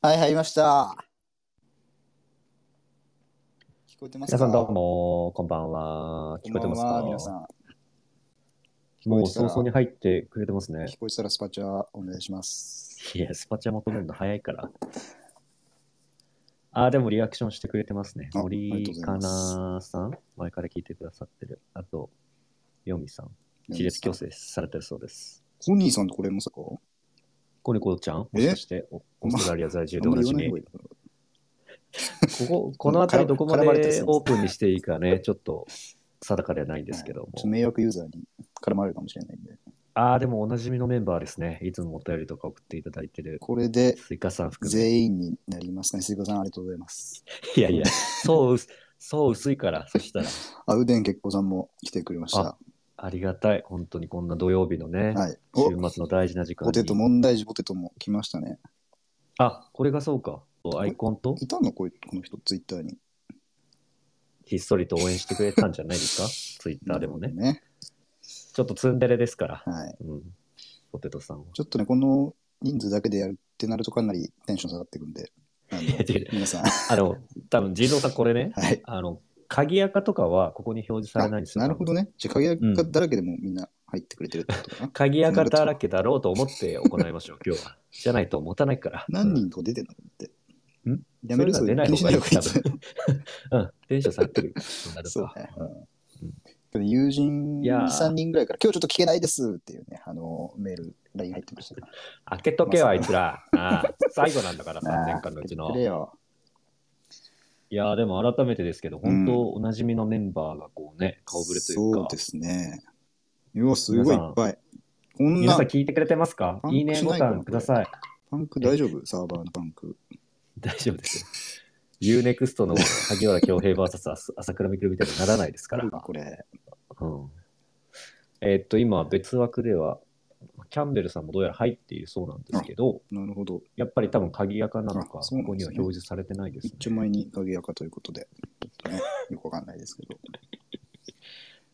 はい、入りました。聞こえてます皆かさんどうも、こんばんは。聞こえてますこんばんかは皆さん。聞こもえうてた早ら、々に入ってくれてますね。聞こえてたらスパチャお願いします。いや、スパチャ求めるの早いから。あー、でもリアクションしてくれてますね。あありがとう森ございかますなさん、前から聞いてくださってる。あと、よみさん、自立矯正されてるそうです。ホニーさんとこれまさかコネコちゃん、もえしかしてオオーストラリア在住あでんおまなり言わなじい方。みがいいのかここ、この辺りどこま絡まれたりすでるんですオープンにしていいかね、ちょっと定かではないんですけどもなちょっ。と迷惑ユーザーに絡まれるかもしれないんで。ああ、でもおなじみのメンバーですね。いつもお便りとか送っていただいてる。これでスイカさん含め。全員になりますかね。すいこさん、ありがとうございます。いやいや、そう、そう薄いから、そしたら。あ、うでん結構さんも来てくれました。ありがたい。本当にこんな土曜日のね、はい。週お、末の大事な時間ポに。テト、問題児ポテトも来ましたね。あ、これがそうか。アイコンといたのこいこの人、ツイッターに。ひっそりと応援してくれたんじゃないですか ツイッターでもね。ね。ちょっとツンデレですから。はい。うん。ポテトさんは。ちょっとね、この人数だけでやるってなるとかなりテンション下がっていくんで、あの 皆さん、 あの、多分人造さんこれね、はい。あの、鍵垢とかはここに表示されないんですよ。なるほどね。ね。じゃあ、鍵垢だらけでもみんな入ってくれてるってことかな。鍵垢だらけだろうと思って行いましょう、今日は。じゃないと持たないから。何人とか出てんのって。んやめるそそうういいううののは気にしない出方ながいいい方でがすいいね。うん、テンション下がってる。なるかそうね。うんうんけど友人いやー3人ぐらいから、今日ちょっと聞けないですっていうね、あのメール、LINE 入ってましたから。開けとけよ、あいつら。ああ最後なんだから、3年間のうちあーのく。れよいやー、でも改めてですけど、本当、おなじみのメンバーがこうね、顔ぶれというそうかで。すね。うわ、すごいいっぱい。こん皆なさん聞いてくれてますかパンクいいねボタンください。パンク大丈夫サーバーのパンク。大丈夫ですよ。UNEXT の萩原京平 VS 朝倉未来みたいにならないですかあらる。わこれ。うん、えーっと、今、別枠では、キャンベルさんもどうやら入っているそうなんですけど、なるほど。やっぱり多分鍵垢なのか、あそうなこんでこにすはね表示されてないですね一丁前に鍵垢ということで、ちょっとね、よくわかんないですけど。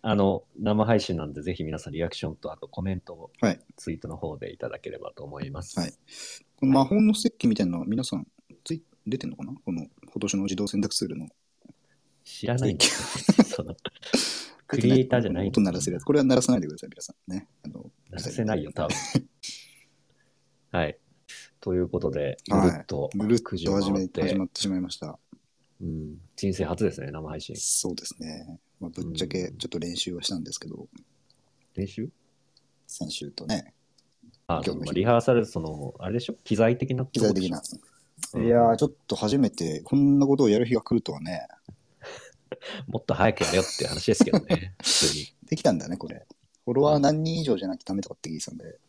あの、生配信なんで、ぜひ皆さんリアクションと、あとコメントをはい、ツイートの方でいただければと思います。はいこの魔法の石器みたいなのは皆さん、つい出てんのかなこの今年の自動選択ツールの。知らないんですよ そのクリエイターじゃない音鳴らせるやつ。これは鳴らさないでください、皆さん。ね。あの、出せないよ、多 分。はい。ということで、ぐはいるっと、ぐるっくじとを始回っめて始まってしまいました。うん、人生初ですね、生配信。そうですね。まあ、ぶっちゃけちょっと練習はしたんですけど、練習先週とね、あ、そ今日うのまあ日リハーサル、その、あれでしょ機材的な機材的な。うんいやー、ちょっと初めてこんなことをやる日が来るとはね、もっと早くやれよっていう話ですけど ね、普通に。できたんだね、これ。フォロワー何人以上じゃなきゃダメとかって聞いてたんで。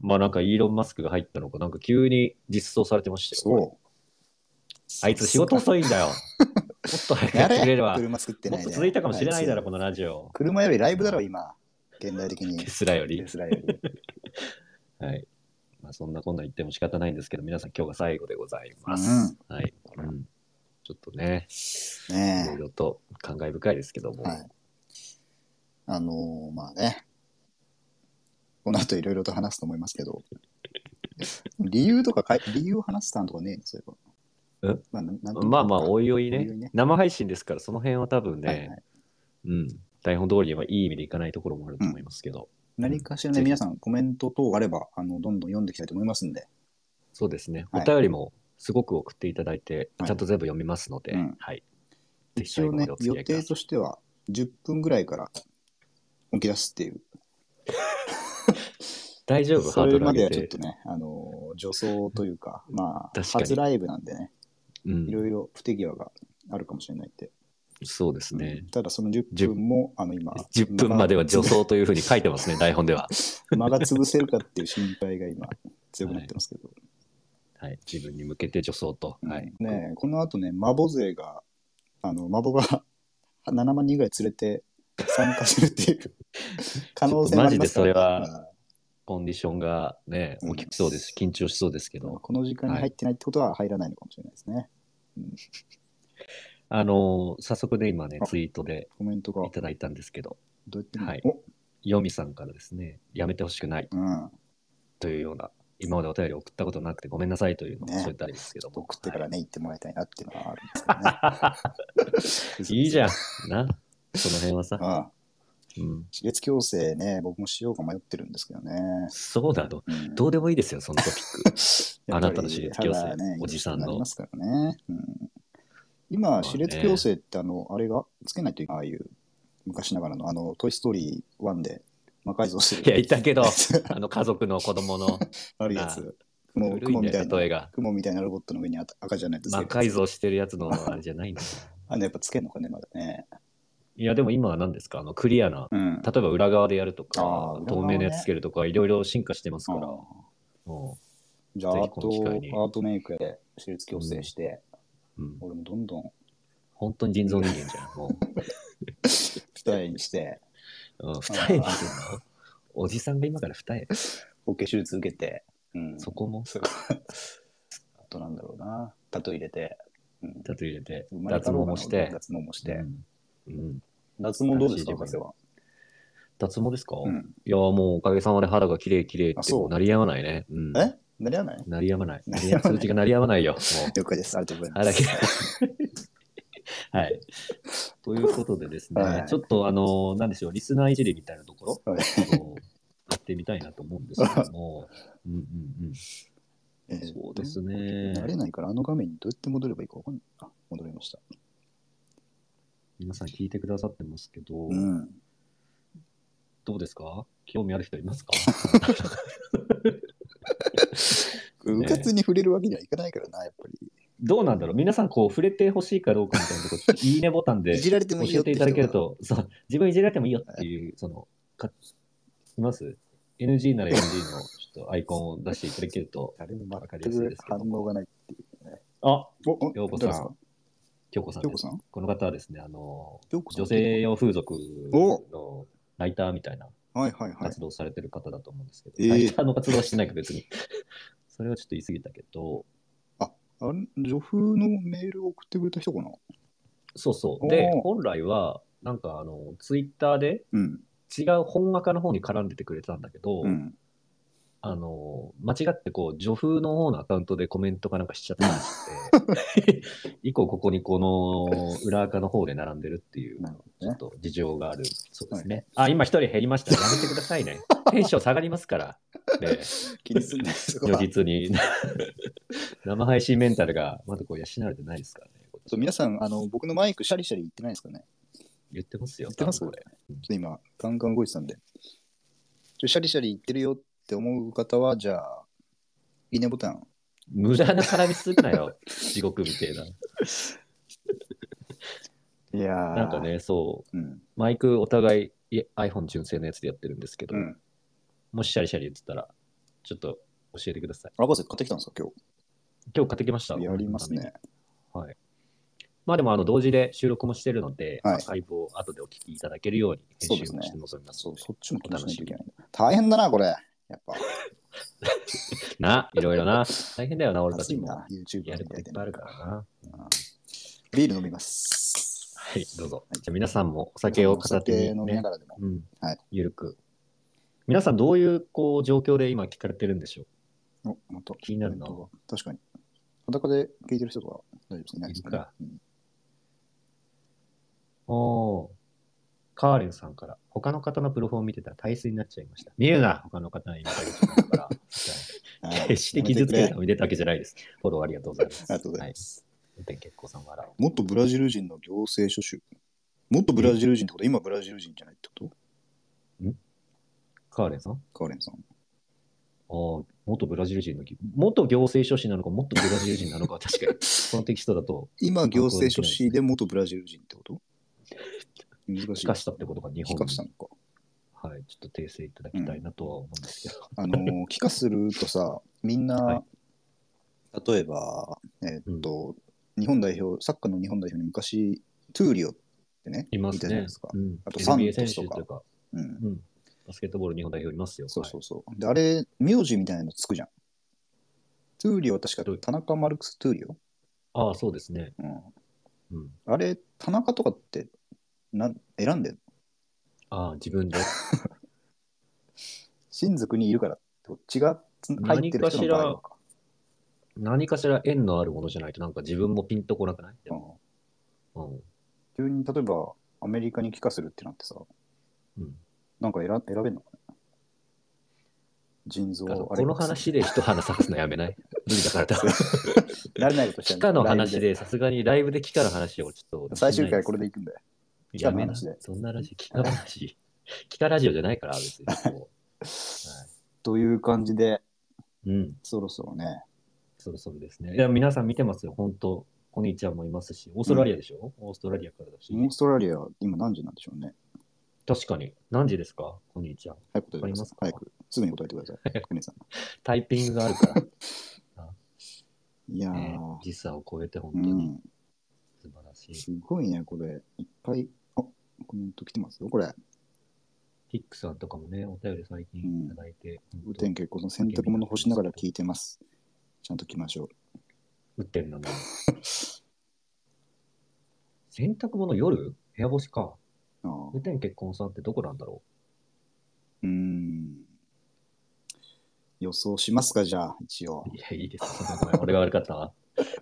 まあなんかイーロン・マスクが入ったのか、なんか急に実装されてましたそよ。う。あいつ仕事遅いんだよ。もっと早くややってくれれれば、も車作ってなっいとで。続いたかもしれないだろ、あこのラジオつ。車よりライブだろ、今。現代的に。テスラよりテ。スラより。はい。まあそんなこんな言っても仕方ないんですけど、皆さん今日が最後でございます。はい、うん。ちょっとね、いろい ねろと感慨深いですけども。え。はい。あのー、まあね。この後いろいろと話すと思いますけど。理由とかかい、理由を話すターンとかねえのそういえばえ。まあ、なんなんていうのまあまあ、おいおいおねいおいね生配信ですから、その辺は多分ね、はいはいうん、台本通りにはいい意味でいかないところもあると思いますけど、何かしらね、皆さんコメント等あれば、あの、どんどん読んでいきたいと思いますんで。そうですね、はいお便りもすごく送っていただいて、はいちゃんと全部読みますので、うはいん。ぜひ一応最後まねでお、付予き合いく定ださいとしては、10分ぐらいから起き出すっていう。大丈夫、ハそードれルまで上げはちょってと。ね、あのー、助走というか、まあ、確かに初ライブなんでね、ういん、ろいろ不手際があるかもしれないって。そうですね。ただ、その10分も、あの、今、 10分までは助間が走というふうに書いて ますね、台本では。間が潰せるかっていう心配が今、強くなってますけど。はい、自分に向けて助走と。 はい、ねえこの後ね、マボ勢が、あの、マボが 7万人ぐらい連れて参加するってい う可能性もありますからちょっとマジでそコンディションがね、うん大きくそうですし、緊張しそうですけうんど、この時間に入ってないってことは入らないのかもしれないですね。あのー早速ね、今ね、あツイートでコメントがい、ただいたんですけど、どうやって見るはいおヨミさんからですね、やめてほしくないうん。というような今までお便り送ったことなくてごめんなさいというのもねそういったありですけども。送ってからね、行ってもらいたいなっていうのはあるんですけどね。 いいじゃん。ん。な。その辺はさ。ああうん。私立矯正ね、僕もしようか迷ってるんですけどね。そうなの。うんどうでもいいですよ、そのトピック。あなたの私立矯正やっぱり肌ねおじさんのいい年になりますからね。うん、今、あね私立矯正ってあの、あれがつけないといけない、ああいう昔ながらの、あの、トイ・ストーリー1で魔改造して いるや、いたけど、 あの家族の子供の あるやつ。もう古い雲んみただよ、いな例えが。雲みたいなロボットの上にあ赤じゃないとつけ魔る改造してるやつのあれじゃないんだよ。あのやっぱつけるのかねまだねいや、でも今は何ですかあの、クリアな。うん例えば裏側でやるとか、あー裏透側ね明なやつつけるとか、いろいろ進化してますかあら。もーじゃあぜアひーこトの機会にアートメイクやって私立矯正して、う、うん、俺もどんどん本当に人造人間じゃん。も二重にしてう、 うん、二重にしてんのおじさんが今から二重。オケ手術受けて、うん、そこも、そこ あとなんだろうなタトゥー入れて、うん、タトゥー入れて、生まれ脱た毛ろうがもして。脱毛もして、うんうん脱毛どうですか博楽しい士は、脱毛ですか、ういん、や、もうおかげさまで肌が綺麗綺麗あって、そうもうなりやまないね。うん、えなりやないなりや まない。なりいややまない数値がなりやまないよ。も 了解ですありがとうございうま肌す綺麗。 はい。ということでですね、はいちょっとあの、なんでしょう、リスナーいじりみたいなところ、はいこうやってみたいなと思うんですけ ども、うんうんうん。 えーそうですね。慣れないからあの画面にどうやって戻ればいいか分かんないあ戻れました皆さん聞いてくださってますけど、うんどうですか興味ある人いますかうかつに触れるわけにはいかないからな、やっぱり。どうなんだろう皆さんこう触れてほしいかどうかみたいなところ、いいねボタンでいじられてもいい教よえっててい人たがだける。と、そう、自分いじられてもいいよっていう、その、かいます ?NG なら NG のちょっとアイコンを出していただけると、誰わもかり全やすいくですけ反ど。応がない。あ、お、おようこさん誰ですか京子さん京で子す。さんこの方はですね、あの、京子さん女性用風俗のライターみたいなはいはいはい活。動されてる方だと思うんですけど、ええライターの活動はしてないけど別に。 それはちょっと言い過ぎたけど、あれ、女風のメールを送ってくれた人かなそうそう。でおー、本来は、なんかあの、ツイッターでうん。違う本垢の方に絡んでてくれてたんだけど、うん。あの、間違ってこう、女風の方のアカウントでコメントかなんかしちゃったり して、以降ここにこの裏垢の方で並んでるっていう、なるほちどょねっ。と事情がある。そうですね。あ、今一人減りました。やめてくださ いね。テンション下がりますから。ね気にす んない。そこ如は実に 生配信メンタルがまだこう養われてないですからね。そう皆さん、あの、僕のマイクシャリシャリ言ってないですかね言ってますよ。言ってます多こ分れ。ちょっと今、ガンガン動いてたんで。ちょシャリシャリ言ってるよって思う方は、じゃあ、いいねボタン。無駄な絡みすんなよ。地獄みた いな。いやーなんか。ね、そう、うん。マイクお互いい iPhone 純正のやつでやってるんですけど、うん。もしシャリシャリ言ってたら、ちょっと教えてください。博士買ってきたんですか今今日買ってきました。日。やりますね。。はい。まあでも、あの、同時で収録もしてるので、はいアーカイブを後でお聞きいただけるように、そう編です集ねもして臨みますそのう、で。そっちも楽しないといけないんだ。大変だな、これ。やっぱ。な、いろい ろな。大変だよな、俺た暑ちいも。な、YouTube やることいっぱいあるからな。ビール飲みます。はい、どうぞ。はいじゃあ皆さんもお酒を片手お酒に、飲みなねがらでも。うんはいゆるく。皆さん、どういうこう状況で今聞かれてるんでしょうお、本当。気になるな本当確かに。裸で聞いてる人とか大丈夫ですかいないですかねいるかおーカーレンさんから、他の方のプロフォーム見てたら体質になっちゃいました。見るな他の方に見たりと かうら。んはい 決して傷つけるやのを見てたわけじゃないです。フォローありがとうございまあす。。りがとうございます運転結構さんめ笑てくれ元ブラジル人の行政書士。元ブラジル人ってこと今ブラジル人じゃないってこう。カーレンさんあとカーレンさん。あ、元ブラジル人のぎ、元行政書士なのか、元ブラジル人なのか、確 かに。このテキストだと、今行政書士で元ブラジル人ってこと難しい。帰化したってことが日帰本化したのか。はい、ちょっと訂正いただきたいなとは思うんですけど。あの ー、帰化するとさ、みんな、はい例えば、えーっと、日本代表、サッカーの日本代表に昔、トゥーリオってね、いますたじゃないねですか。。うんあと NBA 選手サントスととかいうか、うん。うんバスケットボール日本代表いますよ。そうそはうそう。で、あれ、名字みたいなのつくじゃん。トゥーリオは確かどういう田中マルクス・トゥーリオ、いああ、そうですね。うん、うん。あれ、田中とかってなん選んでんのああ、自分で。親族にいるからってこと違っつ入ってる人の場合は。何かしら縁のあるものじゃないと、なんか自分もピンとこなくない、うんうん急に例えばアメリカに帰化するってなってさ、うん、なんか選選べんのかね腎臓だからあこれの話で一花咲くのや めない無理だから多分。慣れないことしてキんカの話ライで、さすがにライブでキカの話をちょっブと。で最終回これでいくんだよ。やキカのめな話でそんなラジオ、キカの話。 キカラジオじゃないから、別 に。もという感じで、ううん、そろそろね、そろそろですね。いや、皆さん見てますよ、本当お兄ちゃんもいますし、オーストラリアでしょ、オーストラリアからだし。オーストラリア今何時なんでしょうね。確かに。何時ですかお兄ちゃん。早く答えてください。早わかりますく、すぐに答えてくださ い。国根さタイピング があるから。ん。いやー、ね時差を超えて本う当にん、素晴らしい。すごいね、これ。いっぱい、あコメント来てますよ、これ。ティックさんとかもね、お便り最近いただいて、雨天結構その洗濯物干しながら聞いてます。ちゃんと来ましょう。打ってるのね。洗濯物夜部屋干しか。あー雨天結婚さんってどこなんだろうーん。予想しますか、じゃあ、一応。ういや、いいです。ごめん俺が悪かったわ。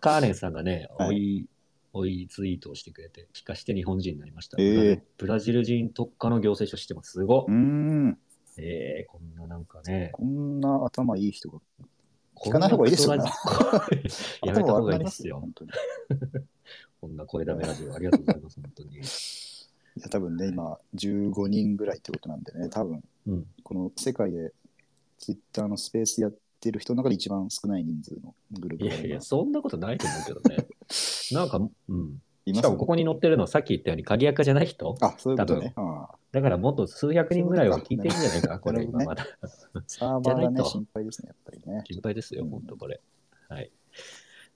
カーレンさんがね、 はいおい、おいツイートをしてくれて、聞かして日本人になりました。ええブラジル人特化の行政書知ってます。すごうーん。い。ええこんななんかね、こんな頭いい人が。聞かない方がいいですよこんなク ソラジオやめた方がいいですよ。本当に。こんな声ダメラジオ、ありがとうございます、本当に。いや、多分ね、今、15人ぐらいってことなんでね、多分、うん。この世界で、ツイッターのスペースやってる人の中で一番少ない人数のグループいがやいいや、ます。そんなことないと思うけどね。なんか、うん。いしまかすもここに載ってるのはさっき言ったように、鍵アカじゃない人あ、そういうことね。ああだからもっと数百人ぐらいは聞いてるんじ ゃないかな、こそういれうことか今まだ。サーバーがじゃないね、と心配ですね、やっぱりね。心配ですよ、本当これ。はい。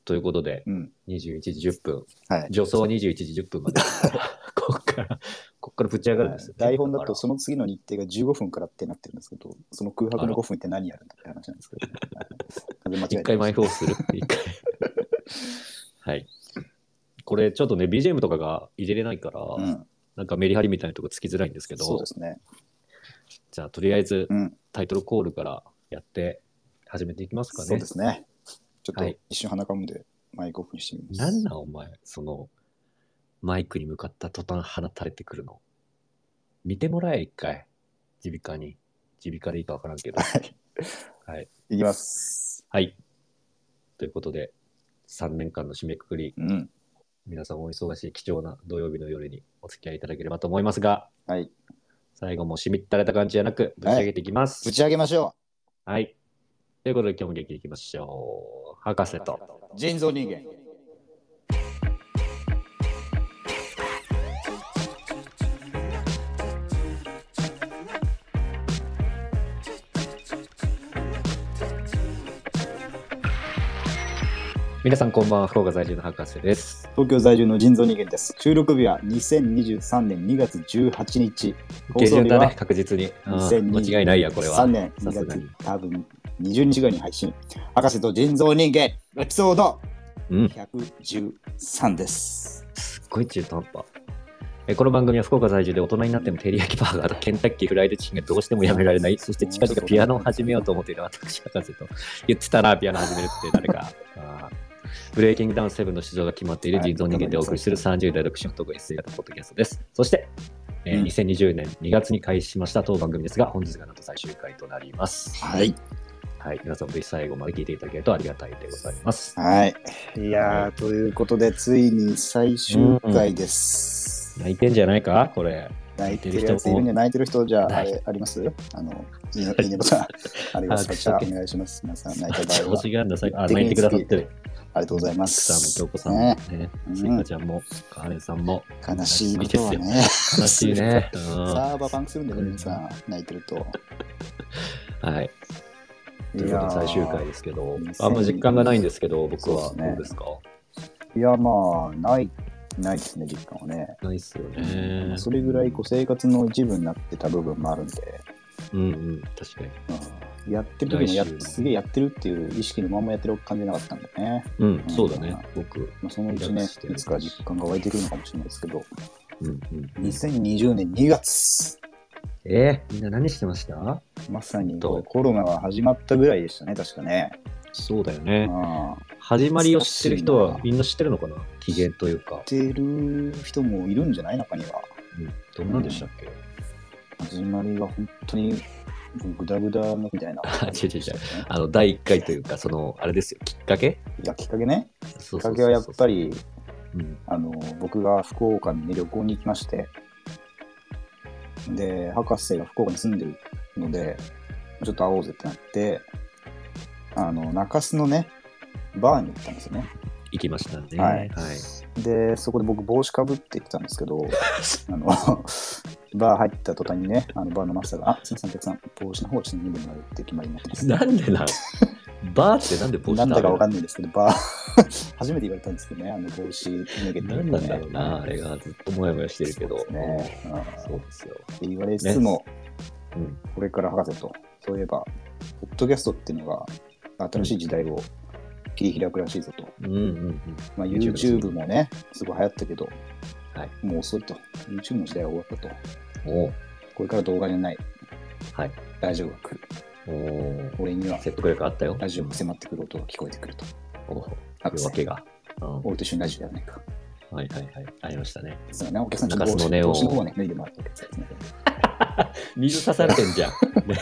ということで、うん。 21時10分、はい。助走21時10分まで。 こっから、こっからぶち上がるんですよ。台本だとそその次の日程が15分からってなってるんですけど、その空白の5分って何やるんだって話なんです けど、ね、風間違え一て回まマしイクオフする。一回。 はい。これちょっとね、BGM とかが入れれないから、たうん、なんかメリハリみたいなとこつきづらいんですけど、そうですね。じゃあとりあえずうん、タイトルコールからやって始めていきますかね。そうですね。ちょっはとい一瞬鼻かむんで、マイクオフにしてみます。なんなんお前、そのマイクに向かった途端放たれてくるの。見てもらえ、一回。耳鼻科に。耳鼻科でいいかわからんけど。 はい。はい。いきます。はい。ということで、3年間の締めくくり、うん。皆さんお忙しい貴重な土曜日の夜にお付き合いいただければと思いますが、はい。最後もしみったれた感じじゃなく、ぶち上げていきます。ぶち上げましょはい。ということで、今日も元気にいきましょう。博士と。う。人造人間。皆さん、こんばんは。福岡在住の博士です。東京在住の人造人間です。収録日は2023年2月18日。下旬だはね、確実に。うん2023間違いないや、これは。 3年さ2すがに月多分20日ぐらいに配信博士と人造人間エピソードうん、す113です、っごい中途半端。えこの番組は福岡在住で大人になってもテリヤキバーガーとケンタッキーフライドチキンがどうしてもやめられない、そして近々ピアノを始めようと思っている私、博士と言ってたな、ピアノ始めるって誰か。あーブレイキングダウン7の出場が決まっている人造人間でお送りする30代独身男 SE 型ポッドキャストです。そして、えーうん2020年2月に開始しました当番組ですが、本日がなんと最終回となります。はいはい、皆さんもぜひ最後まで聞いていただけるとありがたいでございます。はいいやーということでついに最終回です、泣いてんじゃないかこれ。泣いてる人いるんじゃ泣いてる人じゃあはあいれありますあのいいねいいねボタンありますか あじゃあお願いします皆さん泣いた場合は調子があるんだ、最後。あ、テクニ泣ッいクてくださってる。ありがとうございまさんも、す京子さんも、ねね、うんスイカちゃんも、カーレンさんも、悲しいことはね 悲しいね。うんサーバーパンクするんだよね皆さん泣いてるとはい。ということで、最終回ですけどいや、ーあんま実感がないんですけど、僕はそ。うですねどうですかいや、まあ、ない、ないですね、実感はね。ないっすよね。それぐらいこう生活の一部になってた部分もあるんで、うんうん、確かに。うんやってる時もや来週のすげえやってるっていう意識のまんまやってる感じなかったんでね、うん、そうだね、僕。まあ、そのうちリラッねクスして、いつか実感が湧いてくるのかもしれないですけど、うんうん。 2020年2月、えー、みんな何してましたまさにどうコロナが始まったぐらいでしたね、確かね。そうだようね。ん始まりを知ってる人懐はかしいみんな知ってるのかな期限というか。知ってる人もいるんじゃない中には。うん、どんなんでしたっけ、始まりが本当にグダグダのみたいな。違う違う違う あの、第1回というか、その、あれですよ、きっかけいやきっかけね。ききっかけはやっぱり、うん、あの僕が福岡にね旅行に行きましてで博士が福岡に住んでるのでちょっと会おうぜってなってあの中洲のねバーに行ったんですよね行きましたね。ははいい。でそこで僕帽子かぶって行ってたんです けどあのバー入った途端にねあのバーのマスターが「あすいませんお客さん帽子の方をちょっと2分になるって決まりになってます」 なんでなバーってなんで帽子なんだかわかんんないですけどバー 初めて言われたんですけどねあの帽子脱げてなんなんだろうな、あれがずっともやもやしてるけど。そうですねうんそうですよ。って言われつつも、うん。これから博士と、そういえば、ポッドキャストっていうのが新しい時代を切り開くらしいぞと。うんうんうん。まあ、 YouTube ですね YouTube もね、すごい流行ったけど、はいもう遅いと。YouTube の時代は終わったと。おうこれから動画じゃない。はい。ラジオが来る。おう俺には説得力あったよ。ラジオが迫ってくる音が聞こえてくると。おう博夜明士、けが。うん俺と一緒にラジオやらないか。はいはいはい。ありましたね。そうね、お客さんちょっ中と洲のネオン帽子の方はね、脱いでもらってくださいね。水刺されてん じゃん。ね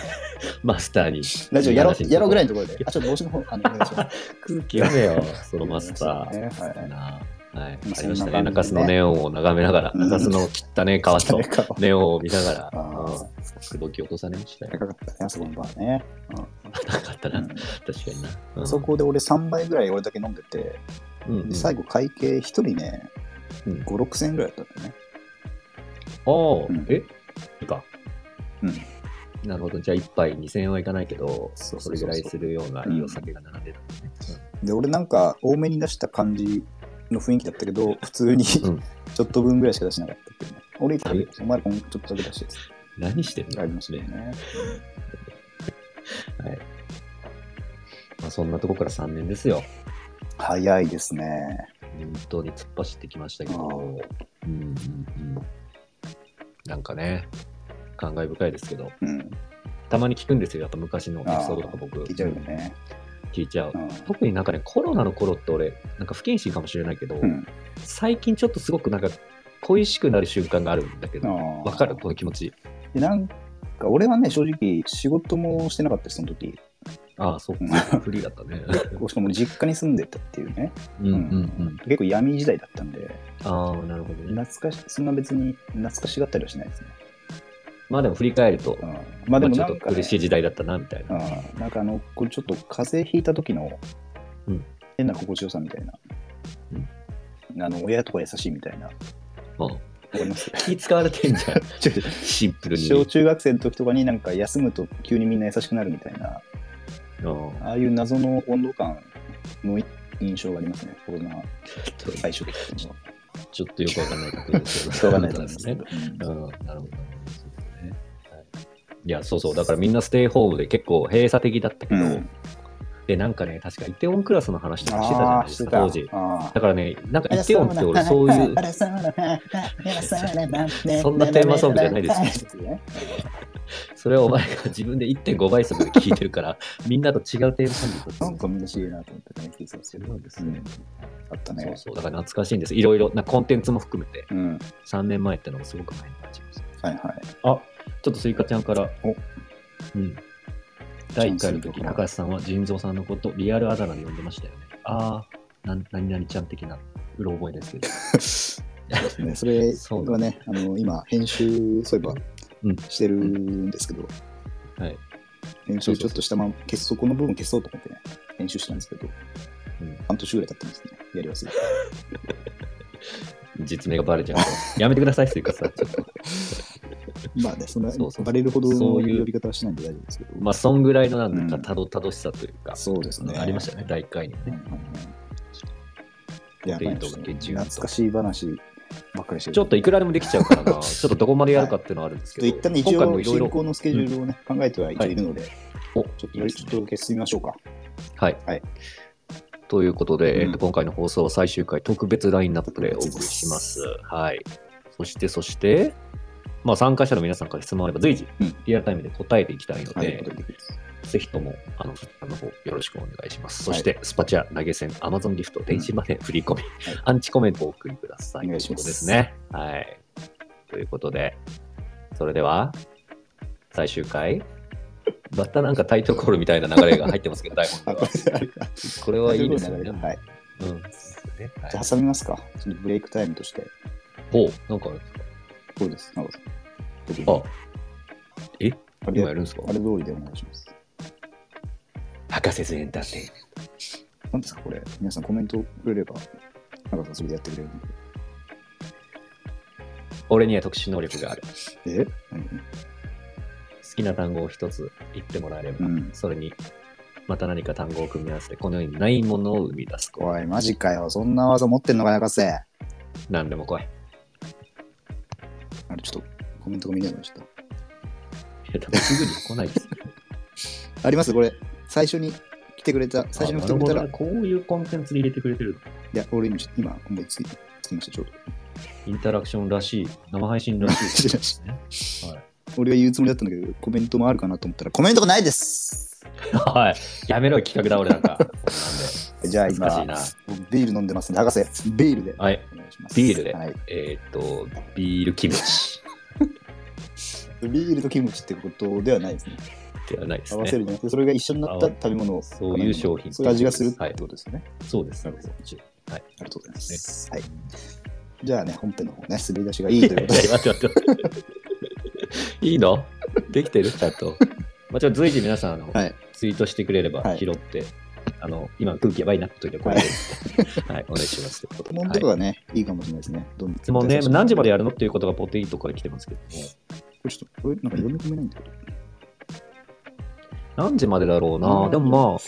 マスターに。ラジオやろう、やろうぐらい。いのところで。あ、ちょっと帽子の方、あの、お願いします。空気読めよ、そのマスター。ねはいなあはい、まあありましそんたな感じでねね。中洲のネオンを眺めながら、うん中洲の切ったね、川と誰かはネオンを見ながら、あーうん口説き落とされましたよ。高かったね、あそこのバーね。なかったうな、ん確かにな。うんそ、こで俺3杯ぐらい俺だけ飲んでて、うんうんで最後会計1人ね、うん5、6千円ぐらいだったんだよね。ああ、うんえいいか。うんなるほど。じゃあ、1杯2000円はいかないけど、そうそうそうそうそれぐらいするようないいお酒が並んでたんですね。で、俺なんか多めに出した感じの雰囲気だったけど、普通にちうんょっと分ぐらいしか出しなかったっていうね。俺一人、お前らこんちょっとだけ出してって何してんのありましたよね。はいまあ、そんなとこから3年ですよ。早いですね。本当に突っ走ってきましたけあど、うんうんうん、なんかね、感慨深いですけど、うん。たまに聞くんですよ、やっぱ昔のエピソードとか僕、聞いちゃうよね。聞いちゃうう。ん。特になんかね、コロナの頃って俺、なんか不謹慎かもしれないけど、うん最近ちょっとすごくなんか恋しくなる瞬間があるんだけあど、ーわかるこの気持ち。でなんか俺はね、正直仕事もしてなかったし、その時。ああ、そううん、フリーだったね。しかも実家に住んでたって いうね。うんうんうん。結構闇時代だったんで。ああ、なるほどね。懐かしそんな別に懐かしがったりはしないですね。まあでも振り返ると、うん、まあでもまなあちょんっか、とね、苦しい時代だったな、みたいな。うん、なんかあの、これちょっと風邪ひいた時のうん変な心地よさみたいな。あの親とか優しいみたいな。わうんかります 気使われてんじゃん。ちょっとシンプルに。小中学生の時とかになんか休むと急にみんな優しくなるみたいな、うんああいう謎の温度感の印象がありますね、コロナちょっと最初期っていうのは。ちょっとよくわかんないことですけど。しょうがないと思いますけど。うん、なるほど。そうねはいいや、そうそう。だからみんなステイホームで結構閉鎖的だったけうど、ん、で、なんかね、確かイテオンクラスの話とかしてたじゃなあいあ、でしてすか、た。当時。だからね、なんかイテオンって俺そういう、そそんなテーマソングじゃないですよ。それをお前が 自分で1.5倍速で聞いてるから、 みんなと違うテーマソングだったなんんでかみんな知りなと思ってね、聞いてたんですけど。すよね。あったそうね。そう。だから懐かしいんです。いろいろなコンテンツも含めて、うん。 3年前ってのがすごく前に感じます。はいはい。あちょっとスイカちゃんから。おうん。第1回のチャンスのとこ時、ろ高橋さんは腎臓さんのこと、リアルあだ名で呼んでましたよね。ああ、なん何々ちゃん的な、うろ覚えですけど。ねそれはね、あの今、編集、そういえうんば、してるんですけど、はい。編集ちょっとしたまま、結そこの部分消そうと思ってね、編集したんですけどうん、半年ぐらい経ってますね、やり 忘れて。実名がバレちゃうと。やめてください、スイカさん。ちょっと。まあね、そんなそうそうバレるほどのそういう呼び方はしないんで大丈夫ですけど。まあ、そんぐらいのなんだうんか、たどたどしさというか、そうですね。ありましたよね、第1回にはうんうね。んうん。やばいですねデートが現地懐かしい話ばっかりしてる。ちょっといくらでもできちゃうから な、ちょっとどこまでやるかっていうのはあるんですけど、一旦ね、一今回も応いろい進ろ、行のスケジュールをね、考えてはいるので、おちょっとよりちょっと消してみましょうか。はい。はいということで、うんえっと今回の放送は最終回特別ラインナップでお送りします。はい。そして、そして、まあ、参加者の皆さんから質問あれば随時うん、リアルタイムで答えていきたいのはいで、ぜひとも、あの、そちらの方、よろしくお願いします。そして、スパチャ、投げ銭、アマゾンギフト、電子マネー、振り込み、アンチコメントをお送りください。お願いしますとうことですね。はい。ということで、それでは、最終回。またなんかタイトルコールみたいな流れが入ってますけ ど、台本あ、にこは。れであれか。これはいいですよね。はい。うん。ですねはいじゃあ挟みますか。ちょっとブレイクタイムとして。ほう、なんかあるんですかそうです。なんかあ、あれ今やあるんですかれ通りでお願いします。博士ズエンターテインメンなんですかこれ。皆さんコメントくれれば、なんかそれでやってくれるんで。ト。俺には特殊能力がある。好え何きな単語を一つ言ってもらえれば、うん。それに、また何か単語を組み合わせて、この世にないものを生み出す。おい、マジかよ。そんな技持ってんのかよ、博士。あ何でも来い。れ、ちょっとコメントが見れないのちょっいや多分すぐには来ないです。と。ありますこれ。最初に来てくれた、最初に来てくれたあら、ないるほどねこういうコンテンツで入れてくれてるや、俺今ちょっと、今思いつきつきました、ちょうど。インタラクションらしい、生配信らし いですね。俺が言うつもりだったんだけど、コメントもあるかなと思ったら、コメントがないですはい。やめろよ、企画だ、俺なんか。 じゃあ今難しいな、僕ビール飲んでますんで、博士、ビールで。はい。お願いしますビールではい。えーっと、ビールキムチビールとキムチってことではないですね。ではないです合わせね。るじゃなくて、それが一緒になった食べ物を。そういう商品そういう味がするってことですよね。そうです。なるほどはい。ありがとうございまねす。はい。じゃあね、本編の方ね、滑り出しがいいということで。 待って待って 待って。いいのできてるちゃんと。まあ、ちょっと随時皆さん、あの、はい。ツイートしてくれればはい拾って、あの、今空気やばいなって時はこれで、 はい、お願いしますということ質で。問はいとかがね、いいかもしれないですね。どんどん質問ね、何時までやるのっていうことがポテイトから来てますけども、これちょっと、これなんか読み込めないんだけど。何時までだろうな、うんでもまあ、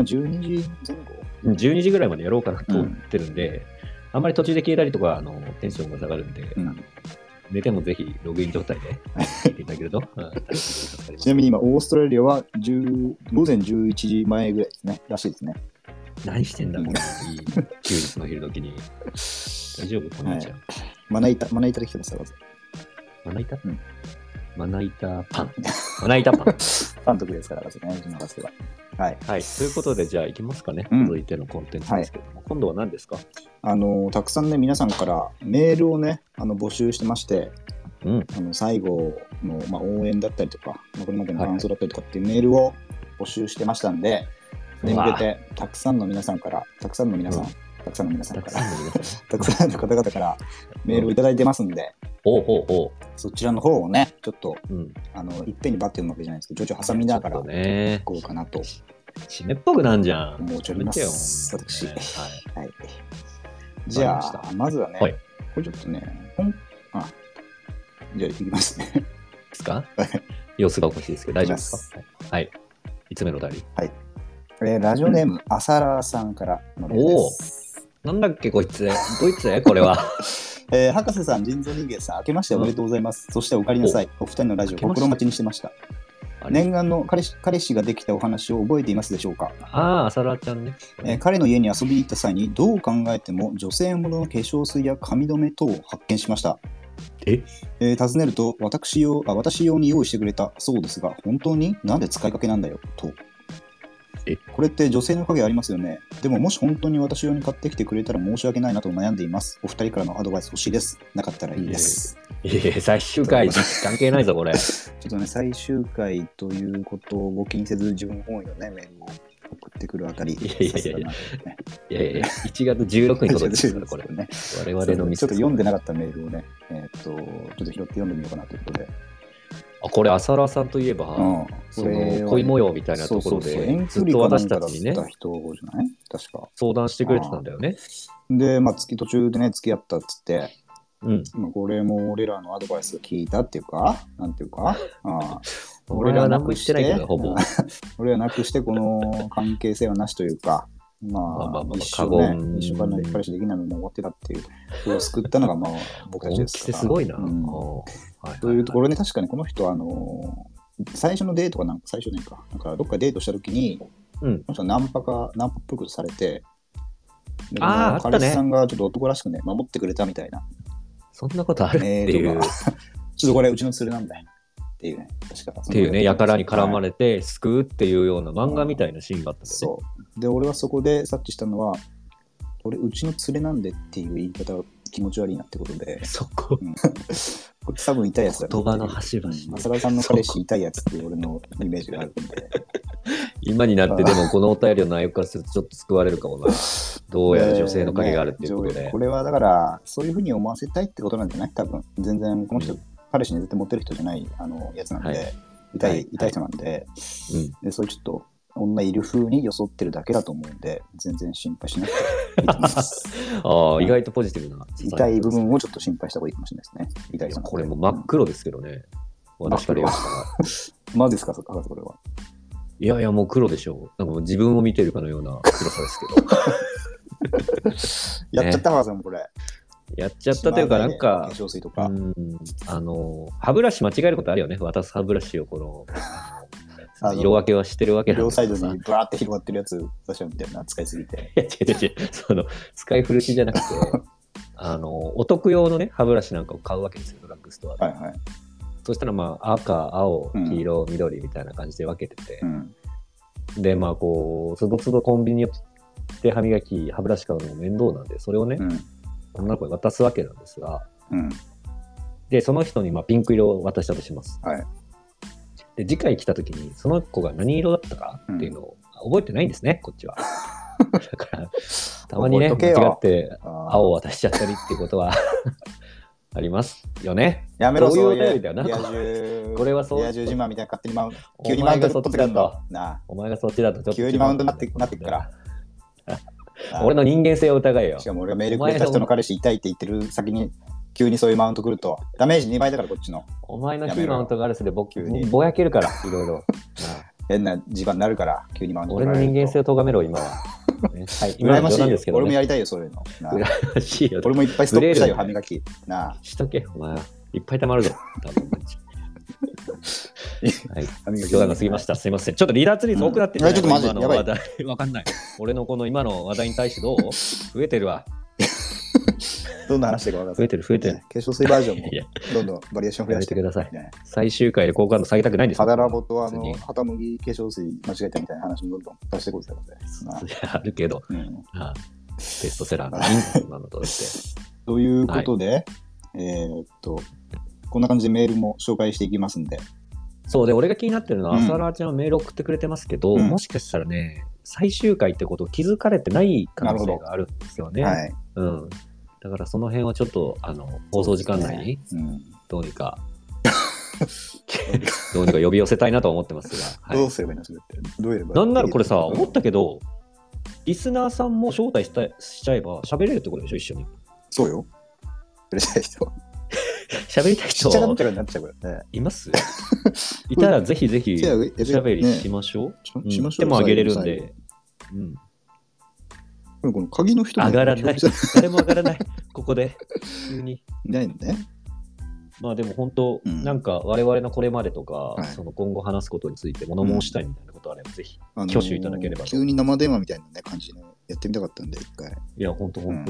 12時前後まあ、12時ぐらいまでやろうかなと思ってるんで、あんまり途中で消えたりとか、あのテンションが下がるんで、うん寝てもぜひログイン状態で聞いていただけると、うん大変助かちりまなすみに今、オーストラリアは10午前11時前ぐらいですね。らしいですね。何してんだ、うんこのいい休日の昼時に。大丈夫このちゃん。まな板、まな板で来てます、まず。まな板うんまな板パン。まな板パン。ファン得意ですから、まずね、うちの博士は。はい。はい。ということで、じゃあ行きますかね。うん続いてのコンテンツですけども、今度は何ですかあの、たくさんね、皆さんからメールをね、あの募集してまして、うん。あの最後の、まあ、応援だったりとか、まあこれまでの感想だったりとかっていうメールを募集してましたんで、それに向けて、たくさんの皆さんから、たくさんの皆さん、うんたくさんの皆さんかたくらさ、んの皆さんね。たくさんの方々からメールをいただいてますんで、おうおうおう。そちらの方をね、ちょっと、うん。あの、いっぺんにバッて読むわけじゃないですけど、ちょいちょい挟みながちょらっと、ね、こうかなと締めっぽくなんじゃん。思うちょります。やめて私よ。。ははい。い。じゃわかりまあ、まずはね、はいこれちょっとね、本、あ、じゃあ行きますね。 ですかはい様子がおかしいですけど、大丈夫ですかはい。はいいつ目のお便りえーラジオネーム、アサラーさんからのメールです。なんだっけ、こいつ。ドイツだよ、これ は。えー博士さん、人造人間さん、明けましておめでとうございます。そしてお帰りなさい。お二人のラジオ、明けまして心待ちにしてました。あれ念願の彼氏彼氏ができたお話を覚えていますでしょうか、あー、浅田ちゃんね。えー彼の家に遊びに行った際に、どう考えても女性ものの化粧水や髪留め等を発見しました。ええー尋ねると私用あ、私用に用意してくれたそうですが、本当になんで使いかけなんだよと。えこれって女性の影ありますよね。でももし本当に私用に買ってきてくれたら申し訳ないなと悩んでいます。お二人からのアドバイス欲しいです。なかったらいいです。いやいや最終回、関係ないぞ、これ。ちょっとね、最終回ということを気にせず自分本位のね、メールを送ってくるあたり、いやいやいやいやさすがだなとねいやいや、1月16日に届いて るから、これ。ね。我々のミスちょっと読んでなかっかったメールをね、えーっと、ちょっと拾って読んでみようかなということで。た。あ、これ、浅田さんといえば、うんそこれはねの恋模様みたいなところそうそうそうで遠、ず距っ離かなと私んかただちっにね、た人じゃない確か。相談してくれてたんだよね。で、まあ、月途中でね、付き合ったっつって、うん。まあ、これも俺らのアドバイス聞いたっていうか、なんていうか、ああ俺らは何も言ってないけど、ほぼ。ま俺はなくしてこの関係性はなしというか、まあ、まあまあまあ一生過ね言、一生からの彼氏できないのに思ってたっていう、それを救ったのが、まあ、僕たち大できすせから。すごいな。うんおーはというところろ。で、確かにこの人は、あの最初のデートかなんか、最初なんか、なんかどっかデートしたときに、うん。この人はナンパか、ナンパっぽいことされて、であーもうあったね彼氏さんがちょっと男らしくね、守ってくれたみたいなそんなことあるってメいールうが。ちょっとこれうちのツールなんだよ。っていうね。確か。っっていうね、やからに絡まれて、救うっていうような漫画みたいなシーンがあったんだよね。そう。で、俺はそこで察知したのは、俺、うちの連れなんでっていう言い方は気持ち悪いなってことで、そこ、これ多分痛いやつだな言葉の端々。うん浅田さんの彼氏痛いやつっていう俺のイメージがあるんで、今になってでもこのお便りの内容からするとちょっと救われるかもな。どうやら女性の影があるっていうことねでこ。れはだから、そういうふうに思わせたいってことなんじゃない多分。全然、この人、うん彼氏に絶対持ってる人じゃないあのやつなんで、はい痛い、はい痛い人なんで、うんで、そういうちょっと、女いる風に装ってるだけだと思うんで、全然心配しなくていいと思い ます。ああ、意外とポジティブな。痛い部分をちょっと心配した方がいいかもしれないですね。痛い人なんでこれもう真っ黒ですけどね。私から言わせたら。マジですか、博士、これは。いやいや、もう黒でしょう。なんかもう自分を見てるかのような黒さです けど。やっちゃった、博士もこれ。やっちゃったというか、なんか化、粧水とうか。ん、あの、歯ブラシ間違えることあるよね。渡す歯ブラシをこあの、の色分けはしてるわけなん両ですサけイどドさ。にバーって広がってるやつ、私はみたいな扱いすぎて。いや違う違う違う、その、使い古しじゃなく て、あの、お得用のね、歯ブラシなんかを買うわけですよ、ドラッグストアで。はいはい。そしたら、まあ、赤、青うん、黄色、緑みたいな感じで分けててう、ん。で、まあ、こう、つどつどコンビニで歯磨き、歯ブラシ買うのも面倒なんで、それをねう、ん。女の子に渡すわけなんですが、うん。で、その人にまあピンク色を渡したとします。はいで、次回来た時に、その子が何色だったかっていうのを覚えてないんですね、こ っちは。だから、たまにね、覚間えとけよ違って青青を渡しちゃったりっていうことはありますよね。やめろ、そうそういういうお便りだよな野獣これはそう野獣自慢みたいな勝手にマウント、急おにマウ前ントがでそ取っってちかだんとと。。なお前がそっちだとちょっと。急にマウントになってなってっから。あ。あ。俺の人間性を疑えよし。かも俺がメールくれた人の彼氏痛いって言ってる先に、急にそういうマウント来ると、ダメージ2倍だからこっちの。お前のや非めろマウントがあるせいで僕急にぼやけるから、いろいろ。なあ変な地盤になるから、急にマウント俺の人間性を。を咎めろ、今は。ねはい、今羨のまし冗いよ談ですけど、俺もね。やりたいよ、そういうの。なあ羨ま しいよ。俺もいっぱいストップしたよ、ブ歯レる磨き。なあ、しとけ、お前は。いっぱい溜まるぞ。多分はい、歯磨き。冗談が過ぎました。すいません。ちょっとリーダーツリーズ多くなってんじゃないうんいやちょっとマジ今の話題わかんない。俺のこの今の話題に対してどう増えてるわ。 どんな話してるか分かん増なえい。てる、増えてるね。化粧水バージョンも いや、どんどんバリエーション増ややめしててください。ね最終回で好感度下げたくないんですよ肌ラボとあ別の、に旗麦化粧水間違えたみたいな話もどんどん出してこいってことで。なあい やあるけど、うんああベストセラーがいいんですよ、今のとって。ということで、えーっと、こんな感じでメールも紹介していきますんで、そうで、俺が気になってるのうは、ん朝ラーちゃんはメール送ってくれてますけど、うんもしかしたらね、最終回ってことを気づかれてない可能性があるんですよね。はい。うん。だからその辺はちょっと、あの、放送時間内にうんどう にか、どうにか呼び寄せたいなとは思ってますが。どはうすればいいのそれって。どうやればい、なんならこれさ、うん思ったけど、リスナーさんも招待したしちゃえば喋れるってことでしょ、一緒に。そうよ。うれしい人。喋りたいちっちゃかっ人たからになっちゃうからね。います いたらぜひぜひじゃあえ喋りねしましょう。しまうんしましょう手もあげれるん最後で。うん、でもこの鍵の人も上がらない。誰も上がらない。ここで。急に。いないのね。まあでも本当、うんなんか我々のこれまでとか、いその今後話すことについて物申したいみたいなことあれば、ぜひ。あのー挙手いただければと急に生電話みたいなね、感じのやってみたかったんで、一回。いや、本当う本ん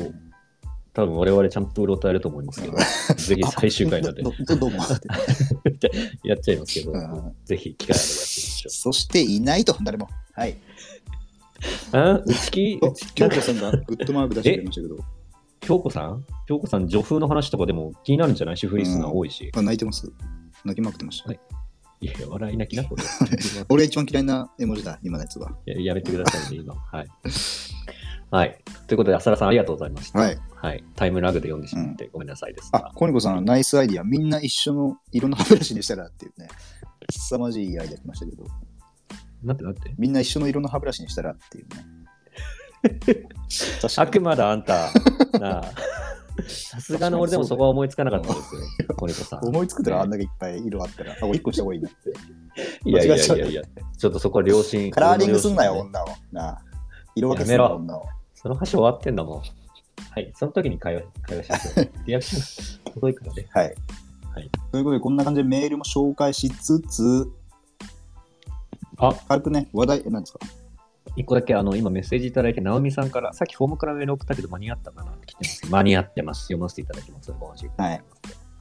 当、多分我々ちゃんとうろたえると思いますけど、 ぜひ最終 回なんでどどどうもって。やっちゃいますけど、 うんぜひ機会あればやってみましょ そしていないと、誰も。はい。う。あうちき、おうちき京子さんがグッドマーク出してくれましたけど、京子さん京子さん、女風の話とかでも気になるんじゃない主婦リスナー多いし。あ泣いてます。泣きまくってました。はいいや、笑い泣きな、これ。 俺が一番嫌いな絵文字だ、今のやつは。ややめてくださいね、今。はい。はい。ということで、浅田さん、ありがとうございました。はい。はい。タイムラグで読んでしまって、ごめんなさいですあが。、コニコさん、ナイスアイディア。みんな一緒の色の歯ブラシにしたらっていうね。凄まじいアイディア来ましたけど、なんてなんて。みんな一緒の色の歯ブラシにしたらっていう ね。確かに悪魔だ、あんた。なあ。 さすがの俺でもそこは思いつかなかったですよ、コリコさん。思いつくたらあんだけいっぱい色あったら、あ、一個した方がいいなって。いやい間や違えいちゃやういやいや、ちょっとそこは良心。カラーリングすんなよ、俺の良心ね女を。なあ色分けすんなやめよ、ろ女を。その話終わってんだもん。はい、その時に会話会話しましょう。リアクションが届いからね。はい。はいということで、こんな感じでメールも紹介しつつ、あ軽くね、話題、えなんですか一個だけあの今メッセージいただいて、ナオミさんから、さっきフォームからメール送ったけど間に合ったかなって来てます。間に合ってます。読ませていただきます。ご安心ください。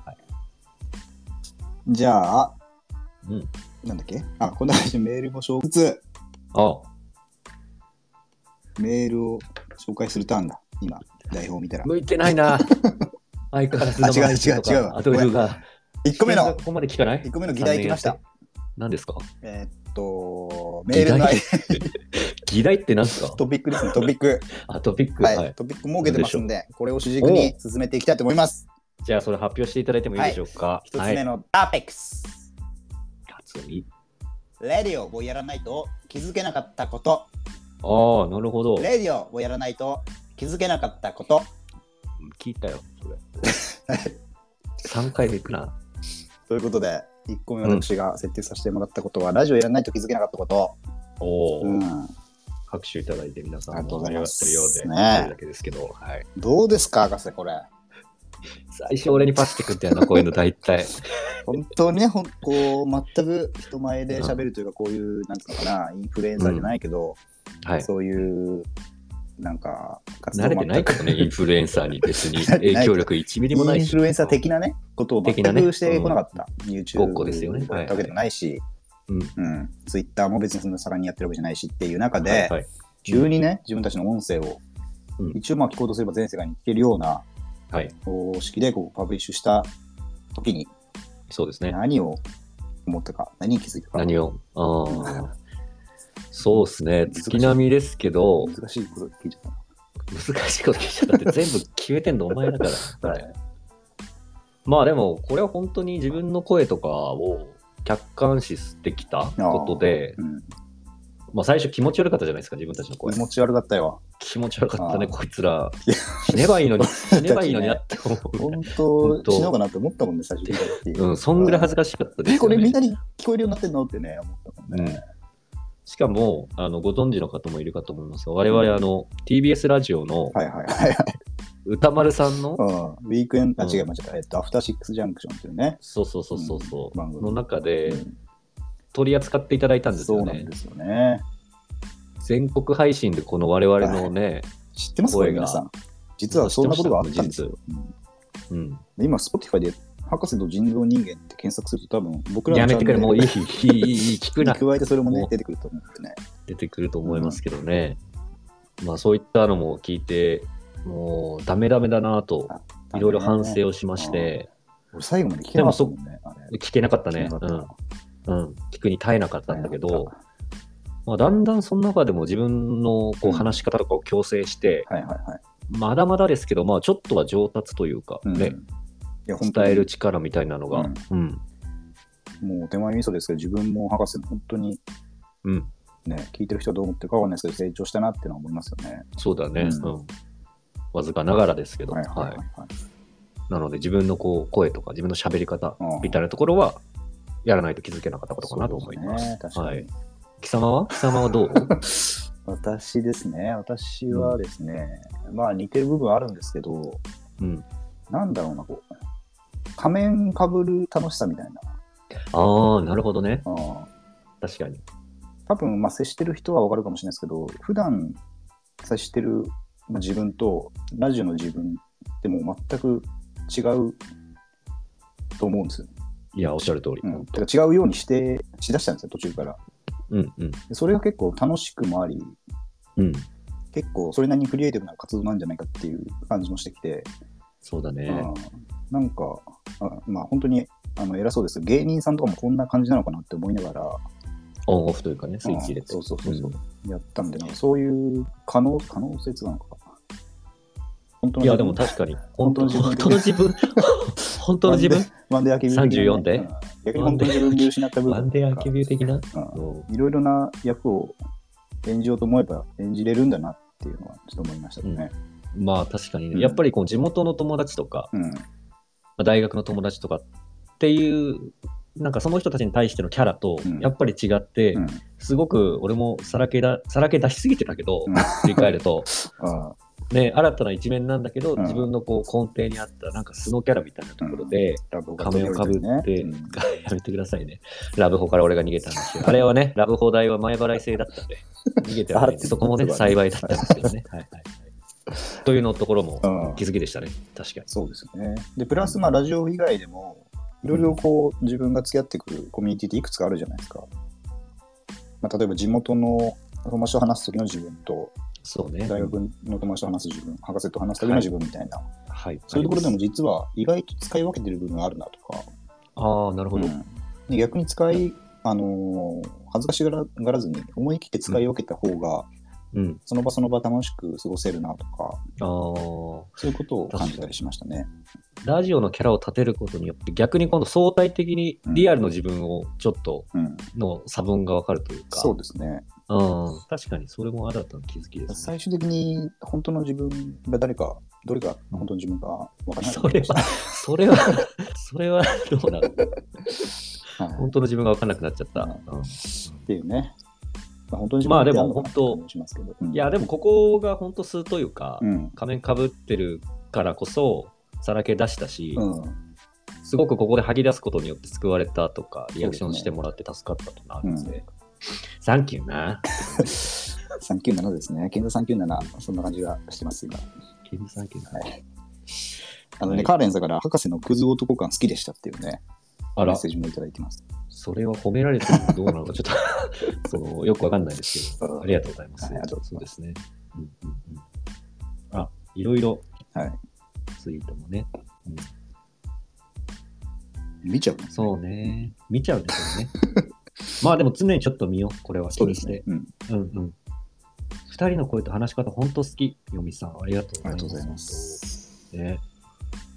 はいじゃあ、うん。なんだっけあ、こんな感じでメールも紹介しつあ、つメールを紹介するターンだ。今、台本を見たら。向いてない な。相変わらずあ違う違う違うわアドリブが。 1個目のこ、こまで聞かない一個目の議題来ました。何ですかえーっと、メールの議議題って何ですかトピックですね、トピック。あ、トピック。は。はいい、トピック設けてますんで、これを主軸に進めていきたいと思います。じゃあ、それ発表していただいてもいいでしょうか。一つ目い。のアペックス。初にレディオをやらないと気づけなかったこと。ああ、なるほど。レディオをやらないと気づけなかったこと。聞いたよ、それ。3回目いくな。ということで、1個目私が設定させてもらったことは、ラジオやらないと気づけなかったこと。おお、うん。拍手いただいて皆さんありがとうもござ盛いまり上がってるようすで、ねそれだけですけど、はい。どうですか、博士、これ。最初俺にパスしてくんだよな、こういうの 大体。本当にね、ほんこう、全く人前で喋るというか、こういう、なんていうのかな、インフルエンサーじゃないけど、はい。そういう、なんか、活慣れてないかからね、インフルエンサーに別に影響力1ミリもないインしフ。ルエンサー的なね、ことを全的なねくしてこなかった。YouTube ごっこですよねやったわけでもないし、うんうん、Twitter も別にそんな盛んにやってるわけじゃないしっていう中で、はいはい急にね、自分たちの音声を、うん一応まあ聞こうとすれば全世界に聞けるようなはい。方式でこうパブリッシュした時にそうですね。何を思ったか、何に気づいたか。何を。ああ。そうですね。難しい月並みですけど、難しいこと聞いちゃっ難しいこと聞いちゃったって全部決めてんのお前だから。た。 はい、まあでも、これは本当に自分の声とかを客観視してきたことで、うん。まあ最初気持ち悪かったじゃないですか、自分たちの声気。持ち悪かったよ。気持ち悪かったね、あーこいつらいや。死ねばいい のに、死ねばいいのになって思う。本本当、当死のうかなって思ったもんね、最初聞いた時。うん、そんぐらい恥ずかしかったですえ、よ、ね。これみんなに聞こえるようになってんのってね、思ったもんね。しかも、あの、ご存知の方もいるかと思いますが、我々、あの、TBS ラジオのはいはいはいはい。歌丸さんの、うん、ウィークエンド、あ、うん違う、間違えた。えっと、アフターシックスジャンクションっていうね。そうそうそうそうそうう、ん番組の中でうん取り扱っていただいたんですそうよなんねで。すよね。全国配信でこの我々のね、知ってますこれ声が皆さん。実はそんなことがあったんですよ。うん、うん今、Spotify で博士と人造人間って検索すると多分僕らのやめてくれ、もういい、い。いい、いい、いい、聞くな、加えてそれもねも、う出てくると思うんでね。出てくると思いますけどね。まあそういったのも聞いて、もうダメダメだなと、いろいろ反省を。をしまして、俺最後まで聞けなかったもんね。あれ聞けなかったね聞けな。かっうん。うん。聞くに耐えなかったたんだけど、まあ、だんだんその中でも自分のこう話し方とかを矯正して、はいはいはい。まだまだですけど、まあちょっとは上達というか、うんね、いや、本当伝えにる力みたいなのが、うん、もう手前味噌ですけど、自分も博士も本当にうん、ね、聞いてる人はどう思ってるかわかんないですけど、成長したなっていうのは思いますよね。そうだね、ううんんわずかながらですけど、ははいいはいはいはい。なので自分のこう声とか自分の喋り方うんみたいなところは、やらないと気づけなかったことかなと思います。そうでね確かにはい貴様は貴様はどう 私ですね、私はですね、まあ似てる部分はあるんですけど、うん。なんだろうな、こう、仮面かぶる楽しさみたいな。ああ、なるほどね。うん確かに。多分、まあ接してる人はわかるかもしれないですけど、普段接してるまあ自分と、ラジオの自分ってもう全く違うと思うんですよ。いや、おっしゃる通り。う、うんん、てか違うようにして、しだしたんですよ、途中から。うん、うん。でそれが結構楽しくもあり、結構それなりにクリエイティブな活動なんじゃないかっていう感じもしてきて、そうだね。うんなんか、あまあ本当にあの偉そうですけど芸人さんとかもこんな感じなのかなって思いながら、オンオフというかね、スイッチ入れて。うんそうそうそうそうんやったんで、なんかそういう可能、可能性なのか。本当のいや、で自分も確かに、 本本当当のの自分自分、 本当の自分、ワンデーアキビュー的なね34でうん逆に本当に自分で失った部分ワンデーアキビュー的な、ううんんいろいろな役を演じようと思えば演じれるんだなっていうのはちょっと思いましたね。まあ確かにうんね、やっぱりこう地元の友達とか、うん。まあ大学の友達とかっていう、なんかその人たちに対してのキャラとうん、やっぱり違って、うんすごく俺もさらけだ、さらけ出しすぎてたけどうん、振り返る と、あね、新たな一面なんだけど、うん自分のこう根底にあった、なんか素のキャラみたいなところで、ラブホが仮面をかぶって、うんやめてくださいね。ラブホから俺が逃げ たんですよ。あれはね、ラブホ代は前払い制だったんで、逃げてはないん で、そこもね、幸いだったんですけどね。はいはいはい、というのところうんも気づきでしたね、確かに。そうですよね。で、プラス、まあ、ラジオ以外でも、いろいろこう、自分が付き合ってくるコミュニティっていくつかあるじゃないですか。まあ、例えば地元の友達と話す時の自分と、そうね。大学の友達と話す自分、博士と話す時の自分みたいな、はい。そういうところであもり実は意外と使い分けてる部分があるなとか、ます。ああ、なるほど。うんで逆に使い、あのー恥ずかしがらがらずに思い切って使い分けた方が、うん。その場その場楽しく過ごせるなとか、ああ。そういうことを感じたりしましたね。ラジオのキャラを立てることによって逆に今度相対的にリアルの自分をちょっとうん、の差分がわかるというか、そうですね。うん、確かにそれも新たな気づきです、ね最。終的に本当の自分が誰か、どれが本当の自分か分からない。それは、それは、それは どうなのはい、本当の自分が分からなくなっちゃった。うんっていうね。まあ、本当の自分まあでっもてるのかなって本当感じしますけど。うんいや、でもここが本当素というか、うん。仮面かぶってるからこそ、さらけ出したし、うん。すごくここで吐き出すことによって救われたとか、リアクションしてもらって助かったとかあるのそうでで、サンキュー な。 397ですね。健三397、そんな感じがしてます、今。ケビンサンキューな。あのね、はいカーレンさんから、博士のクズ男感好きでしたっていうね、あメらッ、セージもいただいてます。それは褒められてるのかどうなのか、ちょっと そのよくわかんないですけうんど、ありがとうございます。はいありがとうございそうまですね。うんうんうん、あ、いろいろはい。ツイートもね。見ちゃうね。そうね。見ちゃうんですよね。 まあでも常にちょっと見よう、これは気そうでにしすて。ね。うん。うんうん。二人の声と話し方、本当好き。よみさん、ありがとうありがとうごござざいいまます。す。ね、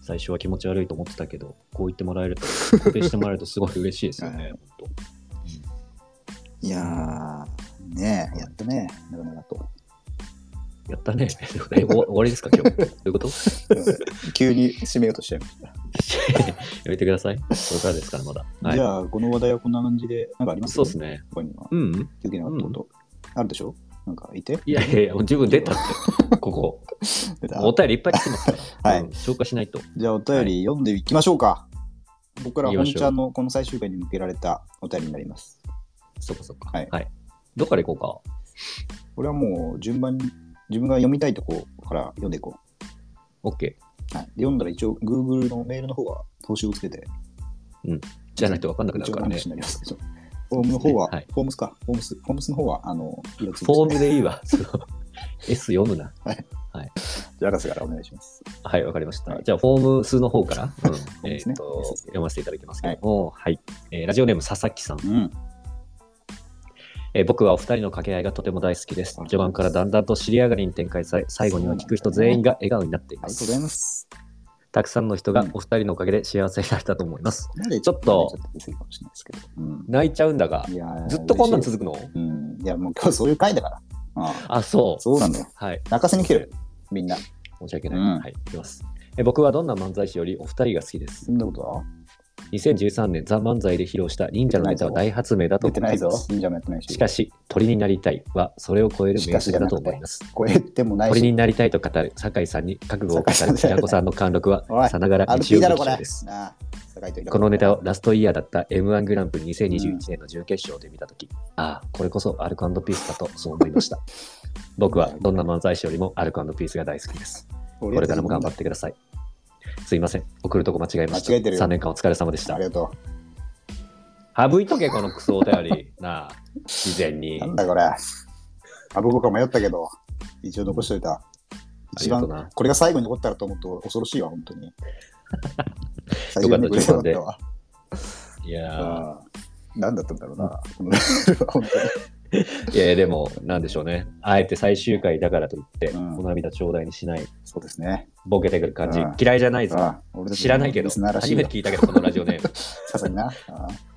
最初は気持ち悪いと思ってたけど、こう言ってもらえると、肯定してもらえるとすごく嬉しいですよはいね。本いやー、ねえ、やったね、なかなかと。当やったね。 えお終わりですか、今日。どういうこと 急に締めようとしちゃいましやめてください。これからですから、まだ。た。はいじ。ゃあ、この話題はこんな感じで、なんかありますそうです。ね。ここには。うんうん。気づけなかったこと。あるでしょなんかいていやいやいや、もう十分出たって、こ こ。出たお便りいっぱい来てますから。はいうん消化しないと。じゃあお便り読んでいきましょうか。ここから行本きましょうちゃんのこの最終回に向けられたお便りになります。そっかそっか。はいはい。どっから行こうこれはもう順番に自分が読みたいとこから読んでいこか。OK。う。はい、で読んだら一応 Google のメールの方は投資をつけて、じゃないと分かんなくな一る応かのらね話。になりますけど。フォームの方は、はいフォームスか、フォームス、フォームスの方は、あの、色ついてフォームでいいわ。その S 読むな。じゃあ、博士からお願いします。はい、わかりましはたい。じゃあ、フォーム数の方から、うんムえですねーと読ませていただきますけはいども、はい。えーラジオネーム、佐々木さん。うん。えー僕はお二人の掛け合いがとても大好きです。序盤からだんだんと尻上がりに展開され、最後には聞く人全員が笑顔になっていあまりがとすうご。ざいます。たくさんの人がお二人のおかげで幸せになれたと思います。までちょっとちょっと薄いかもしれないですけど。うん 泣いちゃうんだが、いやーずっとこんなん嬉しい続くのうん。いや、もう今日そういう回だから。あああ、そう。そうなんだよ。はい。泣かせに来てる。みんな。申し訳ない。うんはい。いきますえ。僕はどんな漫才師よりお二人が好きですそ。んなことは2013年、ザ・漫才で披露した忍者のネタは大発明だと出て思いまないぞす。。忍者もやってないし。しかし、鳥になりたいは、それを超える名詞だと思います。これでもない鳥し。になりたいと語る酒井さんに覚悟を酒語井さんるじゃない平子さんの貫禄おいはさながらある日い曜だろ、劇これ場です。。なあ酒井といたこのネタをラストイヤーだった M1 グランプリ2021年の準決勝で見たとき、ああ、これこそアルコピースだとそう思いました。 僕はどんな漫才師よりもアルコピースが大好きです。ここれからも頑張ってください。すいません、送るとこ間違えました。間違えてるよ3年間お疲れ様でしたあり。がと省いとけ、このクソお 便り。なあ、事前う。にな。んだこれ。あ、僕か迷ったけど、一応残しといた。一ありがとう番な、これが最後に残ったらと思うと恐ろしいわ、本当 に。最初にこれよかった順番でよかったいやわ。何だったんだろうな。このメールは本ーいや、でも、なんでしょうね。あえて最終回だからといって、うんお涙頂戴にしない、そうですね。ボケてくる感じうん、嫌いじゃないぞ。あ俺たちの知らないけど、リスナーらし初いわめて聞いたけど、このラジオネーム。さすがにな。あ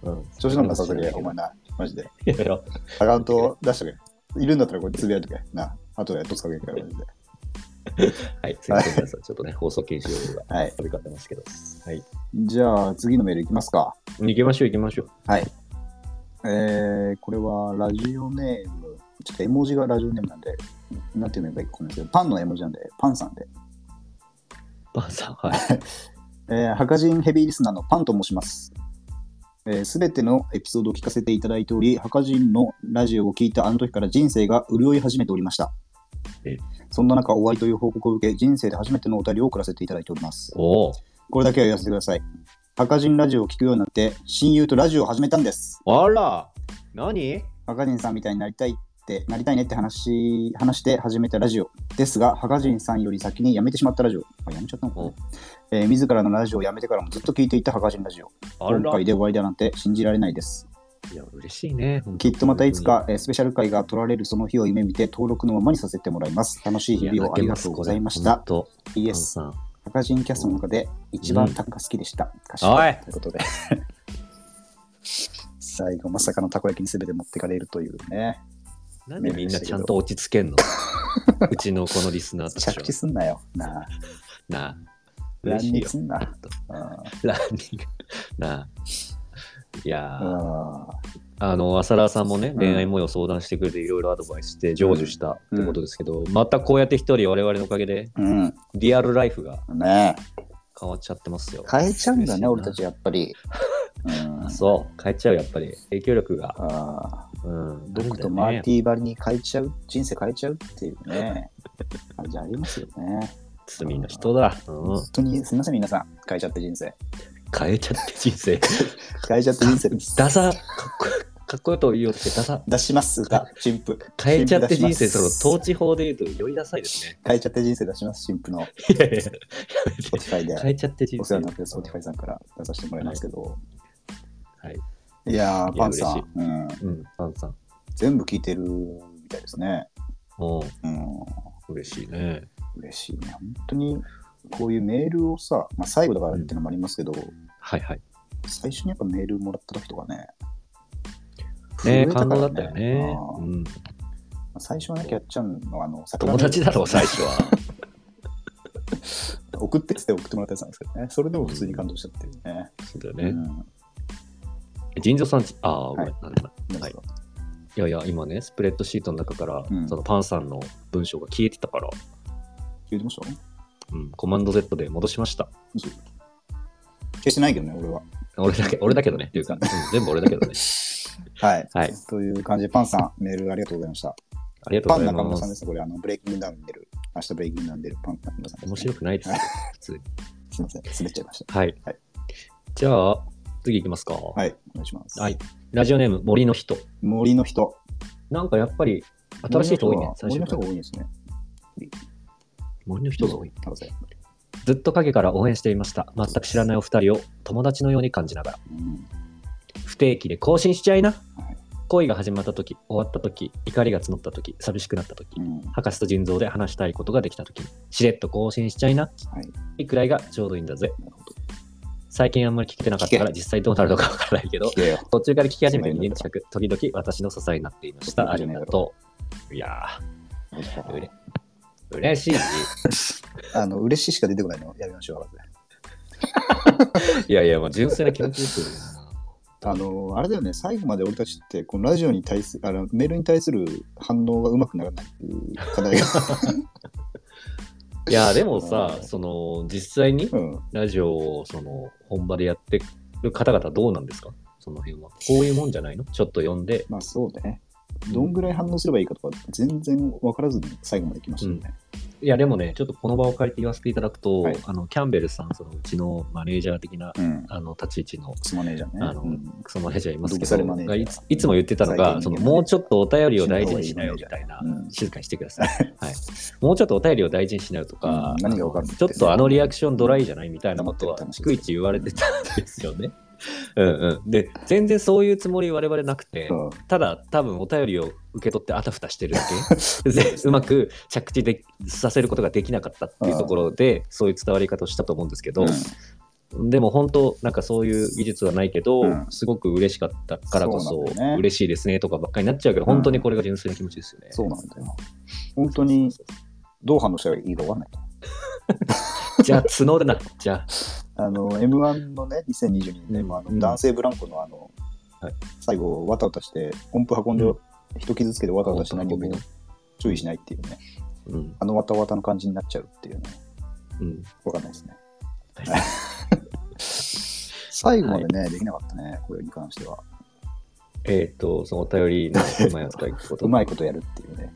うん調子乗んな、さすがに。お前な。マジで。いやいやアカウント出してくれ。いるんだったらこれつぶやいてくれ。な、あとでどつかけるから、マジで。はい、すいません、皆さん、ちょっとね、放送禁止用語がはい。飛び交ってますけど。はい。じゃあ、次のメールいきますか。行きましょう、行きましょう。えー、これはラジオネーム、ちょっと絵文字がラジオネームなんで、なんていうのがいいかわかんないですけど、パンの絵文字なんで、パンさんで。バンさん、はい。えー、ハカジンヘビーリスナーのパンと申します。す、えー、べ、てのエピソードを聞かせていただいており、ハカジンのラジオを聞いたあの時から人生が潤い始めておりましたえ。そんな中、終わりと いう報告を受け、人生で初めてのお便りを送らせていただいております。おお、これだけは言わせてください。赤人ラジオを聞くようになって、親友とラジオを始めたんです。あら何赤人さんみたいになりたいって、なりたいねって話話して始めたラジオですが、赤人さんより先に辞めてしまったラジオ。あ、辞めちゃったのかな、えー自らのラジオを辞めてからもずっと聞いていた赤人ラジオ。あ今ら回いで終わりだなんて信じられないです。や、嬉しいね。本当きにっとまたいつか、えースペシャル回が取られるその日を夢見て登録のままにさせてもらいます。楽しいい日や々をありがとうございました。本当 PS、パンさん赤人キャストの中で一番タコが好きでした。んおいということで。 最後、まさかのたこ焼きに全て持ってかれるというね。なんでみんなちゃんと落ち着け んのうちのこのリスナーたちは着地すんなよ。なあ。なあ。乱嬉しいによす。んな。ランニング。なあ。いやうー、ん。あの、浅田さんもね、恋愛模様相談してくれて、いろいろアドバイスして、成就したってことですけど、またこうやって一人、我々のおかげで、うん。リアルライフがうん、ねえ変わっちゃってますよ。変えちゃうんだ嬉しね、いな俺たちやっぱ り。うん。あそう、変えちゃう、やっぱり。影響力が。あ。うん。ドクとあるんマだよねーティーばりに変えちゃう、人生変えちゃうっていう ね。あれじゃありますよね。罪の人だ。うん本。当にすみません、皆さん。変えちゃって人生。変えちゃって人生。変えちゃって人生 です。ダサ、かっこかっこよと言おうとして、ダサ。出しますが、新婦。変えちゃって人新婦出生、しそまのす統治法で言うと、よりダサいですね。変えちゃって人生出します、新 婦のいやいや、やめて。 Spotify で。変えちゃって人お世話生。になってる Spotify さんから出させてもらいますけど。はい。いやー、パンさいやん、うん、うん、パンさん。全部聞いてるみたいですね。おううん、嬉しいね。嬉しいね。本当に、こういうメールをさ、まあ、最後だからっていうのもありますけど、はいはい。最初にやっぱメールもらった時とかね。ね震え感から動だったよね。ううんん、まあ最初はね、キャッチャンのあの、桜 友の達だろう、最初 は。送ってっつって送ってもらったやつなんですけどね。それでも普通に感動しちゃってるね。そうだようね。ん。腎臓さんち、ああ、ごめん、はいなんでもなんなかい。はい。いやいや、今ね、スプレッドシートの中から、うんそのパンさんの文章が消えてたから、言ってましたうん、コマンド Z で戻しました。嘘消してないけどね、俺は。俺だけ、俺だけどね、っていうか、うん全部俺だけど ね。はい。はいという感じで、パンさん、メールありがとうございました。ありがパとうンござい中村ま。さんですすね、これ、あのブレイキングダウンに出る、明日ブレイキングダウンに出るパン中村さんです、ね。面白くないですよ、普通に。すみません、滑っちゃいました。はい。はいじゃあ、次行きますか。はい、お願いします。はい。ラジオネーム、森の人。森の人。なんかやっぱり、新しい人多いね、最森初の人からが。多いですね。森の人が多い。多分ずっと影から応援していました。全く知らないお二人を友達のように感じながら。うん。不定期で更新しちゃいな。恋が始まった時、終わった時、怒りが募った時、寂しくなった時、うん。博士と腎臓で話したいことができた時、しれっと更新しちゃいな。い。くらいがちょうどいいんだぜ。最近あんまり聞けてなかったから聞実際どうなるのかわからないけ ど聞、けよ。途中から聞き始めて2年近く、時々私の支えになっていました。ありがとう。いやー、 うれ嬉しい。あの、嬉しいしか出てこないの、やめましょう。まずいやいや、まあ、純粋な気持ちですよね。あの、あれだよね、最後まで俺たちって、このラジオに対する、あの、メールに対する反応がうまくならないっていう課題が。 いや、でもさう、んその、実際に うん。ラジオを、その、本場でやってる方々どうなんですかその辺は。こういうもんじゃないのちょっと読んで。まあそうだね。どんぐらい反応すればいいかとか、全然分からずに最後まで来ましたよね。いや、でもね、ちょっとこの場を借りて言わせていただくと、はいあの、キャンベルさん、その、うちのマネージャー的な、うん。あの、立ち位置の、すまねえじゃんね。あのうんクソマネージャーいますけ毒されど、マネージがャーいついつも言ってたのうが、んその、もうちょっとお便りを大事にしなよみたいなうん、静かにしてください。はい。もうちょっとお便りを大事にしなよとか、うん何がわかるのちょっとあのリアクションドライじゃないみたいなことは逐一言われてたんですよね。 うんうん、で全然そういうつもり我々なくて、うんただ多分お便りを受け取ってあたふたしてるだ けでうまく着地でさせることができなかったっていうところでそういう伝わり方をしたと思うんですけど、でも本当なんかそういう技術はないけど、うんすごく嬉しかったからこそうなそんだよね嬉しいですねとかばっかりになっちゃうけど、本当にこれが純粋な気持ちですよね。そうなんだよ。本当にどう反応したらいいか分かんない。じゃあ募るなじゃああの、M1 のね、2022年のあうのん男性ブランコのあの、はい最後、わたわたして、音符運んでうん、人傷つけてわたわたして何も音符運ぶ注意しないっていうね、うんあのわたわたの感じになっちゃうっていうね、うん分かんないですね。はいはい 最後までね、できなかったね、これに関しては。えっ、と、そのお便りのうまい扱いってことうまいことやるっていうね。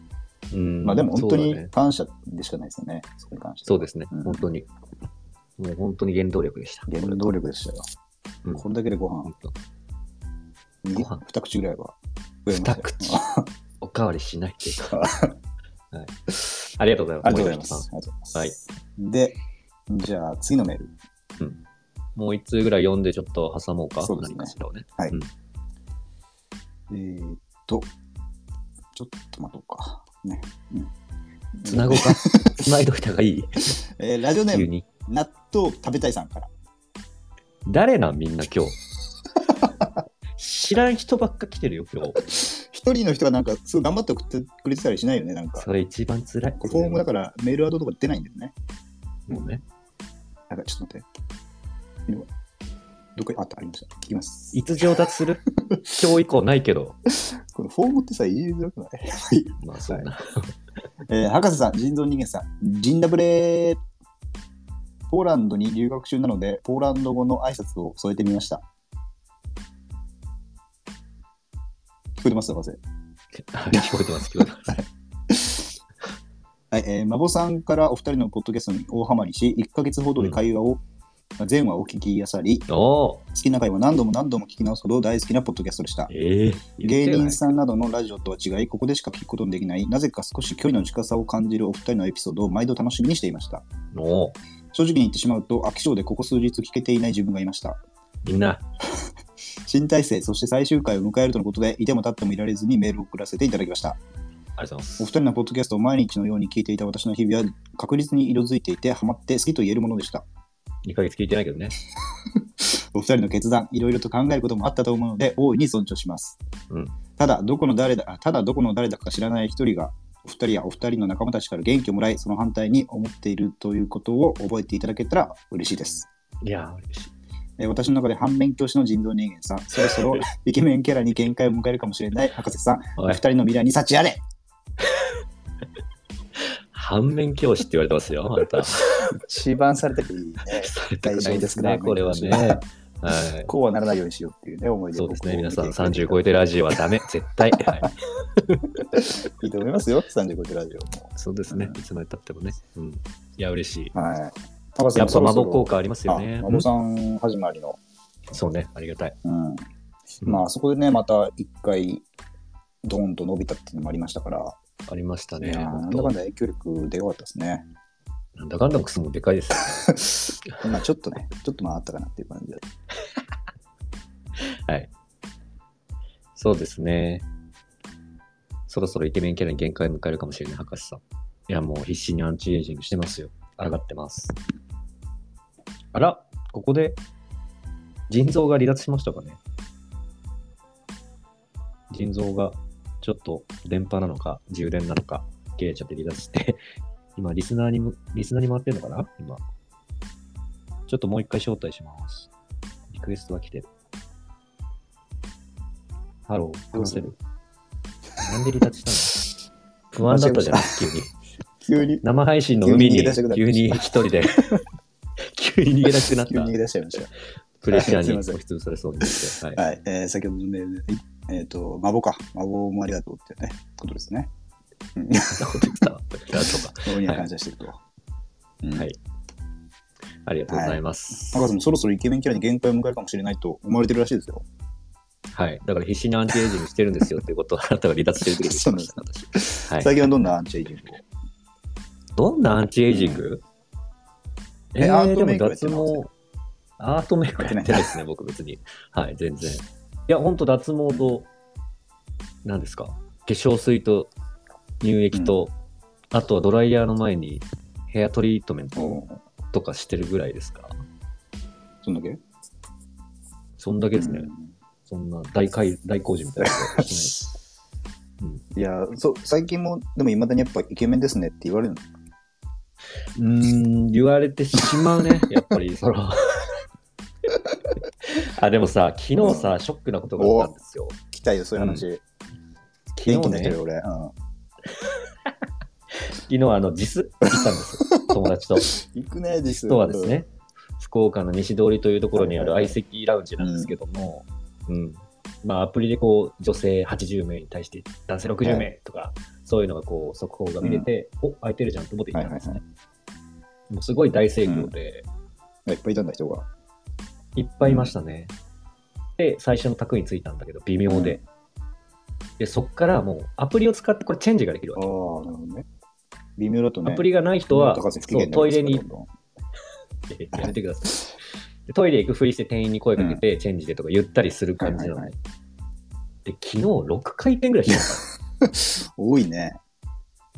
うんまあでも本当そうだにね感謝でしかないですよね、そこに関しては。そうですね、うん本当に。もう本当に原動力でした。原動力でしたよ。うんこれだけでごほ飯んとにご飯2口ぐらいは増えますよ二口おかわりしないっていう か。あありがとうござりがとうございいます。ます。ありがとうございます。で、じゃあ次のメール。もう一通ぐらい読んでちょっと挟もうか。そうですね何かしらをね。はいうんえーっと、ちょっと待とうか。ね。うんつなご うか。つないどいた方がいいえーラジオネ急ーム、に。納豆食べたいさんから。誰なんみんな 今日。知らん人ばっか来てるよ、今日。一人の人がなんか、すごい頑張って送ってくれてたりしないよね、なんか。それ一番辛い。これフォームだからメールアドとか出ないんだよね。もうね。なんかちょっと待って。今どっかにあったありました。聞きます。いつ上 達する今日以降ないけど。このフォームってさ、言いづらくないまあそうな。えー博士さん、人造人間さん、ジンダブレーポーランドに留学中なので、ポーランド語の挨拶を添えてみました。聞こえてます博士。はい聞こえてます、聞こえてます。はい、えー、孫さんからお二人のポッドキャストに大ハマりし、1ヶ月ほどで会話を、全話を聞きあさり、おお好きな回は何度も何度も聞き直すほど大好きなポッドキャストでした。ええ芸人さんなどのラジオとは違い、ここでしか聞くことのできない、なぜか少し距離の近さを感じるお二人のエピソードを毎度楽しみにしていました。ん。おお正直に言ってしまうと、飽き性でここ数日聞けていない自分がいました。みんな、新体制、そして最終回を迎えるとのことで、いても立ってもいられずにメールを送らせていただきました。ありがとうございまおす二。人のポッドキャストを毎日のように聞いていた私の日々は、確実に色づいていて、ハマって好きと言えるものでした。 2ヶ月聞いてないけどね。お二人の決断、いろいろと考えることもあったと思うので、大いに尊重します。うんただ、どこの誰だ、あただどこの誰だか知らない一人が、お二人やお二人の仲間たちから元気をもらい、その反対に思っているということを覚えていただけたら嬉しいです。いやー、嬉しい。えー私の中で反面教師の人造人間さん、そろそ ろイケメンキャラに限界を迎えるかもしれない博士さん、おお二い人の未来に幸あれ反面教師って言われてますよ、あんた。一番されたくいいね。さ れたくないですね、大丈これ夫はですねね。はい。こうはならないようにしようっていうね、思い出そうですね、僕も皆さん、見てい30ただ超えてラジオはダメ、絶 対。はい、けたらいいと思いますよ、35でラジオも。そうですね、いつまでたってもね。うん、いや、嬉しい。はい。博士やもそっぱろそろ孫効果ありますよねあ。孫さん始まりの。うんそうね、ありがたい。うん。まあ、そこでね、また一回、ドーンと伸びたっていうのもありましたから、ありましたね。いやーな本ん当だかんだ影響力でよかったですね。なんだかんだもクソもでかいですよ。まあ、ちょっとね、ちょっとまああったかなっていう感じで。 はい。そうですね。そろそろイケメンキャラに限界を迎えるかもしれない、博士さん。いや、もう必死にアンチエイジングしてますよ。上がってます。あら、ここで、腎臓が離脱しましたかね。腎臓が、ちょっと電波なのか、充電なのか、切れちゃって離脱して、 今、リスナーにむ、リスナーに回ってるのかな今。ちょっともう一回招待します。リクエストが来てる。ハロー、どう話するせるなんで離脱した の不安だったじゃない急に。急に、生配信の急に海逃にげ出したくなっ急に一 人で急に逃げ出したく急なにっ逃げた出しちゃいましプレッシャーはいすいにません押しつぶされそうになって、はいた。はい。えー先ほどのメールで、えっ、と、孫か。孫もありがとうってね、ことですね。うんそんなこと言ってたわあそうか孫には感謝してると。うんはいありがとうございます。博士もそろそろイケメンキャラに限界を迎えるかもしれないと思われてるらしいですよ。はい。だから必死にアンチエイジングしてるんですよっていうことをあなたが離脱してる時に言って ました、私。はい。最近はどんなアンチエイジングをどんなアンチエイジング、ええアー、ーでトメもイクはやっ脱てます毛、アートメイクやってないです ね、僕別に。はい、全然。いや、ほんと脱毛と、何ですか、化粧水と乳液と、あとはドライヤーの前にヘアトリートメントおうとかしてるぐらいですか。そんだけそんだけですね。うんそんな大改大工事みたいなことはしいやそう最近もでもいまだにやっぱイケメンですねって言われるのない。 うーん、言われてしま うね、やっぱり、その。あ、でもさ、昨日さ、ショックなことがあったんですよ。来たよそういう話、元気昨日になってねる、よ俺、うん昨日あの、ジス行ったん です。友達と。行くねジ実スとはですね、福岡の西通りというところにある相席ラウンジなんですけども、うん。まあ、アプリでこう、女性80名に対して男性60名とか、そういうのがこう、速報が見れて、お、空いてるじゃんと思って行ったんですね。もうすごい大盛況で、いっぱいいたんだ人がいっぱいいましたね。で、最初の卓に着いたんだけど、微妙で。で、そっからもうアプリを使ってこれチェンジができるああ、わなけ。るほどね。微妙だとね。アプリがない人は、高瀬不機そ嫌うなやトイつだレにどんどんいややめてください。でトイレ行くふりして店員に声かけて、チェンジでとか言ったりする感じなの、はいはいで、昨日6回転ぐらいして多いね。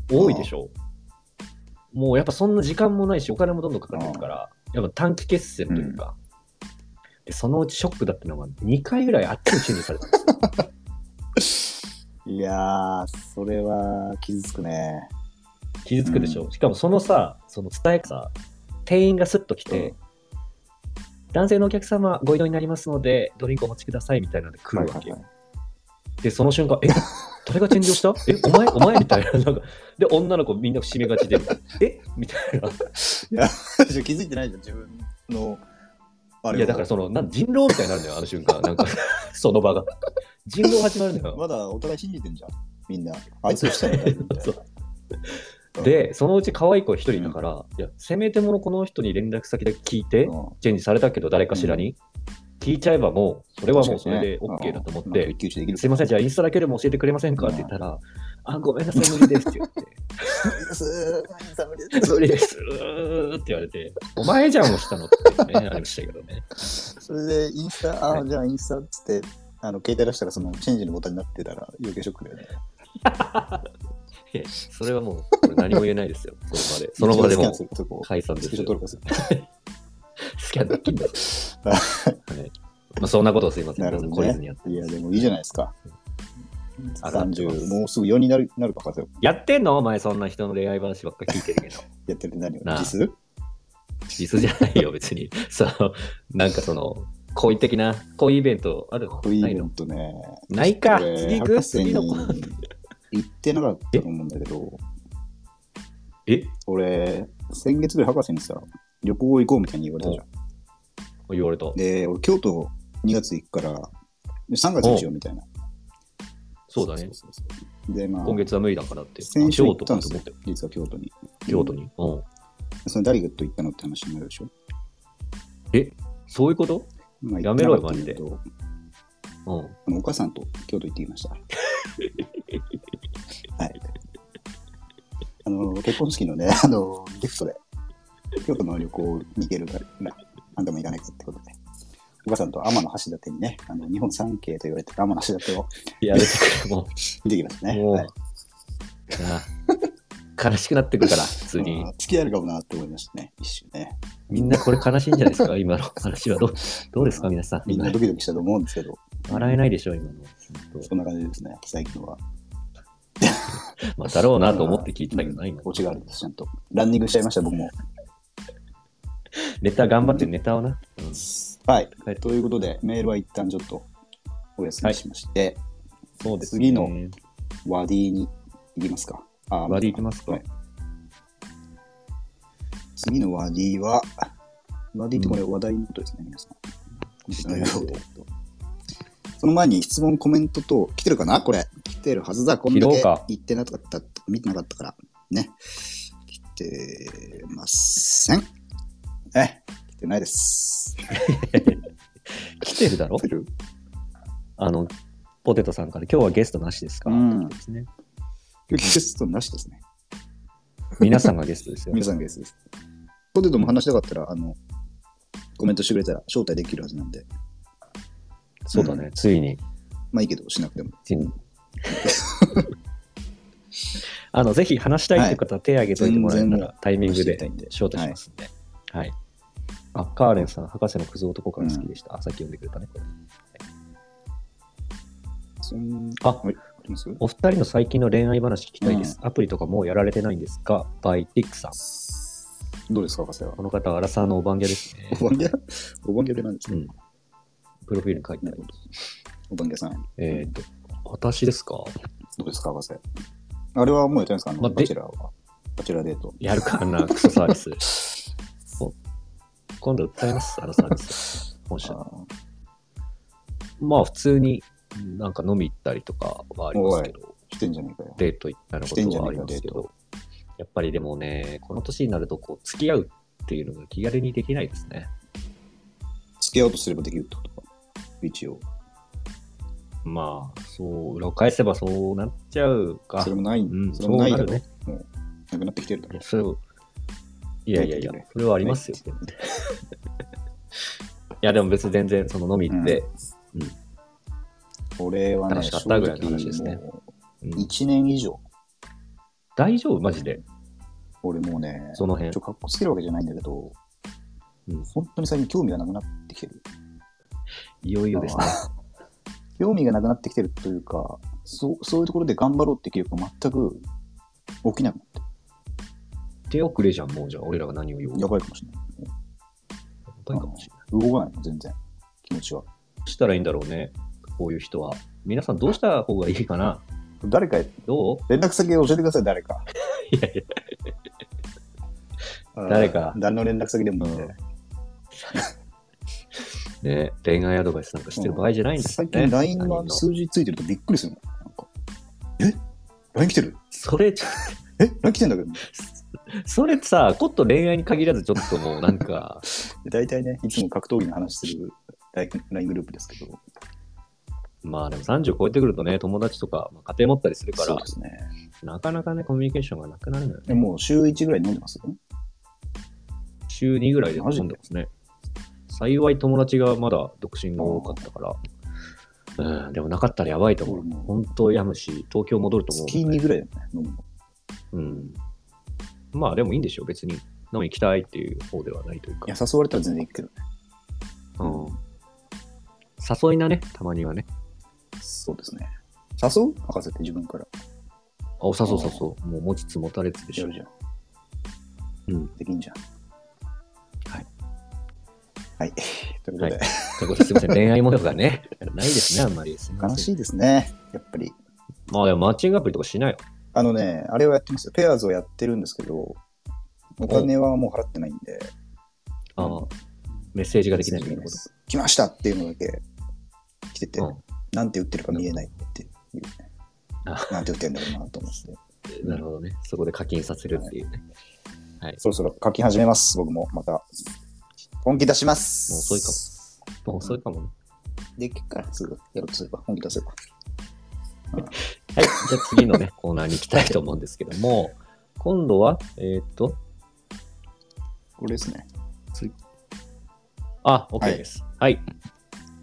た多いでしょもうやっぱそんな時間もないし、お金もどんどんかかってるから、やっぱ短期決戦というか、でそのうちショックだったのが2回ぐらいあっちにチェンジされたんですよ。いやー、それは傷つくね。傷つくでしょ、しかもそのさ、その伝えさ、店員がスッと来て、うん男性のお客様ご移動になりますので、ドリンクお持ちくださいみたいなので来るわけよ。はいはいで、その瞬間、え、誰がチェン ジをしたえ、お前、お前みたいな。なんか、で、女の子みんな締めがちで、えみたいな。はい じゃあ気づいてないじゃん、自分の。あいや、だからその、なん人狼みたいになるんだよ、あの瞬間。なんか、 その場が。人狼始まるん だよ。まだお互い信じてんじゃん、みんな。あいつをしたらいいんだよそうで、 そのうち可愛い子一人だから、いや、せめてものこの人に連絡先だけ聞いて、うんチェンジされたけど、誰かしらに、聞いちゃえばもう、それはもうそれで確かにね OK だと思うっんて、一騎打ちできるすいません、じゃあインスタだけでも教えてくれませんかって言ったら、あ、ごめんなさい、無理ですって言って。無理です。うーって言われて、お前じゃんをしたのってね、ありましたけどね。 それでイン スタ、あ、じゃあインスタっつって、あの携帯出したらそのチェンジのボタンになってたら余計ショックだよね。いやそれはもう、これ何も言えないですよ。その場で。その場でスキャもンするとこう、解散でスクシすョよ取。るかする。スキャンできんだぞ。 はいまあ、そんなことをすいません。なるほどね懲りずにやって。いや、でもいいじゃないですか。あら30、もうすぐ4になるなるばっかですよ。やってんのお前、そんな人の恋愛話ばっか聞いてる けど。やってるって何をなあ実する実じゃないよ、別に。その、なんかその、恋的な、恋イベントあるのこれイなベいのントね。ないか。次これ行く博士次にの子。行ってなかったと思うんだけど、え俺、先月ぐらい博士にさ、旅行行こうみたいに言われたじゃん。言われた。で、俺、京都2月行くから、3月にしようみたいな。そうだね。そうそうそうで、まあ、今月は無理だからって。先週あ行京っ都たんかでとすよ思って。、実は京都に。京都に。うん。それ誰がと行ったのって話になるでしょ。そういうことまあやめろよ行ってなかったんだけどうあん。のお母さんと京都行ってきました。 はい。あの、結婚式のね、 あの、ギフトで、京都の旅行に行けるから、あんたも行かないかってことで。お母さんと天橋立にね、あの日本三景と言われてる天橋立をやめてくれ、も見てきましたう。ね。もうはい、なあ悲しくなってくるから、普通にま。あ付き合えるかもなって思いましたね、一瞬ね。みんなこれ悲しいんじゃないですか、今の話はどう。どうですか、皆さん。みんなドキドキしたと思うんですけど、笑えないでしょ、今の。本そんな感じですね、最近は。当まあ、だろうなと思って聞いてたけどな、今オ。チがあるんです、ちゃんと。ランニングしちゃいました、僕も。ネタ頑張って、ネタをな。うんはい。はいということで、メールは一旦ちょっとお休みしまして、そうですね。次のワディに行きますか。あワディ行きますかはい次のワディは、ワディってこれ話題のことですね、皆さん。知ってるなるほどその前に質問、コメントと、来てるかなこれ。来てるはずだ。こんだ拾けうか言ってなかった、見てなかったから。ね。来てません。え、来てないです。来てるだろ来てる あの、ポテトさんから、今日はゲストなしですかうんですねゲストなしですね。皆さんがゲストです よ皆。さんゲストです。ポテトも話したかったら、あの、コメントしてくれたら招待できるはずなんで、そうだね、ついに。まあいいけど、しなくても。ついに あの、ぜひ話したいって方は手挙げといてもらえたら、タイミング話してでみたいんで。招待しますんで。はい。あ、カーレンさん、博士のクズ男が好きでした。あ、さっき読んでくれたね、これ。そんあはい、ありますお二人の最近の恋愛話聞きたいです。アプリとかもうやられてないんですかバイティックさん。どうですか、博士はこ。の方はアラサーのおばんぎゃですね。おばんげおばんげでなんですうん。プロフィールに書いてあなるるほ。ど。おばんげさん、えっ、と、私ですかどうですか、博士。あれはもうやってないですかあの、まあでバチェラーは。バチェラーデート。やるかあんなクソサービス。 そう今度訴えます、アラサ ービス。本社。あまあ普通になんか飲み行ったりとかはありますけど、ー来てんじゃねえかよ。デート行ったりことはありますけ来てんじゃねえど、やっぱりでもね、この年になるとこう付き合うっていうのが気軽にできないですね。付けようとすればできるってことか。一応。まあ、そう、裏返せばそうなっちゃうか。それもない、うんそれもないだろそううなるもう、なくなってきてるだろう。そう。いやいやいや、それはありますよ。いや、でも別に全然、その飲み行って、これはね、楽しかったぐらいの話ですねもううん1年以上、大丈夫マジで、俺もうね、その辺ちょ。かっこつけるわけじゃないんだけど、うん本当に最近興味がなくなってきてる。いよいよですね。 興味がなくなってきてるというか、そうそういうところで頑張ろうって気力が全く起きなくなって手遅れじゃん、もうじゃあ、俺らが何を言おうる。やばいかもしれない。やばいかもしれない。動かないの、全然。気持ちは。どうしたらいいんだろうね、こういう人は。皆さんどうした方がいいかな誰か、どう連絡先教えてください、誰か。 いやいや、誰かあー誰の連絡先でもいいんで。うんね、恋愛アドバイスなんかしてる場合じゃないんですよ最ね。近 LINE 他人の数字ついてるとびっくりするの。なんかえ ?LINE 来てるそれ、ちょ え ?LINE 来てんだけど。それさ、こと恋愛に限らず、ちょっともうなんか、大体ね、いつも格闘技の話する LINE グループですけど。まあでも30超えてくるとね、友達とか、まあ、家庭持ったりするかそうらで、すね。なかなかね、コミュニケーションがなくなるのよね。でもう週1ぐらい飲んでます週2ぐらいでマジ飲でんでますね。幸い友達がまだ独身が多かったから、うん、でもなかったらやばいと思う俺。も本当やむし、東京戻ると思月2ぐらいだよね、飲むの。う。うん。まあでもいいんでしょう、別に。飲み行きたいっていう方ではないといういかや、。誘われたら全然行くけどね。うん。誘いなね、たまにはね。そうですね。誘う博士って自分からあ、お誘う誘う。もう持ちつ持たれつでしやょる。じゃん。うん。できんじゃん。はい。はい。 ということで、ということですいません、恋愛模様がね、 ないですね、あんまり。すみ悲ませんしいですね、やっぱり。まあでもマッチングアプリとかしないよ。あのね、あれをやってますよ。ペアーズをやってるんですけど、お金はもう払ってないんで、あうあ、メッセージができないみたいなこと。す来ましたっていうのだけ来てて、うんなんて打ってるか見えないっていうねあ。なんて打ってるんだろうなと思って。なるほどね。そこで課金させるっていうね。そろそろ書き始めます、僕もまた。本気出します。もう遅いかもう遅いかもね。できっからすぐやろうとすれば、本気出せば。はい。じゃあ次のね、コーナーに行きたいと思うんですけども、今度は、えーっと、これですね。あ、は OK いです。はい。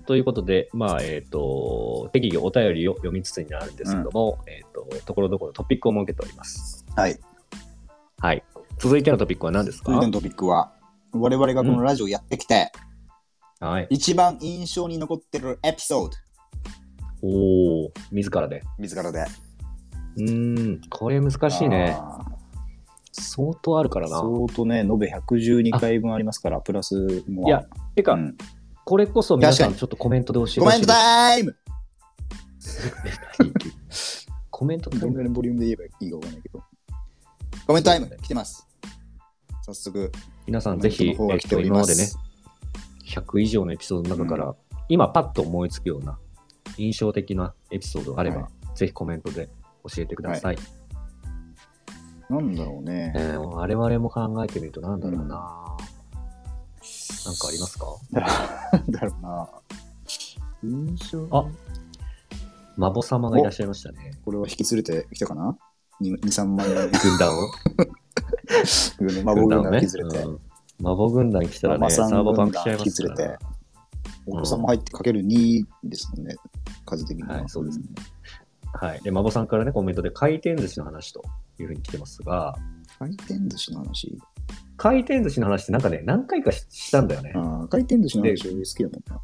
ということで、まあ、えっ、と、適宜お便りを読みつつになるんですけども、えっ、と、ところどころトピックを設けております。はい。はい。続いてのトピックは何です続いてかのトピックは、我々がこのラジオやってきて、はい。一番印象に残ってるエピソード、おお自らで。自らで。うーん、これ難しいね。あー。相当あるからな。相当ね、延べ112回分ありますから、プラスもいや、てか、うんこれこそ皆さ確んかちょっとコメントで教えてコほメしンいでトす。タイム コメントどんぐらいのボリュームで言えばいいかわかんないけど。コメントタイム来てます。早速、皆さんぜひ、えコメントの方がっ来てとおり今まますでね、100以上のエピソードの中から、今パッと思いつくような印象的なエピソードがあれば、はぜひコメントで教えてください。なんだろうねえ。ー我々も考えてみるとなんだろうな、なんかありますかなんだろうな。印象あ孫様がいらっしゃいましたね。これは引き連れてきたかな ?2、3万円。 軍団を。孫軍をが引き連れて。うん孫軍団来たらマね、ササンーバーパン軍ク団しちゃいま引すきか連れてら。。お子さんも入ってかける2ですもんね。数的には。はい、そうですね。はい。で、孫さんからね、コメントで回転寿司の話というふうに来てますが、回転寿司の話。回転寿司の話ってなんかね、何回かししたんだよね。ああ、回転寿司の話俺好きだもんな。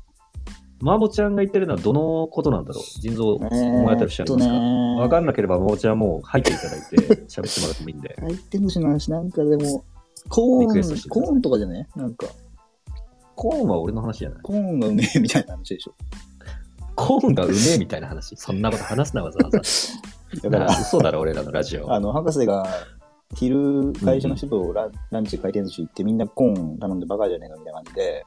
マーボちゃんが言ってるのはどのことなんだろう腎臓思い当たる人ありますか、わわかんなければ、マーボちゃんもう入っていただいて、喋ってもらってもいい んで。回転寿司の話なんかでも、コリクエスートンして、くださいコーンとかじゃねなんか、コーンは俺の話じゃないコーンがうめえみたいな話でしょ。コーンがうめえみたいな話。そんなこと話すな、わざわざ。だか なら、あ 嘘だろ、俺らのラジオ。あの、博士が、昼、会社の人とラ,、ランチ回転寿司行ってみんなコーン頼んでバカじゃねえかみたいな感じで、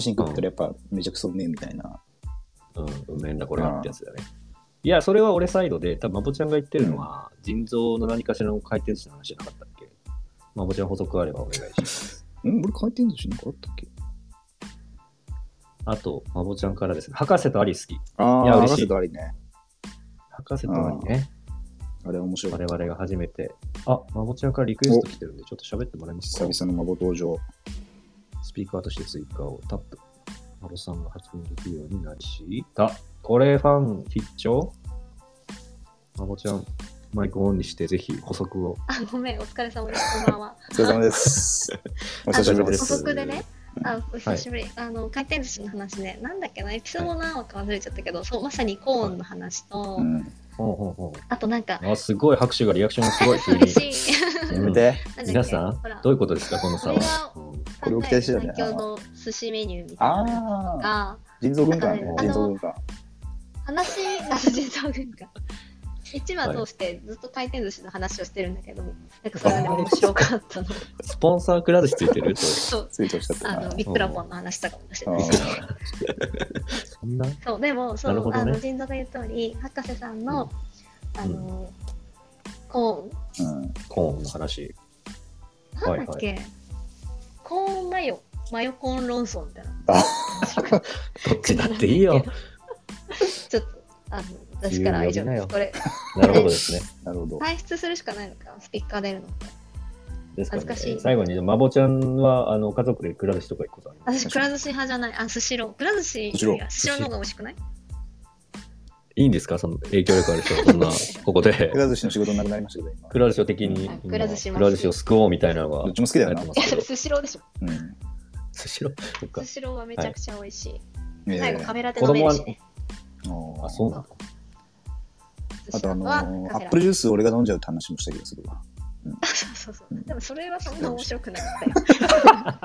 試しに食ったらやっぱめちゃくそうめえみたいな。うん、うめえんだこれはってやつだね。いや、それは俺サイドで、多分マボちゃんが言ってるのは、腎臓の何かしらの回転寿司の話じゃなかったっけマボちゃん補足あればお願いします。うん、俺回転寿司なんかあったっけあと、まぼちゃんからですね。博士とアリ好き。あいやあ、嬉しい博士とありね。博士とアリね。あれ面白い我。々が初めて。あ、まぼちゃんからリクエスト来てるんで、ちょっと喋ってもらえます久か々の孫登場。スピーカーとして追加をタップ。まぼさんが発言できるようになりした。これファン必聴まぼちゃん、マイクオンにして、ぜひ補足を。あ、 ごめん、お疲れ様です。こんばんは。お疲れ様 です。お久しぶりで補す。足でね。あ、お久しぶり。あの、回転寿司の話ね。なんだっけな、エピソード何話か忘れちゃったけど、そう、まさにコーンの話とう、ん、 ほうほうほあとなんか、う。あ、すごい拍手が、リアクションがすごい。急に嬉しい。やめて。なんだっけ皆さんほら、どういうことですか、この差はこれは。うんこれを期待してたね最強の寿司メニューみたいなのああ、が、人造軍艦ねなん。かね人造軍艦。話、あの、人造軍艦。一話通してずっと回転寿司の話をしてるんだけど、なんかそれがね面白かったの。スポンサーくら寿司ついてるそれそう。ツイートしちゃったあな。の、ビックラポンの話とかもしてあたしーそんなそうでもそなるう、ほどあねの腎臓が言う通り博士さんの、あのコうん、コーンの 話。ーンなんだっけ、コーンマヨマヨコーン論争みたいなあどっちだっていい よ。ちょっとあの私からは以上自由にで呼すびこれなるほどですね。なるほど。退出するしかないのかスピッカー出るのかですからね恥ずかしい最後に、まぼちゃんは、あの、家族でくら寿司とか行くことあります私くら寿司派じゃないあスシローくら寿司スシローいやスシローの方が美味しくないいいんですかその影響力ある人、そんな、 ここでく。ら寿司の仕事なくなりましたけど、今。くら寿司を敵に、あ今くら寿司くら寿司を救おうみたいなのがどっ、ちも好きだやよってなま。いやすけそど れ。スシローでしょうん寿司のそっかス。シローはめちゃくちゃ美味しいい、やいやい最後やカ。メラで飲めるしねああ、ーそうなのあ寿司とあローのはーカアフェッラプルジュース俺が飲んじゃうって話もしたけど、それは。そうそうそうでもそれはそんな面白くなか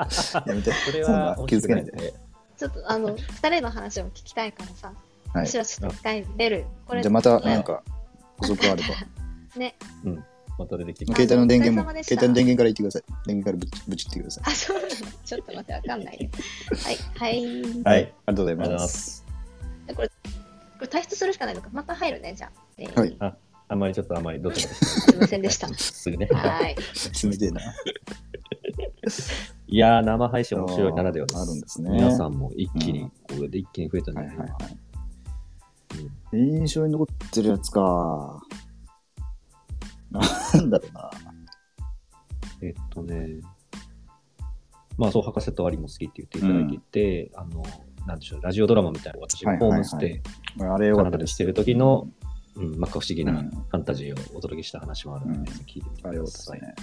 ったよやめて。それそんな気づけないで。で。ちょっとあの二人の話を聞きたいからさ、はい私はちょっと一回出る。これじゃあまた、なんか、補足があれば。ね、また出てきてあく 携れ帯の電源お疲れ様も、でした携帯の電源から言ってください。電源からぶちぶちってください。あそうなの。ちょっと待ってわかんないよ。はいはい。はあいりがとうござありがとうございいま。ますす。これこれ退出するしかないのか。また入るねじゃあ。えーはいあんまりちょっとあんまりどっちもすいませんでした。すぐね。はい。冷てえな。いやー、生配信面白いならではです。あるんですね皆さんも一気うに、これで一気に増えたんじはゃいはないいかな。はい。うん印象に残ってるやつか。なんだろうな。えっとね、まあそう、博士とアリも好きって言っていただいて、あの、なんでしょう、ラジオドラマみたいな、私はがいはいホはーいムステ俺あれイ、よカかっナたダで。ですしてる時の、うん、まあ、不思議なうんファンタジーをお届けした話もあるので、う聞いてみてあれくよかったでだすさい。ね。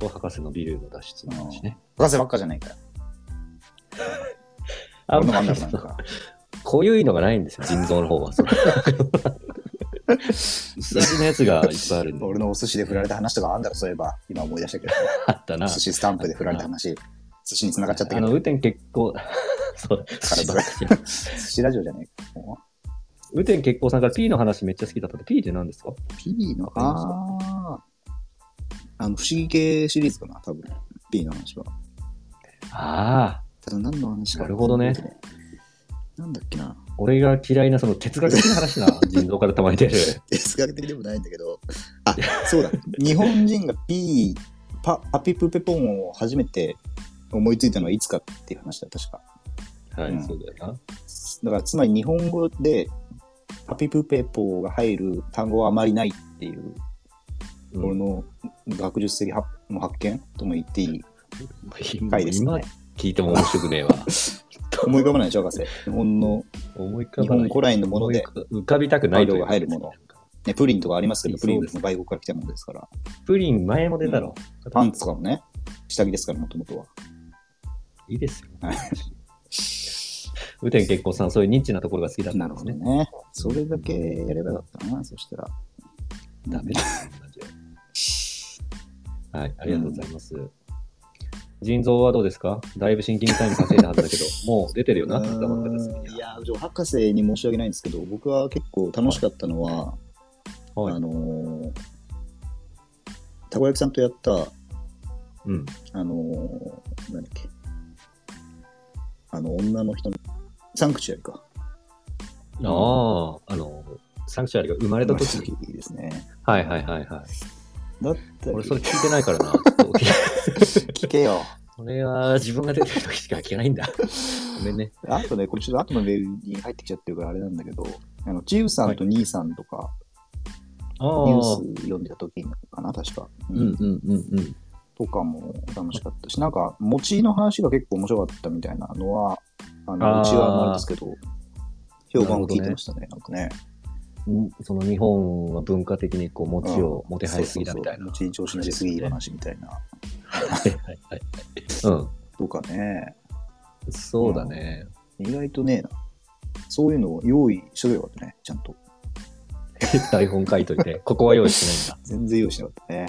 と、博士のビルの脱出の話ね。博士ばっかじゃないから。あん俺のまあんりだろうそなんの か。 こういうのがないんですよ、腎臓の 方は。その薄味のやつがいっぱいあるんで、俺のお寿司で振られた話とかあんだろ、そういえば。今思い出したけど。あったな。寿司スタンプで振られた話。寿司に繋がっちゃったけあど。の、雨天結構、 そう、体が寿司ラジオじゃねえか。も 雨天結構さんから P の話めっちゃ好きだったって P って何ですかう P のわかりますああ。あの、不思議系シリーズかな、多分。P の話は。ああ、ただ何の話か。なるほどね。なんだっけな。俺が嫌いなその哲学的な 話な、人造からたまに出る。哲学的でもないんだけど、あ、そう だ。日本人がピー、パ、パピプペポンを初めて思いついたのはいつかっていう話だ、確か。はい、うんそうだよな。だから、つまり日本語でパピプペポが入る単語はあまりないっていう、うん俺の学術的発の発見とも言っていい今回です今ね。聞いても面白 くねえわ。思い浮かばないでしょ、博士。日本の、思い浮か日ば本ない。古来のもので、浮かびたくないとカーいうドが入るものね、プリンとかありますけど、プリンも外国から来たものですから、プリン前も出たろ。パンツとかもね、下着ですから、もともとは。いいですよはい。雨天結構さん、そういうニッチなところが好きだったなんるほですどね。ね。それだけやればよかったな、そしたら。ダメだよ。マジではい、ありがとうございます。腎臓はどうですかだいぶ親近タイム稼いだはずだけど、もう出てるよな、頭の片隅にいや、博士に申し訳ないんですけど、僕は結構楽しかったのは、はいあのーたこ焼きさんとやった、うん。あのーなんだっけ、あの、女の人の、サンクチュアリか。ああ、あの、サンクチュアリが生まれた時 に。いいですね。 はいはいはいはい。だったら俺それ聞いてないからな。ちょっと聞けよ。これは自分が出てる時しか聞けないん だ。ごめんね。あとね、これちょっと後のメールに入ってきちゃってるからあれなんだけど、あのチウさんと兄さんとか、あニューース読んでた時かな、確か。うんうんうんうん。とかも楽しかったし、なんか、餅の話が結構面白かったみたいなのは、あのあーうちはなんですけど、評判を聞いてましたね、なんかね。んその日本は文化的にこう餅をもてはやすぎだみたいそな。うそうそう餅調子にしすぎ話みたいな。はいはいはい。うとかね、ん。そうだね。意外とね、そういうのを用意しとけばよかったね、ちゃんと。台本書いといて、ここは用意してないんだ。 全然用意しなかったね。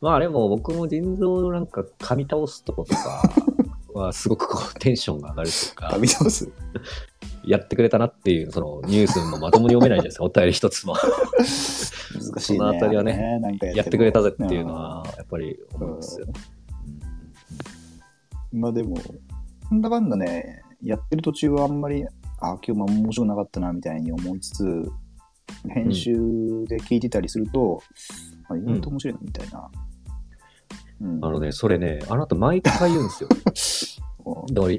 まあでも僕も腎臓のなんか噛み倒すとことかはすごくこうテンションが上がるとか旅、倒す。やってくれたなっていう、そのニュースもまともに読めないじゃない ですか、お便り一つも。難しいね。そのあたりはねなんかやってくれたぜっていうのうはん、やっぱり思いますよね。まあでも、なんだかんだね、やってる途中はあんまり、あ今日も面白くなかったなみたいに思いつつ、編集で聞いてたりすると、あ意外と面白いなみたいな。うんあのね、それね、あなた毎回言うん ですよ。こうだから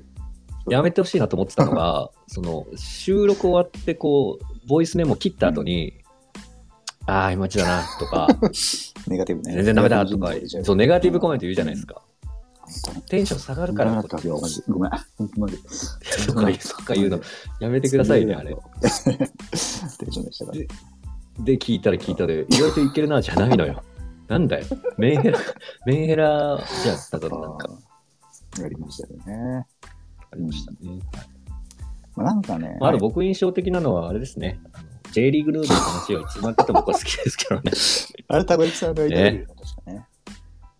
やめてほしいなと思ってたのが、その収録終わって、こう、ボイスメモ切った後に、ああ、いまいちだなと か、ネガティブね。全然ダメだとかネガティブ人生、そう、ネガティブコメント言うじゃないですか。本テンション下が当るにからダメだこったっわちけ よ、マジごめん。 本当にとか言うとか言うの、やめてくださいね、あれ。 テンションでしたから。で、聞いたら聞いたで、意外といけるな、じゃない のよ。なんだよ。メンヘラ、メンヘラじゃん、ただのなんか、あーやりましたよね。ありましたね。はいまあ、なんかね、まあ、あと僕印象的なのはあれですね。あの J リーグルールの話が一番って僕は好きですけどね。 あれ、たこ焼きさんがいたよね、確かね。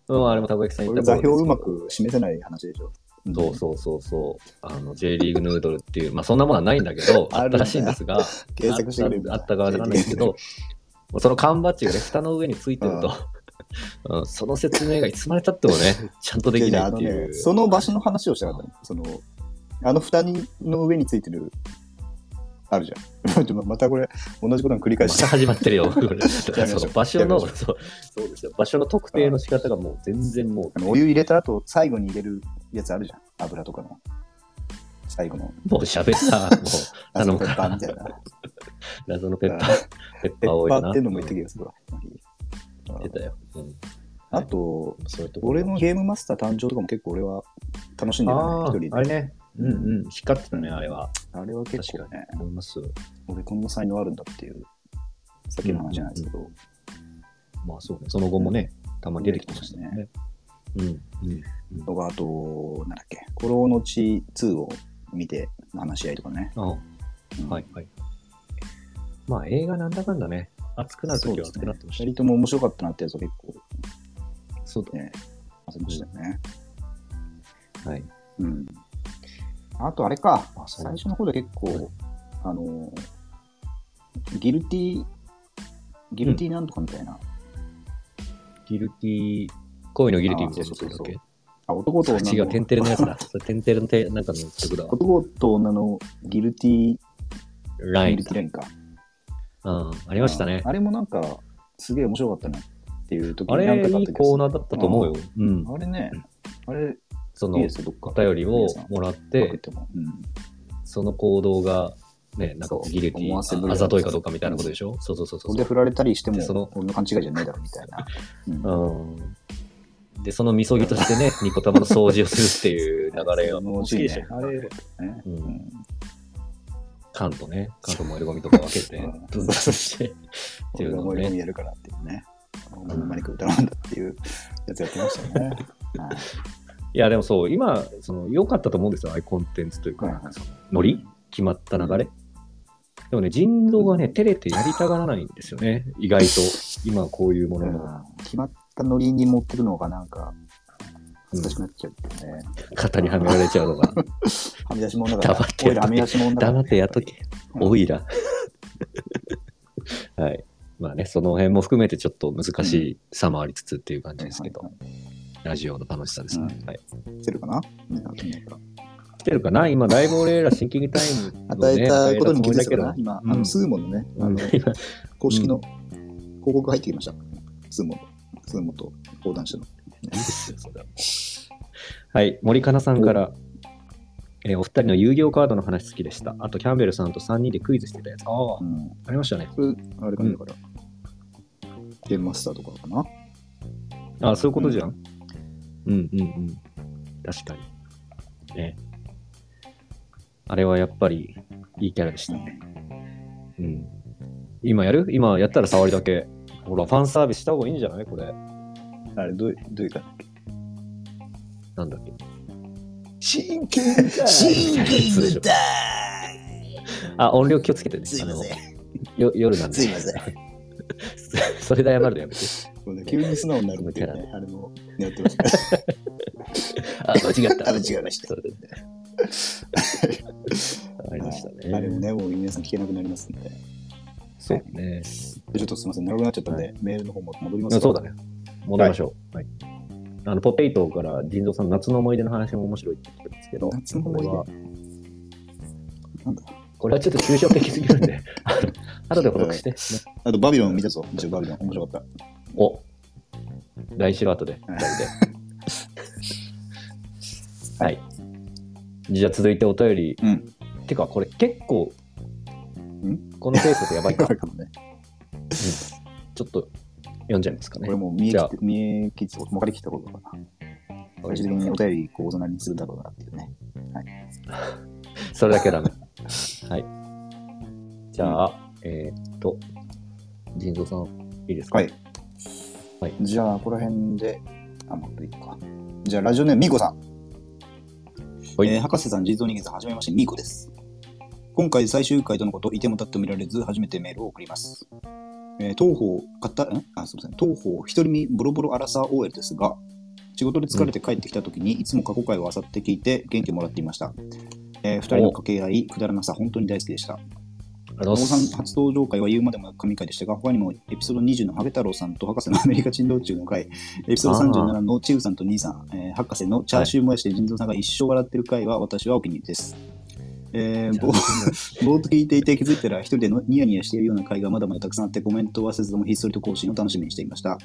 うん、あれもたこ焼きさんこれ言っ座た通り標ですをけどうまく示せない話でしょ。そうそうそうそう。あの、J リーグヌードルっていう、まあそんなものはないんだけど、あ あるっんだたらしいんですが、あっ検索してくれるんただあった側なんです けど、その缶バッジがね、蓋の上についてると、 うん、その説明がいつまでたってもね、ちゃんとできないってややあいのう。ね、その場所の話をしたかったの。その、あの蓋にの上についてる、あるじゃん。 ちょっとまたこれ、同じことの繰りま返したた。始まって るよ。だから そやめましょのう場所の、やめまそうそうですよ。場所の特定の仕方がもう全然 もあのお湯入れた後、最後に入れるやつあるじゃん。油とかの。最後の、う、もう喋った、 もう、ああの、のペッパーみたいな。謎 のペッパー、ペッペパッー多いパな。ーっていうのも言ってきますわ。うん出たよ。うんあと、そういうところ俺のゲームマスター誕生とかも結構俺は楽しんでたね、あ一人ーで。あれね。うんうん。光ってたね、あれは。あれは結構確かね、思います。俺こんな才能あるんだっていう、さっきの話じゃないですけど、まあそうね。その後もね、たまに出てきましたね。うん。うん。のがあと、なんだっけ、コロのち2を見ての話し合いとかね。あはうんいはい。まあ映画なんだかんだね。熱くなるとそうきではす熱くねなってました二人とも面白かったなってやつは結構、そうだね。ね、ありましたよね。はい。うん。あとあれか、あそう最初の方で結はい構、あの、ギルティ、ギルティなんとかみたいな、ギルティ、恋のギルティみたいなやつだっけあ、男と違女う、テンの、テレのや つだ。それテンテレのてなんかの曲だわ。男と女のギルティ、ラギインルティラインか。うん。ありましたねあ。あれもなんか、すげえ面白かったなっていう時あなんれ、かいいコーーナーだったと思うよ。うん。あれね、あれ、そのいいですよ、どっか。お便りをもらっパクてっ、ても、うんその行動が、ね、なんかそうギルテ思わせぶィ、りあざといかどうかみたいなことでしょそうそうそうそそうれで振られたりしてでそのも、俺の勘違いじゃねえだろみたいな。うんうん。で、そのみそぎとして ね、ニコ玉の掃除をするっていう流れが、もう好好ききででししょょ。あれ、ね。う。うんん缶とね、缶と燃えるゴミとか分けてうねん、分割して、って い俺がうの思をい込みね、やるからっていうね。お前のマニク歌うんだっていうやつやってました ね。はいいや、でもそう、今、その、良かったと思うんですよ、アイコンテンツというか、はいなんかその、ノリ決まった流れ。でもね、人造がね、照れてやりたがらないんですよね、意外と。今、こういうもうののん決まったノリに持ってくのがなんか、恥ずかしくなっちゃうっていうね。型にはめられちゃうのが、はみ出し者だから、黙ってやっとけおいらはみ出し者だから。黙ってやっとけ。うんおいら。 はい。まあね、その辺も含めてちょっと難しさもありつつっていう感じですけど、はいラジオの楽しさですね。うんはい。来てるかな、うんなんか来てるかな今、だいぶ俺らシンキングタイムの与ねえたことに気づい与たかえつもなり今、うんあの、スーモンのね、あだのけど、公式の広告が入ってきました。スーモンの。スーモンと横断しての。いいですよ、それはもはい、森かなさんから、えーお二人の遊戯王カードの話好きでした。あと、キャンベルさんと3人でクイズしてたやつ。ああ、うあん、りましたね。それあれかなだから、ゲームマスターとかかなあそういうことじゃん。うんうんうん。確かに。ね。あれはやっぱりいいキャラでしたね。うん。今やる今やったら触りだけ。ほら、ファンサービスした方がいいんじゃないこれ。あれどういどういうかなんだっけ。真剣だ真剣だあ、音量気をつけてね。すいませんあのよ夜なんで。すいません。それで謝るのやめて。そうね急に素直になるっていうね、あれもやってましたね。あ、間違っ た。あ間違えましたそうですね。 ありましたね。あれもね、 もう皆さん聞けなくなりますんで。そうね。でちょっとすみません、長くなっちゃったんで、はメールの方も戻りますあかそうだね。。戻りましょう。はい。あの、ポテイトから、人造さん、夏の思い出の話も面白いって言ってるんですけど、夏の思い出これはなんだこれはちょっと抽象的すぎるんで、 あの後で補足して、ね。あと、バビロン見たぞ。一応、バビロン、面白かった。お来週の後で、2人 で。はい。じゃあ続いてお便り。うんてか、これ結構ん、このペースでやばい か。かもね。ちょっと読んじゃいますかこねれ。もう見えじゃ切あって、見え切って、分かりきったことだから。最終的にお便り、こう、大人にするだろうなっていうね。それだけはダメ。はい。じゃあ、えーっと、人造さん、いいですかはい。はいじゃあ、ここら辺で、あ、もっといいか。じゃあ、ラジオネーム、みーこさん。はいえー博士さん、人造人間さん、はじめまして、みーこです。今回、最終回とのこと、いてもたってもいられず、初めてメールを送ります。えー東方、かた、んあ、すみません、東方、一人身ボロボロアラサー OL ですが、仕事で疲れて帰ってきたときに、いつも過去回をあさって聞いて、元気をもらっていました。えー二人の掛け合い、くだらなさ、本当に大好きでした。あの王さん初登場回は言うまでもなく神回でしたが、他にもエピソード20のハゲ太郎さんと博士のアメリカ珍道中の回、エピソード37のチグさんと兄さん、えー博士のチャーシューもやしで人造さんが一生笑ってる回は私はお気に入りです。えー、ぼぼーっと聞いていて気づいたら一人でのニヤニヤしているような回がまだまだたくさんあってコメントはせずともひっそりと更新を楽しみにしていました。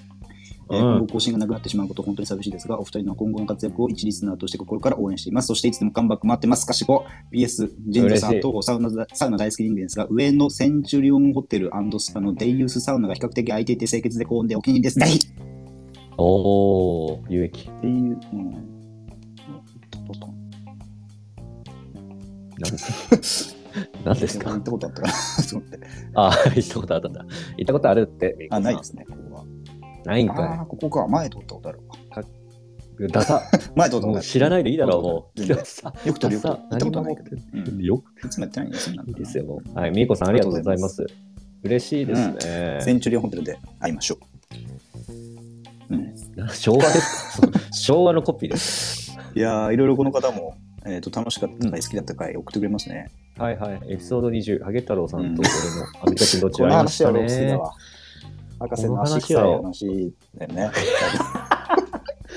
えーうん今後更新がなくなってしまうこと本当に寂しいですが、お二人の今後の活躍を一リスナーとして心から応援しています。そしていつでも頑張って待ってます。かしこ PS、ジンゾさん、嬉しい東方サウナだサウナ大好き人間ですが、上のセンチュリオンホテルスパのデイユースサウナが比較的空いていて清潔で高温でお気に入りです。大っ おお有 益。ていう。うんトトト何ですか行ったことあったかなと思って。あ、行ったことあったんだ。行ったことあるって。あ、ないですね、ここは。ないんあかあ、ここか。前通ったことあるわ。い。ダサ。前通ったこもとあうる。知らないでいいだろう、もう。全ダ然サ。よく撮るよく撮る行ダサったことないけど。何うもんよくいつもやってないんですよ。なんかいいですよ、もう。はい、みーこさん、ありがとうございます。嬉しいですね。センチュリオンホテルで会いましょう。うん、 昭和ですか昭和のコピーです。いやー、いろいろこの方も、えー、と楽しかった回、好きだった回、送ってくれますね。はいはい。エピソード20、ハゲ太郎さんうんと俺のアメリカ人どっちこのありま話しはた僕好きだね。わ。博士の足臭い話だよね。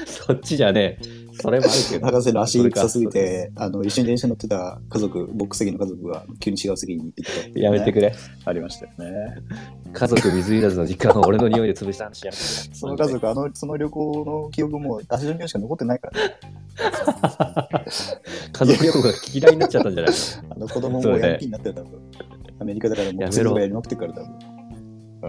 そっちじゃねえ。それもあるけど。 博士の足それか臭すぎて、あの一緒に電車乗ってた家族、僕席の家族が急に違う席に行ったっていうねやめてくれ。ありましたよね。家族水入らずの時間を俺の匂いで潰した話やめてくれその家族、あのその旅行の記憶も足の匂いしか残ってないから、ね、 家族旅行が嫌いになっちゃったんじゃないあの子供そもれでヤンキーになってる多分。アメリカだからもやめう家族ろがやりまくってるから多の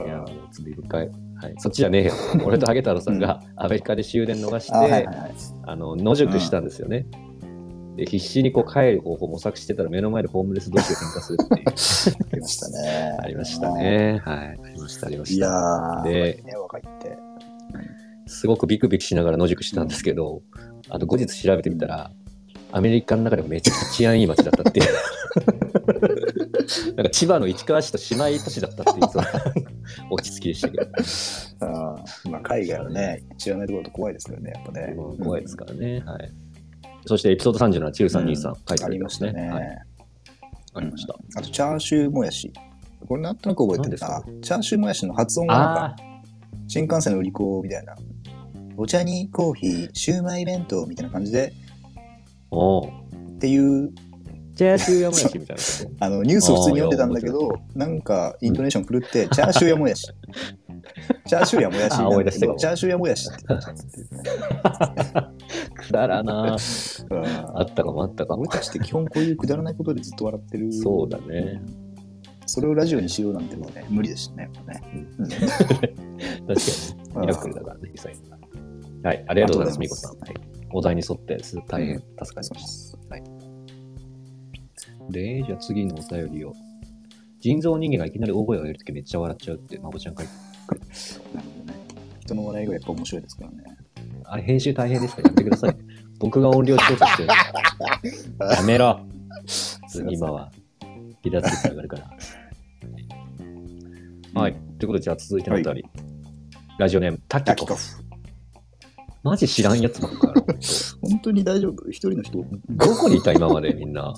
い分。や、もう罪深い。はい、そっちじゃねえよ。俺とハゲ太郎さんがアメリカで終電逃して、あーはいはいはい。あの野宿したんですよね。で必死にこう帰る方法を模索してたら目の前でホームレス同士が喧嘩するっていう。ありましたね。 ありました。ね。はい。ありました、ありまいしやー、た。でね、若いって。すごくビクビクしながら野宿したんですけど、あの後日調べてみたら、アメリカの中でもめちゃくちゃ治安いい街だったって いう。なんか千葉の市川市と姉妹都市だったっていう、その落ち着きでしたけど。あーまあ、海外はね、知らないところだと怖いですからね、やっぱね。まあ怖いですからね。はい。そしてエピソード37、チルさん、兄さん、書いてあくれりまてましすね。たね。はい。ありました。あと、チャーシューもやし。これなんとなく覚えてるな何。チャーシューもやしの発音がなんかあ新幹線の売り子みたいな。お茶にコーヒー、シューマイ弁当みたいな感じであ、おうっていう、チャーシューやもやしみたいなこと。 あのニュースを普通に読んでたんだけど、なんかイントネーション狂って、チャーシューやもやしチャーシューやもやしなんだけどあ思い出したかもチャーシューやもやしって言っちゃってくだらなぁ。うん あったかもあったかも俺。たちって基本こういうくだらないことでずっと笑ってるそうだね。それをラジオにしようなんてのはね無理でしたねやっぱね確かうんに。ミラクルだからね、実際はい、ありがとうございます、ありがみことさうんご。ざいますお題に沿って、す大変う助はいかりそうまでしすた。で、じゃあ次のお便りを。人造人間がいきなり大声を上げるときめっちゃ笑っちゃうって、まぼちゃん書いてなるほどね人の笑いがやっぱ面白いですからねあれ、編集大変ですからやめてください。 僕が音量調査して る。やめろ。今は、離脱率上がるから。はい。ということで、じゃあ続いてのお便り。ラジオネーム、タタキキココフ。フマジ知らんやつばっかり。本当に大丈夫一人の人 どこにいた今までみんな。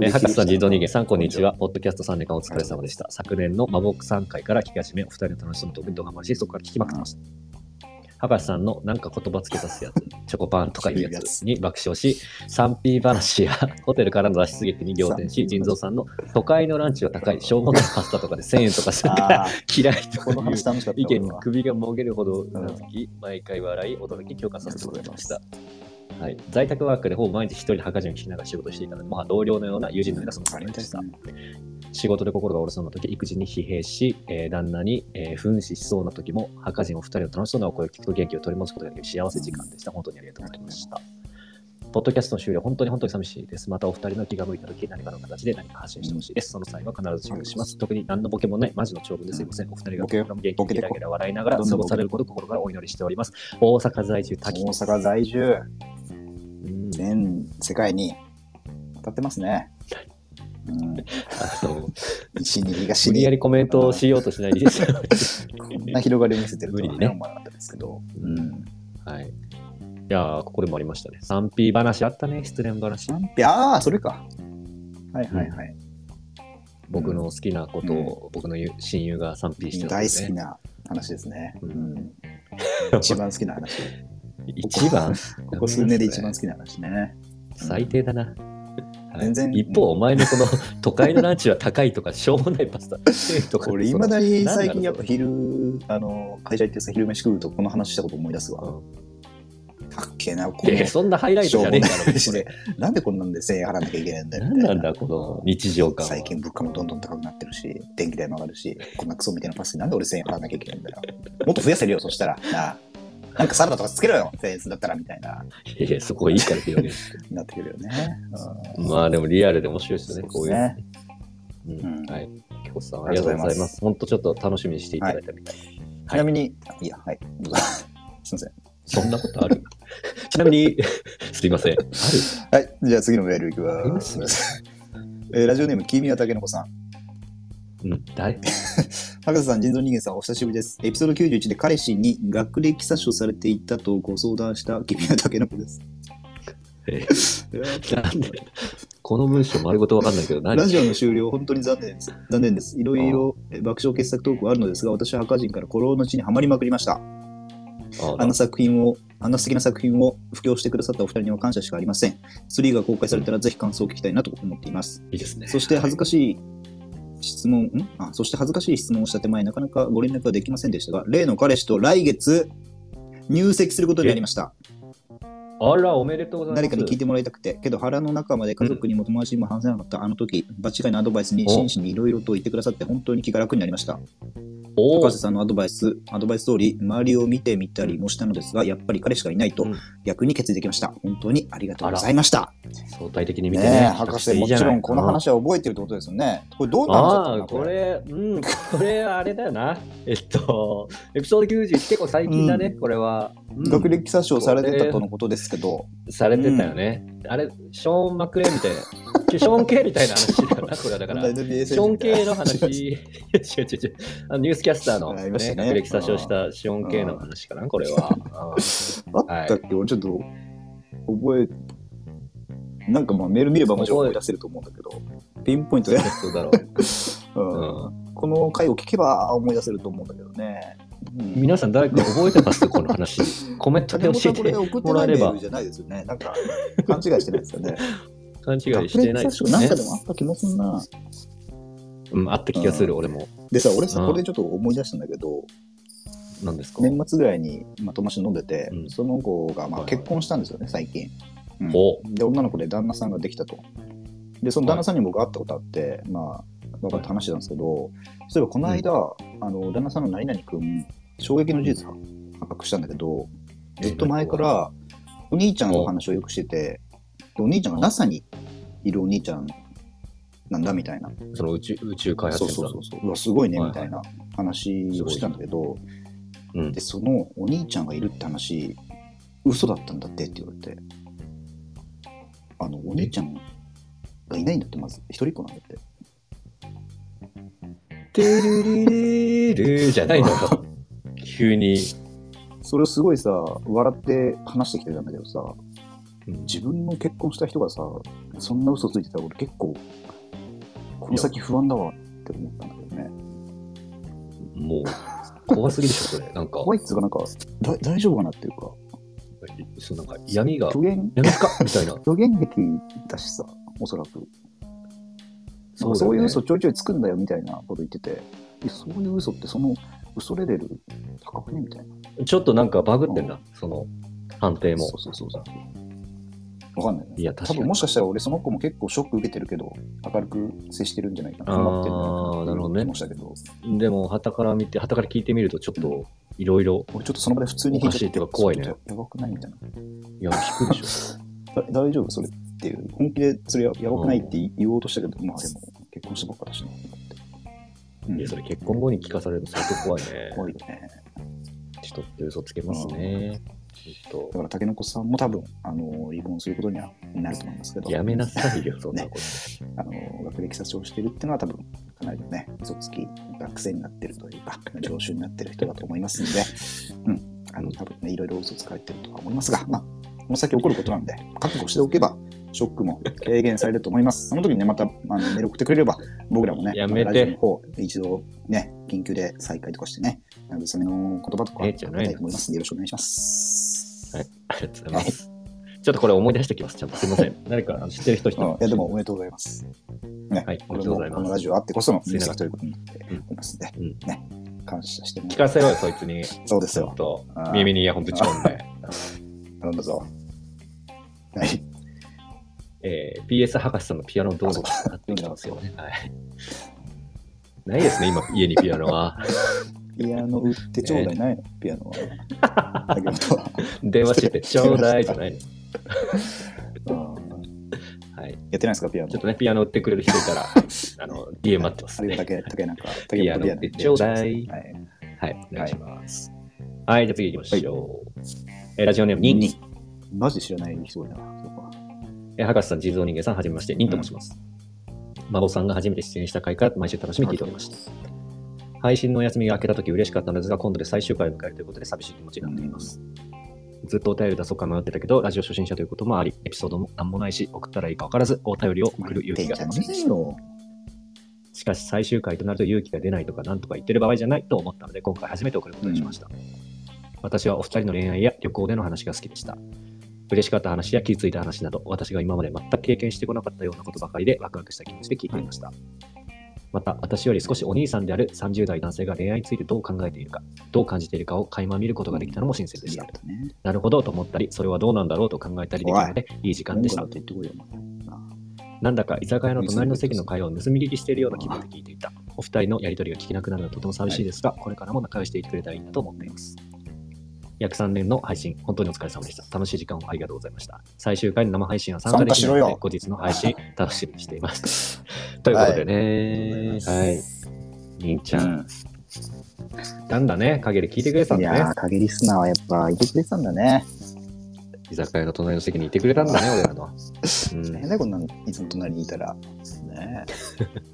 え博士さん、人造人間さん、こんにちは。ポッドキャスト3年間お疲れ様でした。昨年のマボック3回から聞き始め、お二人の楽しそうなトークにドハマりし、そこから聞きまくってました。博士さんのなんか言葉つけ出 すやつ、チョコパンとかいうやつに爆笑し、3P 話や ホテルからの脱出劇に仰天し、人造さんの都会のランチは高い、しょうもないパスタとかで1000円とかするからああ 嫌いとこのいう話楽しかった意見俺には首がもげるほどうなずき、毎回笑い、驚き、強化させてもらいました。はい、在宅ワークでほぼ毎日一人で墓地に聞きながら仕事していたので、まあ、同僚のような友人の皆さんもあさりれがまたいでしすたね。仕事で心が折れそうな時、育児に疲弊し、えー旦那に、えー紛失しそうな時も、墓地のお二人の楽しそうなお声を聞くと元気を取り戻すことができる幸せ時間でした。本当にありがとうございました。ポッドキャストの終了、本当に本当に寂しいです。またお二人の気が向いた時、何かの形で何か発信してほしいです。その際は必ず注意します。特に何のボケもない、マジの長文ですいません。お二人がボケよ元気ボケにてこゲラゲラ笑いながらどん過どんごされることを心からお祈りしております。大阪在住、大滝子さん。阪在住、うん全世界に当たってますね。うん、あの西に東無理やに、りコメントをしようとしないで。こんな広がりを見せてるとは無ね、理ね思わなかったですけど。うん。はい。いやーここでもありましたね。3P 話あったね、失恋話。なんてああ、それか。はいはいはい。僕の好きなことを、僕の親友が 3P してた、大ね。好きな話ですね。ううんん。一番好きな話。 一番。ここ数年で一番好きな話ね。最低だな。はい全然一方、お前のこの 都会のランチは高いとか、しょうもないパスタ。と か俺、いまだに最近やっぱなん昼、あの、会社行ってさ、昼飯食うとこの話したこと思い出すわ。うんたっけえな、こいやいやのそんなハイライト じゃねえだろしこて、なんでこんなんで1000円払わなきゃいけないんだれ。よ何みたないんだ、この日常感は。最近物価もどんどん高くなってるし、電気代も上がるし、こんなクソみたいなパスタになんで俺1000円払わなきゃいけないんだよ。もっと増やせるよ、そしたら。なあなんかサラダとかつけろよ、1000円だったらみたいな、いやいやそこいいからって言 うね。なってくるよね。うんまあでもリアルで面白いですね、そうこういでう。すねうんうんはい。きこさん、ありがとうございます。本当ちょっと楽しみにしていただいたみたい。ちなみに、いや、はい、 どうぞすいません。そんなことある ちなみに、 すいません。あるはい、じゃあ次のメールいきありまますす。 えーラジオネーム、君はたけのこさん。うん、誰博士さん、人造人間さん、お久しぶりです。エピソード91で彼氏に学歴詐称されていたとご相談した君はたけのこです。え なんでこの文章丸ごとわかんないけど、ラ何ジオの終了、本当に残念です。残念です。いろいろえ爆笑傑作トークはあるのですが、私は墓人から古老の地にはまりまくりました。ああの作品を、あんな素敵な作品を布教してくださったお二人には感謝しかありません。3が公開されたらぜひ感想を聞きたいなと思っています。いいですね。そして恥ずかしい質問、んあ、そして恥ずかしい質問をした手前、なかなかご連絡ができませんでしたが、例の彼氏と来月、入籍することになりました。あら、おめでとうございます。誰かに聞いてもらいたくて、けど腹の中まで家族にも友達にも話せなかった、あの時、場違いのアドバイスにお真摯にいろいろと言ってくださって、本当に気が楽になりました。お高ー瀬さんのアドバイス、アドバイス通り、周りを見てみたりもしたのですが、やっぱり彼しかいないとうん、逆に決意できました。本当にありがとうございました。相対的に見てねえ、ね。博比較士、していもいじゃちないろんこの。話は覚えてるってことですよね。これどうな話だったあのあ、かこれ、うん、これ、あれだよな。 えっと、エピソード91、結構最近だね、うこれは。うん学歴詐称されてたとのことですけど、されてたよね。あれ、ショーン・マクレーンみたいな、ショーン・ケイみたいな話だよな、これはだから。ショーン系の話、い や違う違う違うあのニュースキャスターの、ありましねたね学歴詐称したショーン系の話かな、これは。あったっけ、俺ちょっと覚え、なんかまあメール見ればもちろん思い出せると思うんだけど、ピンポイントで、そうだろうんこの回を聞けば思い出せると思うんだけどね。う。皆さん、誰か覚えてますこの話。コメンさトん、で竹本さ教えんこれて送っもてらなえいれメーばル、じゃないですよね。なんか勘違いしてないですよね。 勘違いしてないです学歴詐称なんねか。でもあった気もすんな。うん、あった気がする、俺も。でさ、俺さ、うんこれでちょっと思い出したんだけど、なんですか年末ぐらいに、まあ、友達と飲んでて、うんその子が、まはいあ、はい結婚したんですよね、最近。うんおで、女の子で旦那さんができたと。で、その旦那さんに僕会ったことあって、まあ、分かって話してたんですけど、そういえばこの間、あの、旦那さんの何々くん、衝撃の事実発覚したんだけど、ずっと前から、お兄ちゃんの話をよくしてて、でお兄ちゃんが NASA にいるお兄ちゃんなんだみたいな。その宇宙宇宙開発そうそう者だそうそう。うわ、すごいね、はいみたいな話をしてたんだけど、うんで、そのお兄ちゃんがいるって話、嘘だったんだってって言われて。あの、お姉ちゃんがいないんだって、まず、一人っ子なんだって。てるりりるーじゃないのよ。急に。それをすごいさ、笑って話してきてたんだけどさ、うん自分の結婚した人がさ、そんな嘘ついてたら俺結構、この先不安だわって思ったんだけどね。もう、怖すぎでしょ、それ。なんか、怖いっつうか、なんか、だ大丈夫かなっていうか、そうなんか闇が、虚言、闇かみたいな。虚言劇だしさ、おそらく。そう,、だよいうね嘘ちょいちょいつくんだよみたいなこと言ってて、いやそういう嘘ってその嘘レベル高くねみたいな。ちょっとなんかバグってんだ、その判定もそ。うそうそうそう。わかんないね。いや、確多かに分。もしかしたら俺その子も結構ショック受けてるけど、明るく接してるんじゃないかな。あー困ってんじゃいかってなるほど思ねいましたけど、でも、旗から見て、旗から聞いてみると、ちょっと、いろいろ、俺ちょっとその場で普通に聞いちゃおかしいっていうか怖いねちょっとやばくないみたいな。いや、聞くでしだょ。大丈夫それっていう。本気でそれややばくないって言おうとしたけど、まあでも結婚したばっかだしなと思って。うんいや、それ結婚後に聞かされると相当怖いね。怖いよね。人って嘘つけますね。ちょっだから、竹の子さんも多分、あの、離婚することにはなると思いますけど、と、やめなさいよ、そんなこと。あの、学歴詐称してるっていうのは多分、かなりのね、嘘つき、学生になってるというか、常習になってる人だと思います んで、うん、あの、多分ね、いろいろ嘘つかれてるとは思いますが、まあ、この先起こることなんで、覚悟しておけば、ショックも軽減されると思います。その時にね、また、あの、メール送ってくれれば、僕らもね、やめてまたラジオの方、一度、ね、緊急で再開とかしてね、慰めの言葉とか、ええじゃないのいと思いますんで、よろしくお願いします。はい、ありがとうございます。ちょっとこれ思い出してきます。ちゃんとすみません。誰かあの知ってる人一うんい人。や、でも、おめでとうございます。ね、はいおこめれでともうございますこのラジオあってこそのすいません作ということになっておりますんで、うんうんね、感謝しても聞かせろよ、そいつに。そうですちょよっ。とあー耳にイヤホンぶち込んで。頼んだぞ。はい。えー、PS 博士さんのピアノどうぞなってきてますよね。はい。ないですね、今、家にピアノは。ピアノ売ってちょうだいないの、ピアノは。だけど電話してちょうだいじゃないの。 うんはい。やってないですか、ピアノちょっ。とね、ピアノ売ってくれる人い たら、はいあの、DM 待ってますあるいはね。竹、竹なんか、竹ピアノ本売ってちょうだい。はい。はい、お願いします。はい、じゃあ次行きましょう。えーラジオネームニンニン。マジ知らない人だな。そうかえー博士さん、地蔵人間さん、はじめまして、ニンと申します。孫さんが初めて出演した回から毎週楽しみに聞いておりました。配信のお休みが明けたとき嬉しかったのですが、今度で最終回を迎えるということで寂しい気持ちになっています。ずっとお便り出そうか迷ってたけど、ラジオ初心者ということもあり、エピソードも何もないし、送ったらいいか分からず、お便りを送る勇気が出ませんでした。よ。しかし、最終回となると勇気が出ないとか、なんとか言ってる場合じゃないと思ったので、今回初めて送ることにしました。私はお二人の恋愛や旅行での話が好きでした。嬉しかった話や気づいた話など、私が今まで全く経験してこなかったようなことばかりで、ワクワクした気持ちで聞いていました。また、私より少しお兄さんである30代男性が恋愛についてどう考えているか、どう感じているかを垣間見ることができたのも親切でいしやたっ。たね。なるほどと思ったり、それはどうなんだろうと考えたりできたので、いい時間でし文句なたん。て言ってこいよ。なんだか居酒屋の隣の席の会話を盗み聞きしているような気分で聞いていた。お二人のやりとりが聞けなくなるのはとても寂しいですが、これからも仲良していってくれたらいいなと思っています。約3年の配信、本当にお疲れ様でした。楽しい時間をありがとうございました。最終回の生配信は参加できないので、参後日の配信、楽しみにしています。ということでね、はい。りんちゃん、うなんだね、陰で聞いてくれてたんん。いだやねー、。影リスナーはやっぱ、いてくれてたんだね。居酒屋の隣の席にいてくれたんだね、俺らの。うん。大変だよこんなのいつも隣にいたら、ね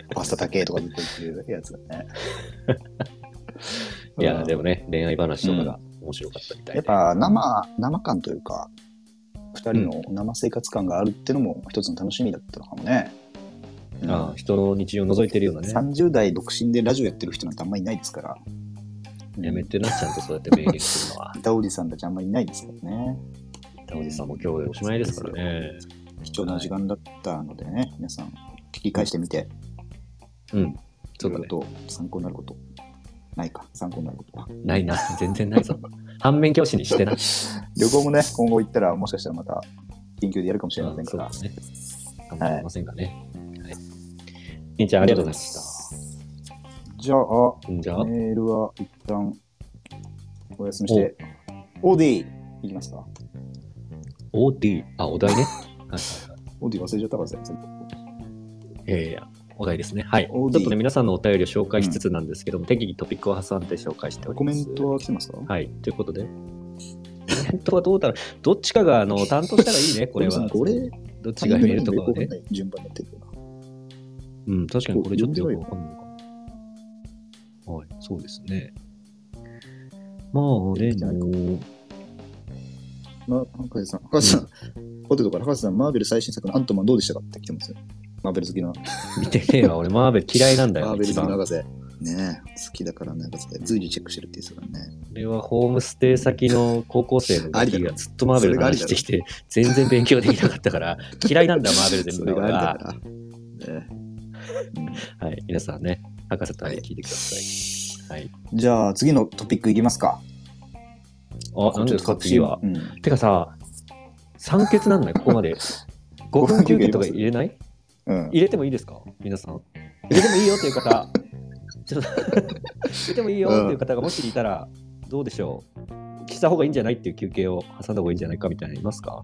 え、パスタだけとかずっと言ってるやつだねいや、でも。もね、恋愛話とかが面白かったみたいで。やっぱ生、生感というか、二人の生生活感があるってのも一つの楽しみだったのかもね。うんああ人の日常を覗いてるようなね。 30代独身でラジオやってる人なんてあんまりいないですから。やめて。。てな、ちゃんとそうやって明言するの は板織さんたちあんまりいないですからね。田織さんも今日でおしまいですからね。貴重な時間だったのでね、皆さん、聞き返してみて、うん。ちょっとろねいろと参考になること。ないか、参考になることは。ないな、全然ないぞ。 反面教師にしてな。旅行もね、今後行ったら、もしかしたらまた、緊急でやるかもしれませんかそうらで。すね。かもしれませんかね。はい。りんちゃん、ありがとうございました。じゃあ、じゃあ、メールは一旦お休みして、オーディいきますか。 OD、あ、お 題ね。はいオーディ忘れちゃったからさ、さっきえーお題ですね。はい。ちょ OD っとね、皆さんのお便りを紹介しつつなんですけども、適宜トピックを挟んで紹介しておりコまメす。ントは来てますかはい。ということで、コメントはどうだろう。どっちかがあの担当したらいいね、これでもは。さこれ、 どっちが入れるとかはタイミングが。よくわねかんない順番になってるようん、確かにこれちょっとよくわかんないかも。はい、そうですね。まあ、でも、な。ま、博士さん、博士さん、ポテトから博士さん、マーベル最新作のアントマンどうでしたかって来てますよ。マーベル好きな。見てねえわ。俺、マーベル嫌いなんだマよ、ーベル一好きな番。こ博士。ねえ、好きだからね、博士。随時チェックしてるって言ってたからね。れはホームステイ先の高校生のありだ時ろがずっとマーベルの話してきて、全然勉強できなかっ たから、嫌いなんだ、マーベル全そ部れがが。あはるから。ねい、皆さんね、博士と話聞いてください。はい。じゃあ、次のトピックいきますか。あ、何ですか、次はう。んてかさ、酸欠なんだよ、ここ まで。5分休憩とか入れないうん。入れてもいいですか皆さん。入れてもいいよという方、ちょっと入れてもいいよという方がもしいたら、どうでしょうした方がいいんじゃないっていう休憩を挟んだ方がいいんじゃないかみたいなのいますか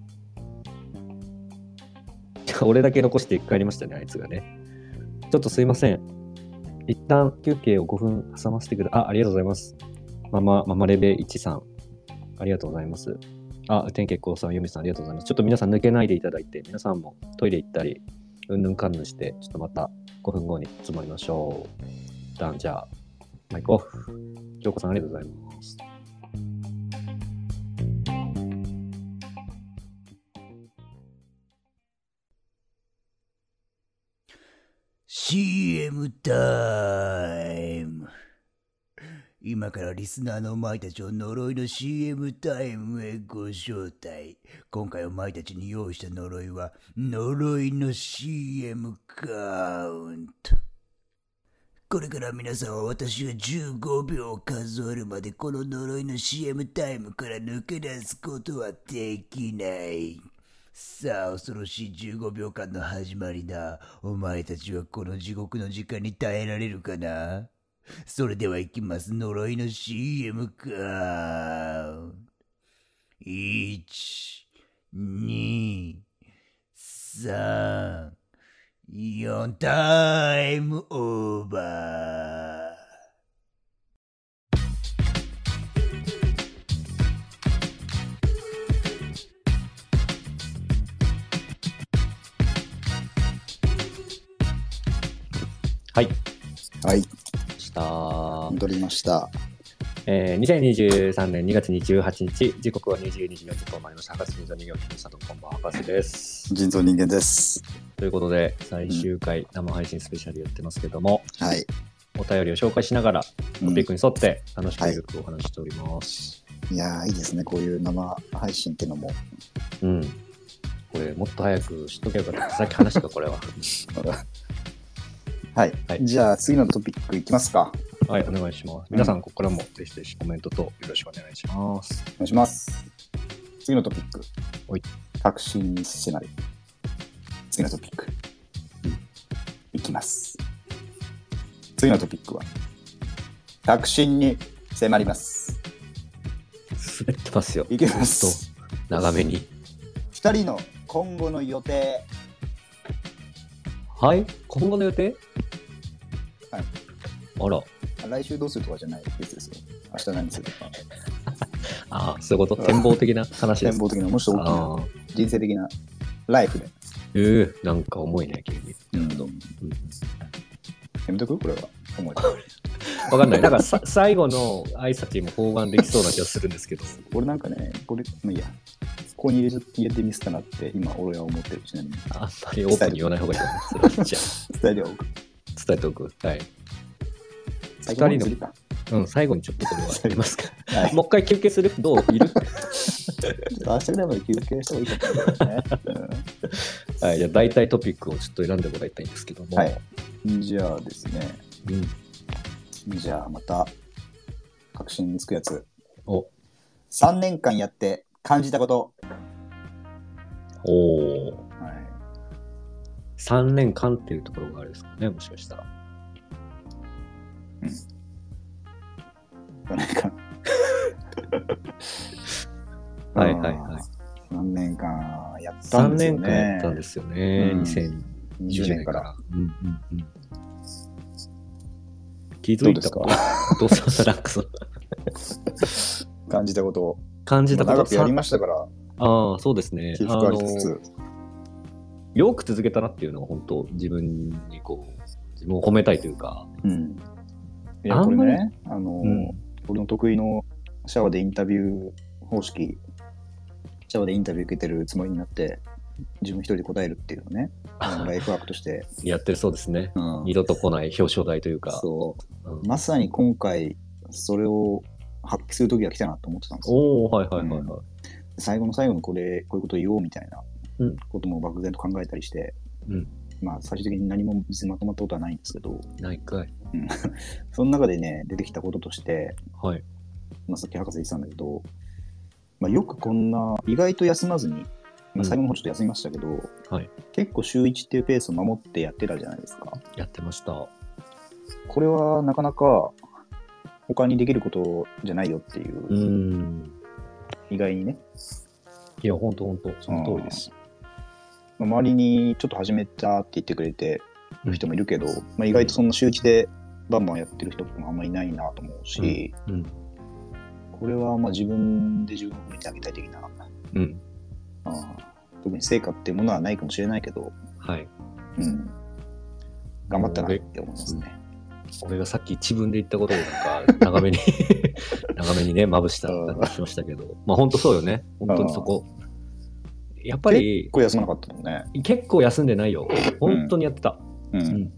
俺だけ残して帰りましたね、あいつがね。ちょっとすいません。一旦休憩を5分挟ませてくだあ、ありがとうございます。ママ、ママレベ1さん、ありがとうございます。あ、天結構さん、ユミさん、ありがとうございます。ちょっと皆さん抜けないでいただいて、皆さんもトイレ行ったり、うんぬんかんぬんして、ちょっとまた5分後に集まりましょう。一旦じゃあ、マイクオフ。京子さん、ありがとうございます。 CM タイム今からリスナーのお前たちを呪いの CM タイムへご招待今回お前たちに用意した呪いは呪いの CM カウントこれから皆さんは私が15秒を数えるまでこの呪いの CM タイムから抜け出すことはできないさあ、恐ろしい15秒間の始まりだ。お前たちはこの地獄の時間に耐えられるかなそれでは行きます。呪いの CM か。1、2、3、4タイムオーバー。はい、はい、した。戻りました。えー、2023年2月28日、時刻は22時40分を回りました。博士の座人形、木下とこんばんは、博士です。人造人間です。ということで、最終回、生配信スペシャルやってますけども、はい。お便りを紹介しながら、うんトピックに沿って、楽しくゆるくお話ししております。いやーいいですね、こういう生配信ってのも。うん。これ、もっと早く知っとけばよかった。さっき話した、これは。はい、はいじゃあ次のトピックいきますか。はい、お願いします。皆さん、ここからもぜひぜひコメントとよろしくお願いします。お願いします。次のトピック。はい。確信にシナリオ。次のトピック。いきます。次のトピックは、確信に迫ります。滑ってますよ。いきます。長めに。二人の今後の予定。はい、今後の予定はい。あら、あ来週どうするとかじゃないやつですよ。明日何するとか。ああ、そういうこと。展望的な話で展す。望的な、もし大きあなあ、人生的なライフで。えー、なんか重いね、急に。うん、やめとくこれは。思い出わかんない。なんかさ、最後の挨拶にも包含できそうな気がするんですけど。俺なんかね、これ、まあ、いいや。ここに入れ入れてみせたなって、今、俺は思ってる。ちなみに。あんまりオープンに言わない方がいいかな。それ はじゃあ、伝えておく。伝えておく。はい。最人の後にするか。うん、最後にちょっとこれはあ りますか。はい。もう一回休憩するどう いるちょっと明日ぐらいまで休憩した方がいいかもし れないですね。はい、じゃあ大体トピックをちょっと選んでもらいたいんですけどうも。んはい。じゃあですね、うん。じゃあまた、確信につくやつ。お、 3年間やって感じたこと。はおー。い3年間っていうところがあれですかね、もしかしたら。何年間 はいはいはい。 3年間やった3んですよ年間やねっ。たんですよね、うん2020 20年から。。うんうんうん。気づいたことどうしたなんかその感じたことを。感じたこと長くやりましたから、ああ、そうですね。起伏ありつあのつ。よく続けたなっていうのは本当自分にこう、自分を褒めたいというか。うん。いや、あんこれまりね、あの、うん俺の得意のシャワーでインタビュー方式、シャワーでインタビュー受けてるつもりになって、自分一人で答えるっていうの ね、あのライフワークとして。やってるそうですね。うん二度と来ない表彰台というか。そうう。んまさに今回、それを発揮する時が来たなと思ってたんですよ。おおはいはいはいはい。最後の最後にこれ、こういうこと言おうみたいなうんことも漠然と考えたりして、うんまあ、最終的に何も別にまとまったことはないんですけど、ないかい。その中でね、出てきたこととして、はい。まあ、さっき博士言ってたんだけど、まあ、よくこんな、意外と休まずに、うまんあ、最後の方ちょっと休みましたけど、はい結構週1っていうペースを守ってやってたじゃないですか。やってました。これはなかなか他にできることじゃないよっていう、うん。意外にね、いや、本当本当その通りです。まあ周りにちょっと始めたって言ってくれてうんる人もいるけど、まあ、意外とそんな週1でバンバンやってる人もあんまりいないなと思うし、うん。これはまあ自分で自分を褒めてあげたい的なうん。ああ特に成果っていうものはないかもしれないけど、はい。うん、頑張ったなって思いますね。俺がさっき自分で言ったことをなんか、長めに、長めにね、まぶした感じしましたけど。まあ本当そうよね。本当にそこ。やっぱり結、構休まなかったもんね。結構休んでないよ。本当にやってた。ううんん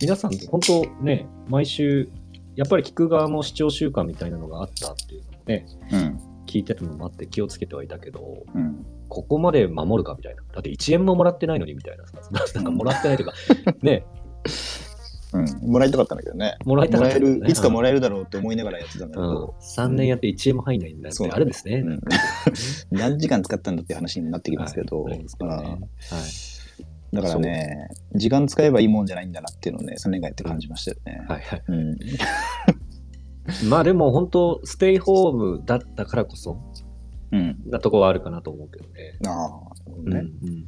皆さん、本当ね、毎週、やっぱり聞く側も視聴習慣みたいなのがあったっていうのもね、うん聞いてたのもあって気をつけてはいたけど、うんここまで守るかみたいな。だって1円ももらってないのにみたいなさ、 なんかもらってないとか、ね、うんもらいたかったんだけどね。もらいたもかっらえたけどね、る、いつかもらえるだろうって思いながらやってたんだけうんど、、 3年やって1円も入んないんだっそうて、なあんだれですね。うん 何時間使ったんだっていう話になってきますけど、はいなりますけどねああはいだからね、時間使えばいいもんじゃないんだなっていうのをね、3年間やって感じましたよね。はいはい、うんまあでも本当、ステイホームだったからこそ、うんなとこはあるかなと思うけどね。ああ、なるほどねうんうんうん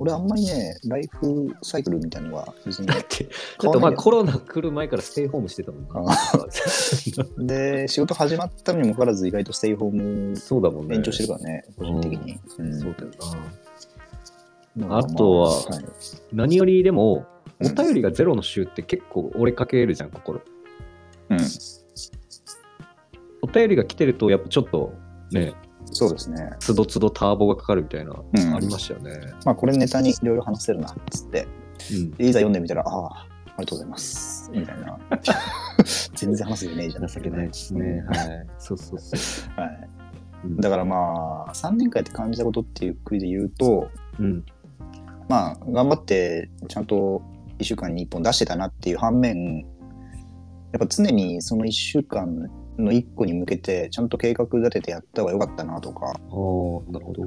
俺あんまりね、ライフサイクルみたいなのは別にだって、だってお前コロナ来る前からステイホームしてたもんな。で、仕事始まったにもかかわらず、意外とステイホームそうだもんね。延長してるからね、個人的に。うんそうだよな。だからまあとはいう何よりでも、おん便りがゼロの週って結構折れかけるじゃん、心。うん、お便りが来てると、やっぱちょっと、ね、そうですね。つどつどターボがかかるみたいな、んありましたよね。まあ、これネタにいろいろ話せるな、っつって。うん。いざ読んでみたら、ああ、ありがとうございます。みたいな。 全然話すよねえじゃん。情けないですね。はい。そうそうそはい。う。だからまあ、3年間やって感じたことっていうくりで言うと、うん。まあ、頑張って、ちゃんと1週間に1本出してたなっていう反面、やっぱ常にその1週間の1個に向けて、ちゃんと計画立ててやった方が良かったなとか、ああー、なるほど。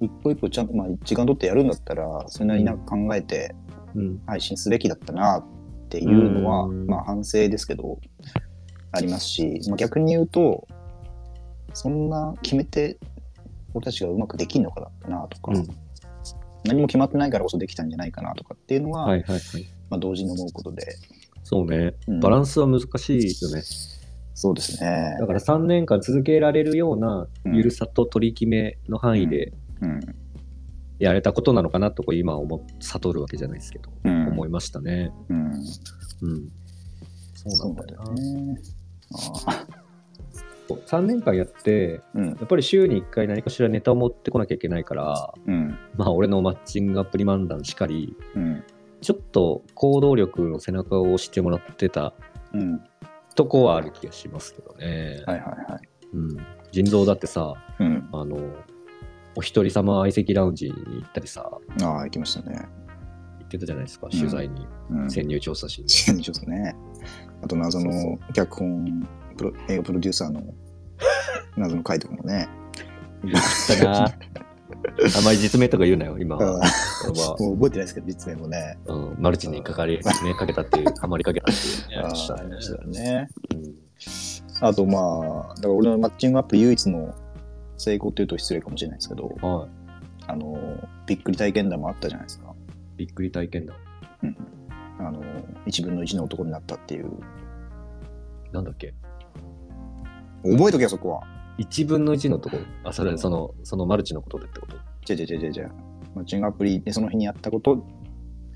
一個一個ちゃん、まあ、時間取ってやるんだったら、それなりになんか考えてうん。配信すべきだったなっていうのは、うんまあ、反省ですけど、ありますし、まあ、逆に言うと、そんな決めて、俺たちがうまくできんのかなとか、うん何も決まってないからこそできたんじゃないかなとかっていうのは、はいはいはい。まあ、同時に思うことで。そうね。うんバランスは難しいですよね。そうですねだ。から3年間続けられるようなうんゆるさと取り決めの範囲でうん。やれたことなのかなとこう今思っ悟るわけじゃないですけど、うん思いましたね。うん。うん。そうそなうんだだよよな。ね。ああ3年間やって、うん。やっぱり週に1回何かしらネタを持ってこなきゃいけないから、うん。まあ俺のマッチングアプリ漫談しかり、うん。ちょっと行動力の背中を押してもらってたうん。とこはある気がしますけどね。はいはいはい。うん。人造だってさ、うん。あの、お一人様相席ラウンジに行ったりさ、ああ、行きましたね。ってたじゃないですか、取材に、うん。潜入調査し に。ちょっとね。あと謎の脚本プロ、映画プロデュー サーの謎の回とかもね。だな。あんまり実名とか言うなよ、今うんは。俺はもう覚えてないですけど、実名もね。うん、マルチにかかり、実名かけたっ ていう、ハマりかけたっていうあーね。話だねそうだね。うんあとまあ、だから俺のマッチングアップ唯一の成功っていうと失礼かもしれないですけど、はあの、びっくり体験談もあったじゃないですか。い。びっくり体験だ。うん。あの、1分の1の男になったっていう。なんだっけ覚えとけよ、そこは。 1分の1のところ。あ、それ、その、そのマルチのことでってことじゃじゃじゃじゃじゃマッチングアプリでその日にやったこと、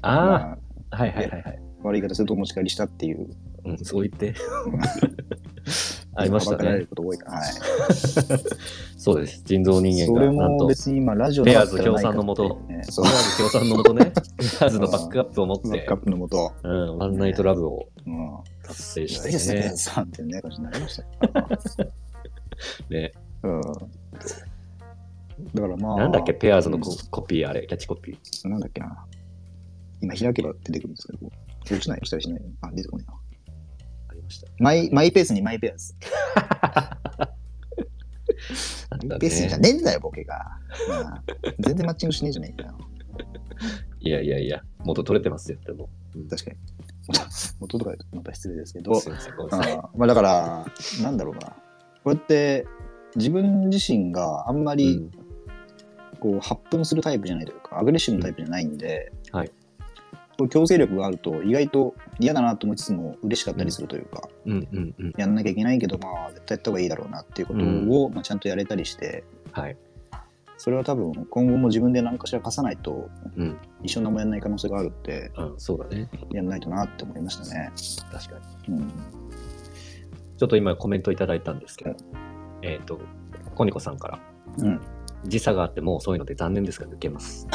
あまあ、あ、はいはいはいはい。悪い言い方するとお持ち帰りしたっていう。うん、そ う言って。ありました暴かられねる。こと多いから。はい。そうです。人造人そ間れが、なんもと、別に今、ラジオペだアっーたズら協ないか賛のもとってねそペうア。ーズ協賛のもとね、ペアーズのバックアップを持っバッてクア、ップのもと。うん、ワンナイトラブをうん。達成し何ですてね、ペアねーズ。さんってね、感じになりましたから。ねうん。だからまあ。なんだっけ、ペアーズのコうコピー、あれ、キャッチコピー。んなんだっけな。今開けば出てくるんですけど、落ちない、落ちたりしない。あ、出てこないな。ありました。マイ、マイペースにマイペース。なんマだイペースじゃね。ねえんだよ、ボケが。なあ全然マッチングしねえじゃねえかよ。いやいやいや、元取れてますよ、でも。うん確かに。 元とか言うとまた失礼ですけど、すいませんごめんあなさいーまあだから、なんだろうな。こうやって、自分自身があんまり、うんこう発奮するタイプじゃないというかアグレッシブなタイプじゃないんで、うんはいこう強制力があると意外と嫌だなと思いつつも嬉しかったりするというか、うんうんうん。やんなきゃいけないけどまあ絶対やった方がいいだろうなっていうことを、まあ、ちゃんとやれたりしてはい。それは多分今後も自分で何かしら課さないとうん一生何もやんない可能性があるってうん、そうだね。やんないとなって思いましたね。確かに。うんちょっと今コメントいただいたんですけど、えっ、と、コニコさんから、うん、時差があってもう遅いので残念ですが抜け ます。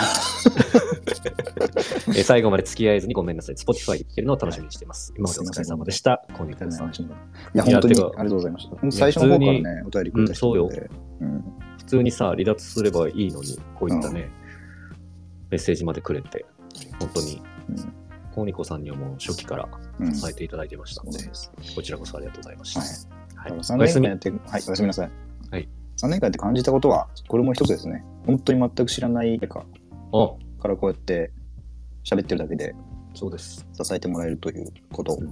え最後まで付き合えずにごめんなさい。Spotify で聴けるのを楽しみにしています。今までお疲れ様でした。コニコさいん。や本当にいあやてりかがとうございました。本当最初の方からねお便りくれた人なんで、うん普通にさ、離脱すればいいのに、こういったね、メッセージまでくれて、本当に、うんコニコさんにはもう初期からうん伝えていただいてましたので、す。こちらこそありがとうございましはいた。はい。 3おや年す間みや。って、はい、おやすみなさい。はい3年間やって感じたことは、これも一つですね。本当に全く知らないかおからこうやって喋ってるだけでそうです。支えてもらえるということ。うん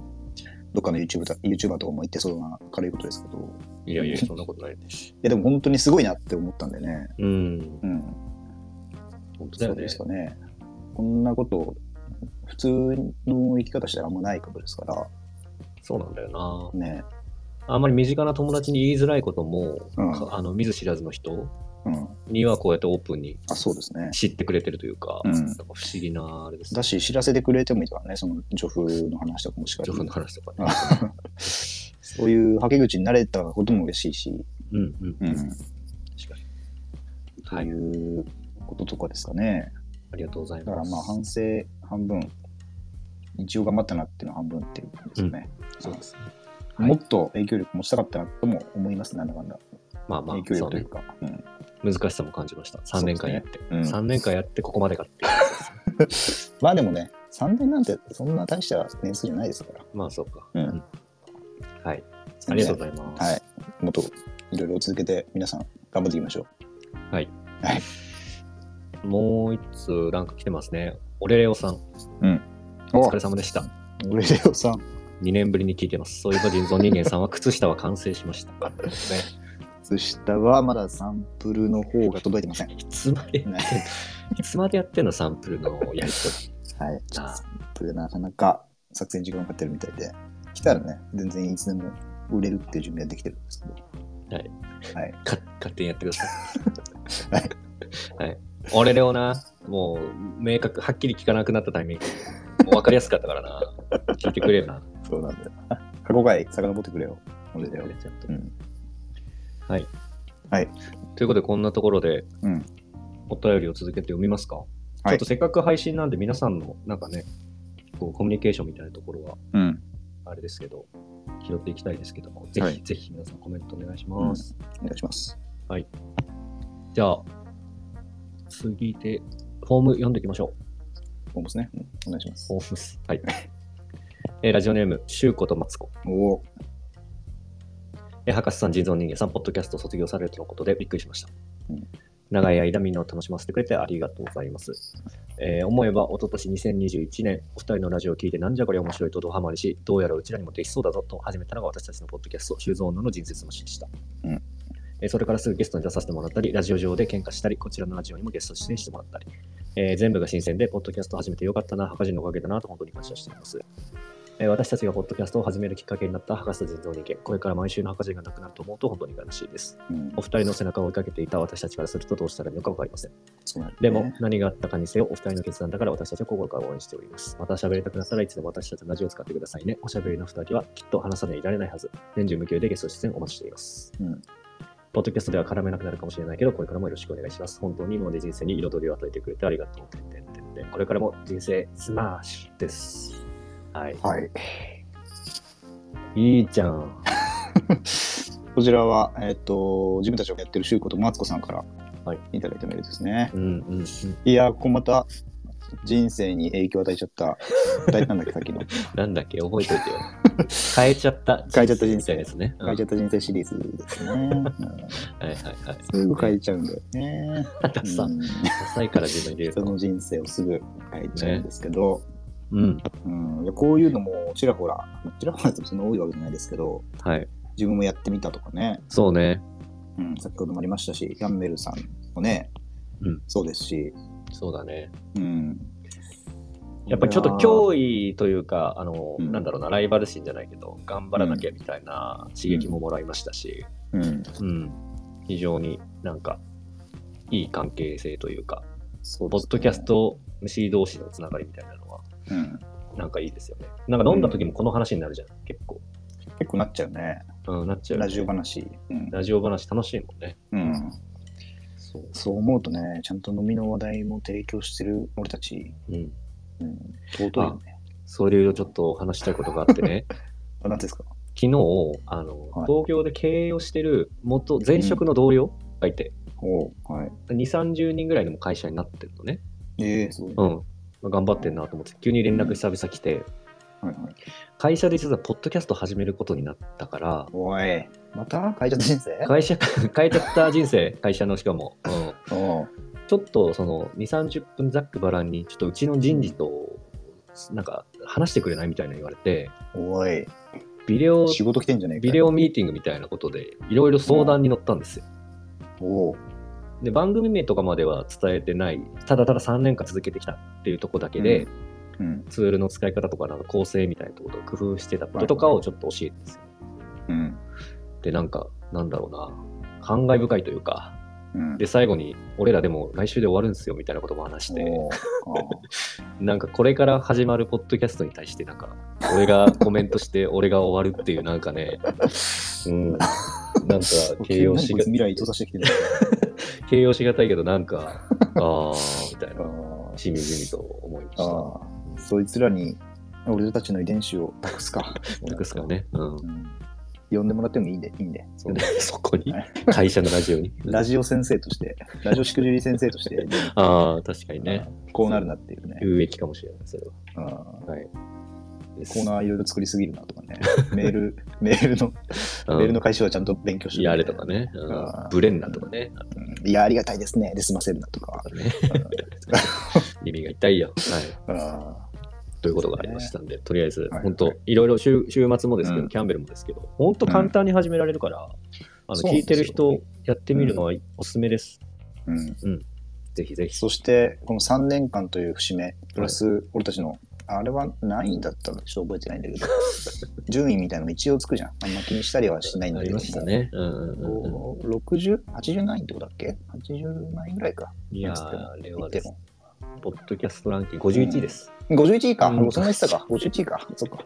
どっかの YouTube だ YouTuber とかも言ってそうな軽いことですけど、いいやいや、そんなことないです。やでも本当にすごいなって思ったんでね。うん。うん。本当だそようねで。すかね。こんなこと、普通の生き方したらあんまないことですから、そうなんだよな。ね。あんまり身近な友達に言いづらいことも、うんかあの見ず知らずの人うん。にはこうやってオープンにあ、そうですね。知ってくれてるというか、うんなんか不思議なあれですねだ。し、知らせてくれてもいいからね、その女夫の話とかもしかり情報の話とかね。そういうはけ口に慣れたことも嬉しいし、うんうん。うん、確かとに。はいい。うこととかですかね。ありがとうございだかまらす。まあ反省半分、一応頑張ったなっていうのは半分っていうことですよね。そうですね。はいもっと影響力持ちたかったなとも思います、なんだかんだ。まあまあ影、響力そうというね。か。難しさも感じました。3年間やって。うんうん3年間やってここまでかっていう。まあでもね、3年なんてそんな大した年数じゃないですから。まあそうか。うんうんはい。ありがとうございます。はい。もっといろいろ続けて皆さん頑張っていきましょう。もう一通なんか来てますね。オレレオさん、おお疲れ様でした。俺レオさん。 2年ぶりに聞いてます。そういえば人造人間さんは靴下は完成しました。 よかったですね。靴下はまだサンプルの方が届いてません。いつまで、ねいつまでやってんのサンプルのやり取はい。ちょっあとサンプルなかなか作戦時間かかってるみたいで、来たらね、全然いつでも売れるっていう準備はできてるんですけど。はい。はい。り。か勝手にやってくださ い。はい。俺レオな、もう明確、はっきり聞かなくなったタイミング。もう分かりやすかったからな。聞いてくれよな。そうなんだよ。 過去回、遡ってくれよ。俺だよ。ちゃんとうん。はい。はい。ということで、こんなところで、うんお便りを続けて読みますか。いちょっとせっかく配信なんで、皆さんの、なんかね、こうコミュニケーションみたいなところは、うん。あれですけど、拾っていきたいですけども、ぜひ、はいぜひ皆さんコメントお願いします。お願いします。じゃあ、次で、フォーム読んでいきましょう。ホームスね。うんお願いします。ホームス。はい。えーラジオネーム、シュウコとマツコ。おおえー博士さん、人造人間さん、ポッドキャストを卒業されるとのことでびっくりしました。うん長い間みんなを楽しませてくれてありがとうございます。えー思えば、一昨年2021年、お二人のラジオを聞いて、なんじゃこりゃ面白いとドハマりし、どうやらうちらにもできそうだぞと始めたのが私たちのポッドキャスト、シューゾーンの人説の詩でした。うんえーそれからすぐゲストに出させてもらったり、ラジオ上で喧嘩したり、こちらのラジオにもゲスト出演してもらったり、えー全部が新鮮で、ポッドキャスト始めてよかったな、博士のおかげだなと本当に感謝しています。えー私たちがポッドキャストを始めるきっかけになった博士と人造人間、これから毎週の博士がなくなると思うと本当に悲しいです。うんお二人の背中を追いかけていた私たちからするとどうしたらいいのか分かりません。そうなんだねでも、何があったかにせよ、お二人の決断だから私たちは心から応援しております。また喋りたくなったらいつでも私たちのラジオを使ってくださいね。おしゃべりの二人はきっと話さないいられないはず。年中無休でゲスト出演お待ちしています。うんポッドキャストでは絡めなくなるかもしれないけど、これからもよろしくお願いします。本当に今まで人生に彩りを与えてくれてありがとう。てんてんてんてんこれからも人生スマッシュです。はい。はい。いいじゃん。こちらは、えっ、と、自分たちがやってるシュウコとマツコさんからはいいただいたメールですね。うんうんうん。い、や、ここまた人生に影響を与えちゃった。大なんだっけ、さっき の。なんだっけ覚えとい てよ。変えちゃった。変えちゃった人生みたいなやつね。うん変えちゃった人生シリーズですね。う んはいはいはい。すぐ変えちゃうんだよね。ダうサ。んダサいから自分で言 う人との。人生をすぐ変えちゃうんですけど、うん。うんいやこういうのもちらほら、まあちらほらってそんな多いわけじゃないですけど、はい。自分もやってみたとかね、そうね。うん、先ほどもありましたし、キャンベルさんもね、うんそうですし、そうだね。うん、やっぱりちょっと日、脅威というか、あの、うんなんだろうな、ライバル心じゃないけど、頑張らなきゃみたいな刺激ももらいましたし、うん、うん。非常になんか、いい関係性というか、そうポですねッドキャス、ト MC 同士のつながりみたいなのは、うん、なんかいいですよね。なんか飲んだ時もこの話になるじゃん、結構。結構なっちゃうね、うん、なっちゃうよね、ラジオ話、うんラジオ話楽しいもんね。うん、そう。そう思うとね、ちゃんと飲みの話題も提供してる俺たち、うん。うん、尊いよね。それをちょっとお話したいことがあっ てね、あ、なんですか昨日、あの、はい東京で経営をしてる元、前職の同僚がいて、おうはい。 2、30人ぐらいの会社になってるのね。ええそう。うん。まあ頑張ってんなと思って、急に連絡久々来て、はいはい。会社で実はポッドキャスト始めることになったから、おい、また変えちゃった人生会社、 変えちゃった人生、会社のしかも、うん、おうちょっとその2、30分ざっくばらんに、ちょっとうちの人事と、なんか話してくれないみたいなの言われて、おい、ビデオ仕事来てんじゃねえか。ビデオミーティングみたいなことで、いろいろ相談に乗ったんですよ。おうで、番組名とかまでは伝えてない、ただただ3年間続けてきたっていうとこだけで、うん。ツールの使い方とか、なんか構成みたいなところを工夫してたこととかをちょっと教えてんですよ。うん。で、なんか、なんだろうな、感慨深いというか、うん。で、最後に、俺らでも来週で終わるんですよみたいなことも話して、おうなんかこれから始まるポッドキャストに対して、なんか、俺がコメントして、俺が終わるっていう、なんかね、 うん、なんあかあ 形容詞何こいつが未来調査してきてる。形容しがたいけど、なん か、ああ、みたいあな、しみじみと思いましあた。ああ、そいつらに俺たちの遺伝子を託すか。ですかね。うんう。ん。呼んでもらってもいいんで、いいんで。そうで そこにはい、会社のラジオに。 ラジオ先生として、ラジオしくじり先生として、ああ、確かに ね。うんこうなるなっていうね。有益かもしれない、それは。うんはい。ですコーナーいろいろ作りすぎるなとか ね。メール、メールの、うんメールの回収はちゃんと勉強してやれとかね。うんあーブレんなとかね。あいや、ありがたいですね。で済ませるなとか。とね耳が痛いよ。はい。あということがありましたんで、とりあえずは、い本当いろいろ週週末もですけうど、んキャンベルもですけど、本当簡単に始められるから、あのそう聞なんですよいてる人、やってみるのはおすすめです。うん、ぜひぜひ。そして、この3年間という節目、プラス、俺たちの、あれは何位だったのちょっと覚えてないんだけ ど、順位みたいなのも一応つくじゃん。あんま気にしたりはしないんだあけりどましたね。うんうんうんうん。こう 60? 80何位ってことだっけ ?80 何位ぐらいか。いなやんつってもー、あれ言はってですねも。ポッドキャストランキング51位です。 51位か。うんそんな言ってたか。51位か。そっか。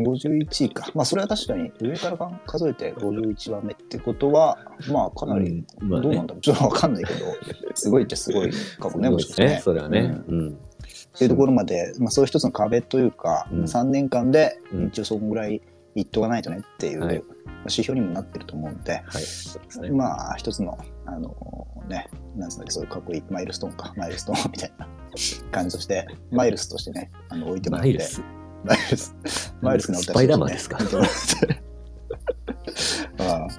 51位か。まあ、それは確かに、上からかん数えて51番目ってことは、まあ、かなり、うどんまあうねなんだろう。ちょっとわかんないけど、すごいっちゃすごいかもね、もしかしてね。 それはね。うん。っていうところまで、まあ、そういう一つの壁というか、うん3年間でうん一応そんぐらいいっとかないとねっていう、はい指標にもなってると思うんで、はい。そうですね。まあ一つのあのねなんつうんだっけそういうかっこいいマイルストーンかマイルストーンみたいな 感じとして、マイルスとしてね、あの置いてもらっマて。イルス。マイルス。マイルスが歌スパイダーマンですかああはい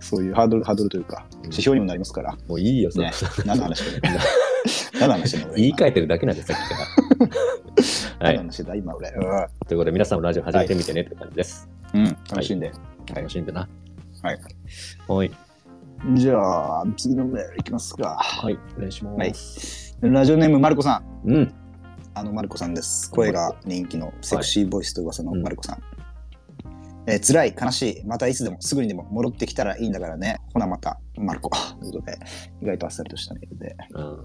そういうハードル、ハードルというか、指標にもなります から。もういいよ、そのね、何の話してる何の話してるの俺言い換ええてるだけなんです、さっき から。何のはい。話してた今俺。うんということで、皆さんもラジオ始めてみてねって感じです。うん、楽しんで。はい楽しんでな。はい。はい。じゃあ、次のメールいきますか。はい。お願いします。ラジオネーム、マルコさん。うん。あの、マルコさんです。声が人気のセクシーボイスと噂のマルコさん。えー辛い、悲しい、またいつでも、すぐにでも戻ってきたらいいんだからね。ほな、また、マルコ。ということで、意外とあっさりとしたメールで。うん、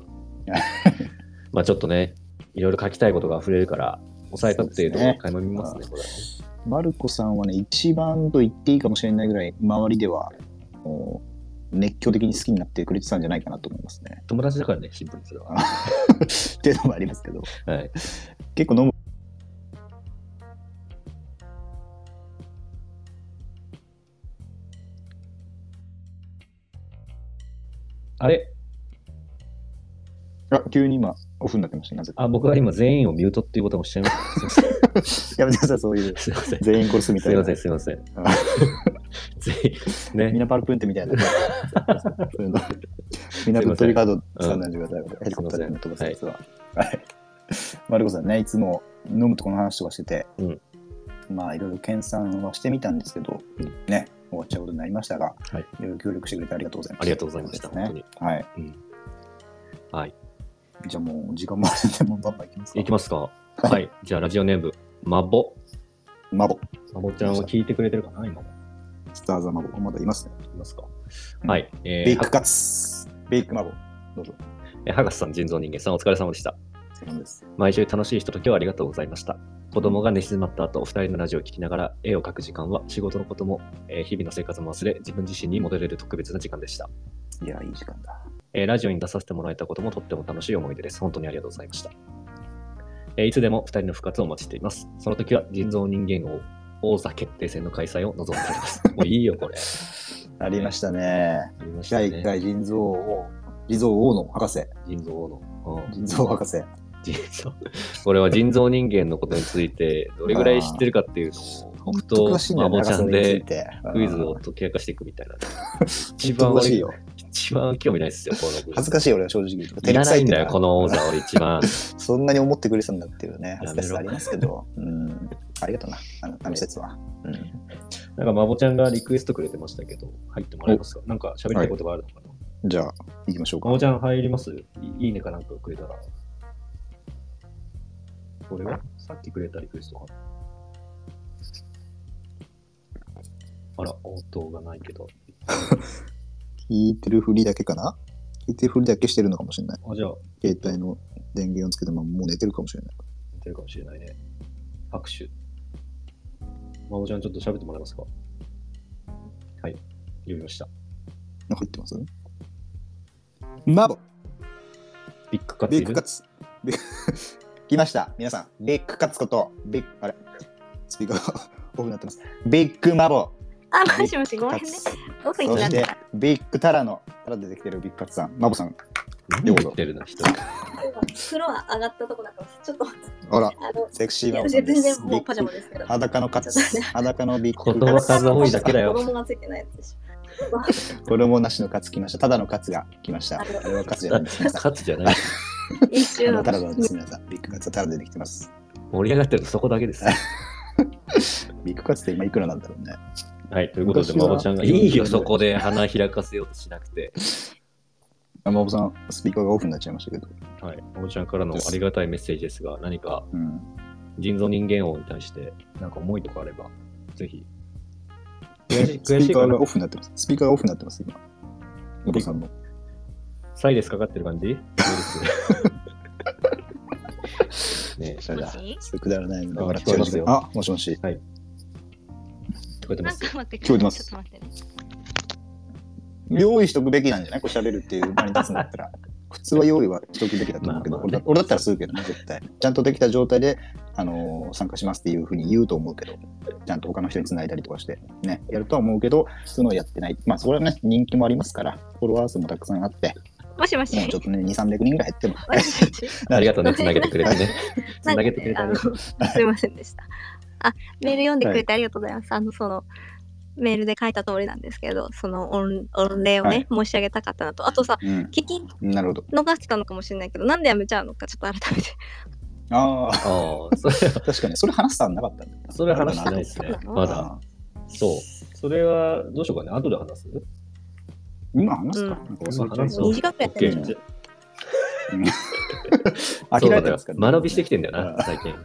まあちょっとね、いろいろ書きたいことが溢れるから、抑えたっていうところを垣間見ますね、これはね。マルコさんはね、一番と言っていいかもしれないぐらい、周りでは、もう熱狂的に好きになってくれてたんじゃないかなと思いますね。 友達だからね、シンプルにそれは。っていうのもありますけど、はい。結構飲む。あれあ、急に今、オフになってましたね、なぜか。あ、僕は今全員をミュートっていうボタンを押しちゃい ました。やめてください、そういう。すいません。全員殺すみたすいいなま。せん、すいませんあ。 全員、ねミ。ナパルプンテみ たいな。そういうのミナプットリカード使うなんてください。ヘリコプターで飛ばすやつは。はい。マルコさんね、いつも飲むとこの話とかしてて、うんまあいろいろ研鑽はしてみたんですけど、ね、終わっちゃうことになりましたが、はいいろいろ協力してくれてありがとうございました。ありがとうございましたね、はい。うんはい。じゃあもう時間もあるんで、もうバンバンいきますか。いきますか。はいはい。じゃあ、ラジオネーム、マボ。マボ。マボちゃんを聞いてくれてるかな、今も。スターザマボ。まだいますね。いますか。うんはい。えベイークカツ。ベイクマボ。どうぞ。えー、博士さん、人造人間さん、お疲れ様でした。お疲れ様です。毎週楽しいひとときをありがとうございました。子供が寝静まった後、お二人のラジオを聞きながら絵を描く時間は仕事のことも、えー日々の生活も忘れ、自分自身に戻れる特別な時間でした、いや、いい時間だ。えーラジオに出させてもらえたこともとっても楽しい思い出です。本当にありがとうございました。えーいつでも二人の復活をお待ちしています。その時は人造人間王王座決定戦の開催を望んでおります。 もういいよ、これ。ありましたね。ありました第1ね。回腎臓王、腎臓王の博士、人造王の。うん 腎臓博士。腎臓俺は人造人間のことについてどれぐらい知ってるかっていうのを僕と詳しいんだよねマボちゃんで博士についてクイズを解き明かしていくみた いな。一一番番詳しい俺よ。一番興味ないですよ、このクイズ恥ずかしい俺は正直言うと。いらないんだよ、照これの王座俺一番。くさいっていうかそんなに思ってくれてたんだっていうね、恥ずかしさあやめりろますけど。うん。ありがとうな、あの、あの説は。うん。なんか、まぼちゃんがリクエストくれてましたけど、入ってもらえますかなんか喋りたいことがあるのかなじゃあ、行きましょうまか。ぼちゃん入りますいいいねかなんかくれたら。これはさっきくれたリクエストかなあら、応答がないけど。聞いてるふりだけかな聞いてるふりだけしてるのかもしれない。あ、じゃあ、携帯の電源をつけたままもう寝てるかもしれない。似てるかもしれないね。拍手。まおちゃん、ちょっと喋ってもらえますかはい。読みました。なんか入ってますマボビッグカツビいッるグカツ。ビッグ 来ました、皆さん。ビッグカツこと、ビッグ、あれ、スピーカーが オフになってます。ビッグマボ。あ、ビもしもし、ッグごめカんねツ。オフにそなしってた。、ビッグタラの、タラでできてるビッグカツさん、マボさん。何言ってるの人。フロア上がったとこだから、ちょっと、あら、あの、セクシーマボさん全です。然もビうパジャッマグですけど。裸のカツちょっと、裸のビッグ言葉カツ。数多いだけだよ子供がついてないやつでし衣なしのカツ来ました。ただのカツが来ました。あありがとうれはカツじゃないです。皆さん。カツじゃない。ょ。一あ瞬の、タラなんです、皆さん。ビッグカツはタラでできてます。盛り上がってるのそこだけです。ビッグカツって今いくらなんだろうね。はい。ということで、昔はまぼちゃんが、いいよ、そこで鼻開かせようとしなくて。あマボさん、スピーカーがオフになっちゃいましたけど。はい。まぼちゃんからのありがたいメッセージですが、何かうん。人造人間王に対して、なんか思いとかあれば、ぜひ。悔しい、 悔しいかなオフになってます。スピーカーがオフになってます、今。お父さんの。サイレスかかってる感じどうですねえ、それだ。もしそれくだらないのであ笑っちゃいます聞よ。こあ、もしもし。聞こえてまなんすか待って聞こえてますちょっと待ってね。用意しとくべきなんじゃないこう喋るっていう場に立つんだったら。普通は用意はしとくべきだと思うけど、まあまあ俺ねだ俺だったらするけどね、絶対。ちゃんとできた状態で、あのー参加しますっていうふうに言うと思うけど、ちゃんと他の人に繋いだりとかして、ね、やるとは思うけど、そういうのをやってない。まあ、それはね、人気もありますから、フォロワー数もたくさんあって、もしもし。ねちょっとね、2、300人ぐらい減っても。もしもし。ありがとうね、つなげてくれてね。つなげてくれたあねの。 すいませんでした。あ、メール読んでくれてありがとうございます。あの、その、メールで書いた通りなんですけど、その御御礼をね、申し上げたかったなと。あとさ、うん、聞きなるほど。逃してたのかもしれないけど、なんでやめちゃうのか、ちょっと改め て。ああ、あ あ、それ、確かに、それ話したんなかったんだよそれ話してないですね。まだ。あーそう。それは、どうしようかね。後で話す今話すか、うんなんか忘れちゃい今話そそうう2時間くらいやっオてッケるのーにじゃああきそうられだてねますからね学びしてきてんだような、最近。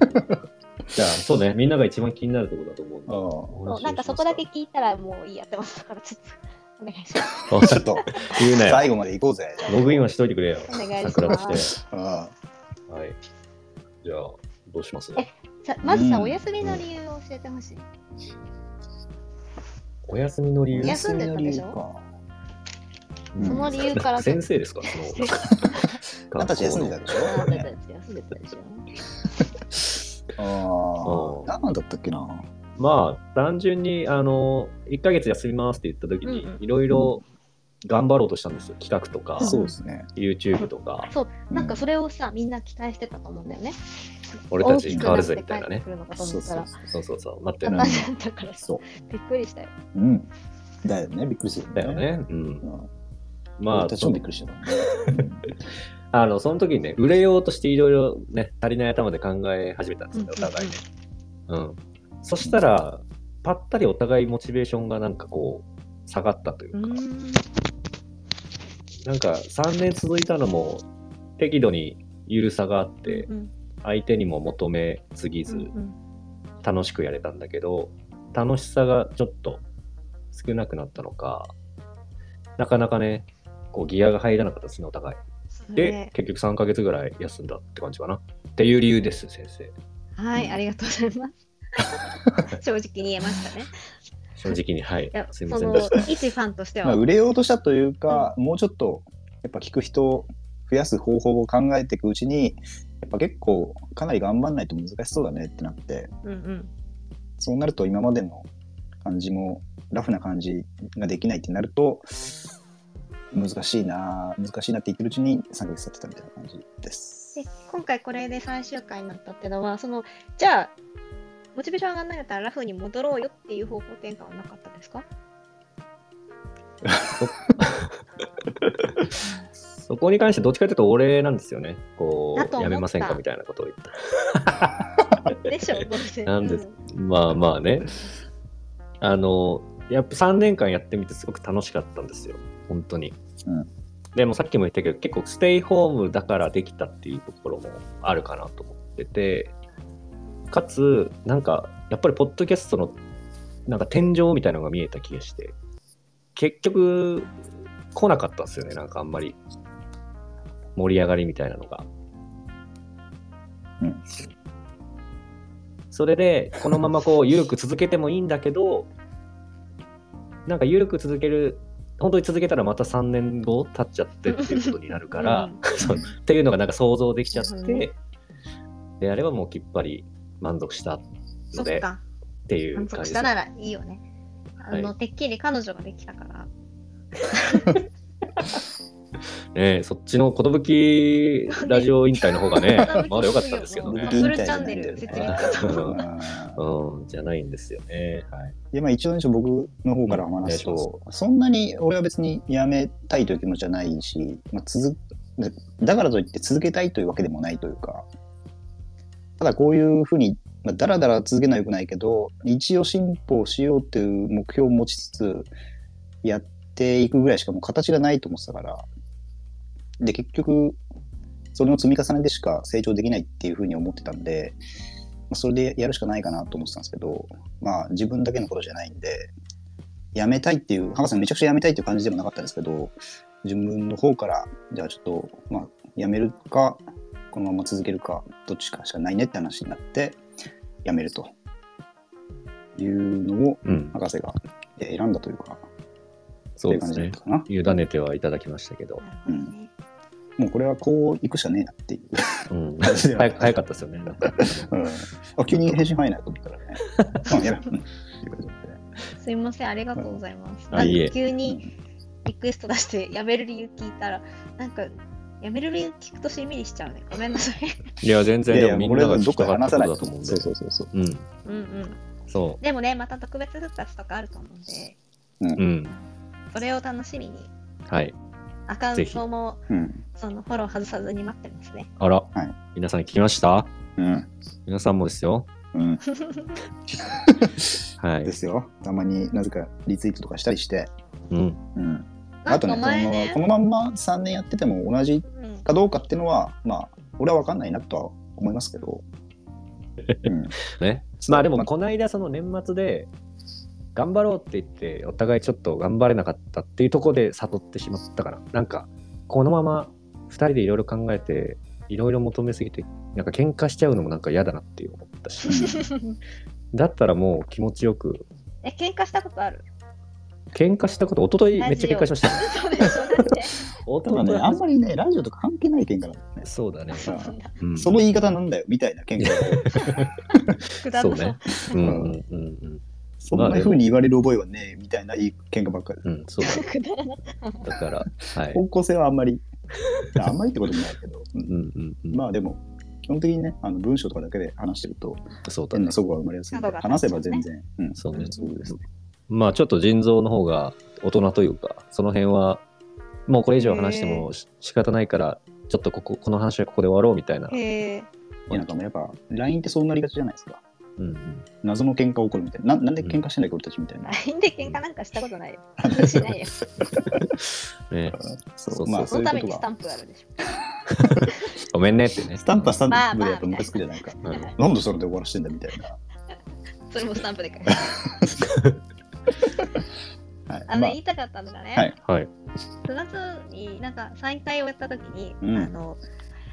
じゃあ、そうね。みんなが一番気になるところだと思うんであーお話をそうしまなんすかそこだけ聞いたらもういいやってますから、ちょっとお願い します。あちょっと、言うなよ。最後まで行こうぜ。ログインはしといてくれよ。お願いします桜として。あはい。じゃあ、どうしますえさまずさ、うんお休みの理由を教えてほしい。お休みの理由ー休んでたでしょ休みの理うんその理由から先生ですかその由か。私休んでた学であなたしたち休んでたでしょょ。ああ、何だったっけな。校のまあ単純にあの1ヶ月休みますって言った時にうんうんいろいろ頑張ろうとしたんですよ企画とかそうですね。 YouTube とかうなんかそれをさ、みんな期待してたと思うんだよね。俺たち大き変くわなるっぜてみ帰たいなってねくるのかとそ思うったそうら、そうそうそうなって簡るん単だったからさそびっくりしたよ。う。うん。だよね、びっくりするようだよ。ねうんうんま俺あたちもびっくりしてたもんね。あのその時にね売れようとしていろいろね足りない頭で考え始めたんですよねお互いねうんそしたらぱったりお互いモチベーションがなんかこう下がったといううかん。なんか3年続いたのも適度にゆるさがあってうん相手にも求めすぎうずん楽しくやれたんだけど楽しさがちょっと少なくなったのかなかなかねこうギアが入らなかったですねお互いそれで結局3ヶ月ぐらい休んだって感じかなっていう理由です先生はうい、んありがとうござい ます。正直に言えましたね。正直にはいいや、すそいませんのでした一ファンとしてまあ、は、売れようとしたというか、もうちょっとやっぱ聞く人を増やす方法を考えていくうちにやっぱ結構かなり頑張んないと難しそうだねってなってうんうん。そうなると今までの感じもラフな感じができないってなると難しいな難しいなって言ってるうちに3ヶ月経ってたみたいな感じです。で、今回これで最終回になったってのは、その、じゃあ、モチベーション上がらなかったらラフに戻ろうよっていう方向転換はなかったですかそこに関してどっちかというとお礼なんですよねこだとう思やっためませんかみたいなことを言ったでしょ、ごめ んなんでうまあまあね。あの、やっぱ3年間やってみてすごく楽しかったんですよ。本当に。うんでもさっきも言ったけど、結構ステイホームだからできたっていうところもあるかなと思ってて、かつ、なんか、やっぱりポッドキャストの、なんか天井みたいなのが見えた気がして、結局、来なかったんですよね。なんかあんまり、盛り上がりみたいなのが。うんそれで、このま まこう、緩く続けてもいいんだけど、なんか緩く続ける、本当に続けたらまた3年後経っちゃってっていうことになるから、そうっていうのがなんか想像できちゃっなるほて、であればもうきっぱり満足したんそのっでっか、ていう満感足じしでたすならいいよね。あの、はてっきり彼女ができたから。、ねえ。そっちの寿ラジオ委員会の方がねまだ良かったんですけどね カね。ップルチャンネル設立かと思っうんうん、じゃないんですよね。はい。でまあ、一応、ね、僕の方からお話すうんお願と、いそんなに俺は別にやめたいという気持ちはないし、まあ、続だだからといって続けたいというわけでもないというか、ただこういうふうに、まあ、だらだら続けるのはよくないけど、一応進歩しようっていう目標を持ちつつ、やっていくぐらいしかもう形がないと思ってたから、で、結局、それの積み重ねでしか成長できないっていうふうに思ってたんで、まあ、それでやるしかないかなと思ってたんですけど、まあ自分だけのことじゃないんで、辞めたいっていう、博士めちゃくちゃ辞めたいっていう感じでもなかったんですけど、自分の方から、じゃあちょっと、まあ辞めるか、このまま続けるか、どっちかしかないねって話になって、辞めるというのをうん、博士がえー選んだというか、そういうで感すじだっねた。かな。委ねてはいただきましたけど、たんだね。もうこれはこう行くしかねえなっていう。うん、 感じでは早く早かったですよね。なんかうんあ急に返信入らないと思ったらね。うんやばいうんっていうことで。すいません、ありがとうございます。あいいえなんか急にリクエスト出してやめる理由聞いたら、なんか、やめる理由聞くとしんみりしちゃうね。ごめんなさい。いや、全然、いやいでやもみん俺なはがど聞っきたかかっ話たさこないとだと思うんでそう。そうそうそう。うん。 うんうん。そでもね、また特別復活とかあると思うんで、う。うん。それを楽しみに、はい。アカウントもうん。そのフォロー外さずに待ってます ね。あら、い皆さん聞きましたうん。皆さんもですよ。うん。はいで。すよ。たまになぜかリツイートとかしたりして。うん。うん。なあんとかね、前ねこ、のこのまんま3年やってても同じうんかどうかっていうのは、まあ、俺は分かんないなとは思いますけど。うん。ね。まあでまも、あこの間、その年末で、頑張ろうって言って、お互いちょっと頑張れなかったっていうところで悟ってしまったから、なんか、このまま2人でいろいろ考えて、いろいろ求めすぎて、なんか喧嘩しちゃうのもなんか嫌だなって思ったし、だったらもう気持ちよく、 え、喧嘩したことある 喧嘩したこと、一昨日めっちゃ喧嘩しました。そうでしょだって。一ただ昨日 ね、あんまりね、ラジオとか関係ない喧嘩なんだよね。そう だね。そうなんだ。うんその言い方なんだよ、みたいな喧嘩。くだらなそうねうんうんうんうん。そんな風に言われる覚えはねえ、みたいないい喧嘩ばっかり。うん、そうだねくだらなだから、はい。方向性はあんまり、あんまりってこともないけど、うんうんうんうん。まあでも、基本的にね、あの文章とかだけで話してると、そうだ変ねな。そこが生まれやすいんで角が、立話っちせゃうねば全然、うん、そうねそうですね。まあちょっと腎臓の方が大人というか、その辺は、もうこれ以上話してもし仕方ないから、ちょっとここ、この話はここで終わろうみたいな。へ え。いやなんかもうやっぱ、LINE ってそうなりがちじゃないですか。うんうん。謎の喧嘩起こるみたいな。ななんで喧嘩してんだっけ、俺たちみたいな。 LINE で喧嘩なんかしたこと ないよ。しないよ。ねそそうう、まあそそうのいうためこにとスタは。ンプあるでしょ。ごめんねってね。スタンプはスタンまあプまあでやっぱムカつくじゃないか。うんなんでそれで終わらしてんだみたいな。それもスタンプで返す。はいあの、まあ言いたかったのがね、はいはい。 9月になんか再会をやった時に、うんあの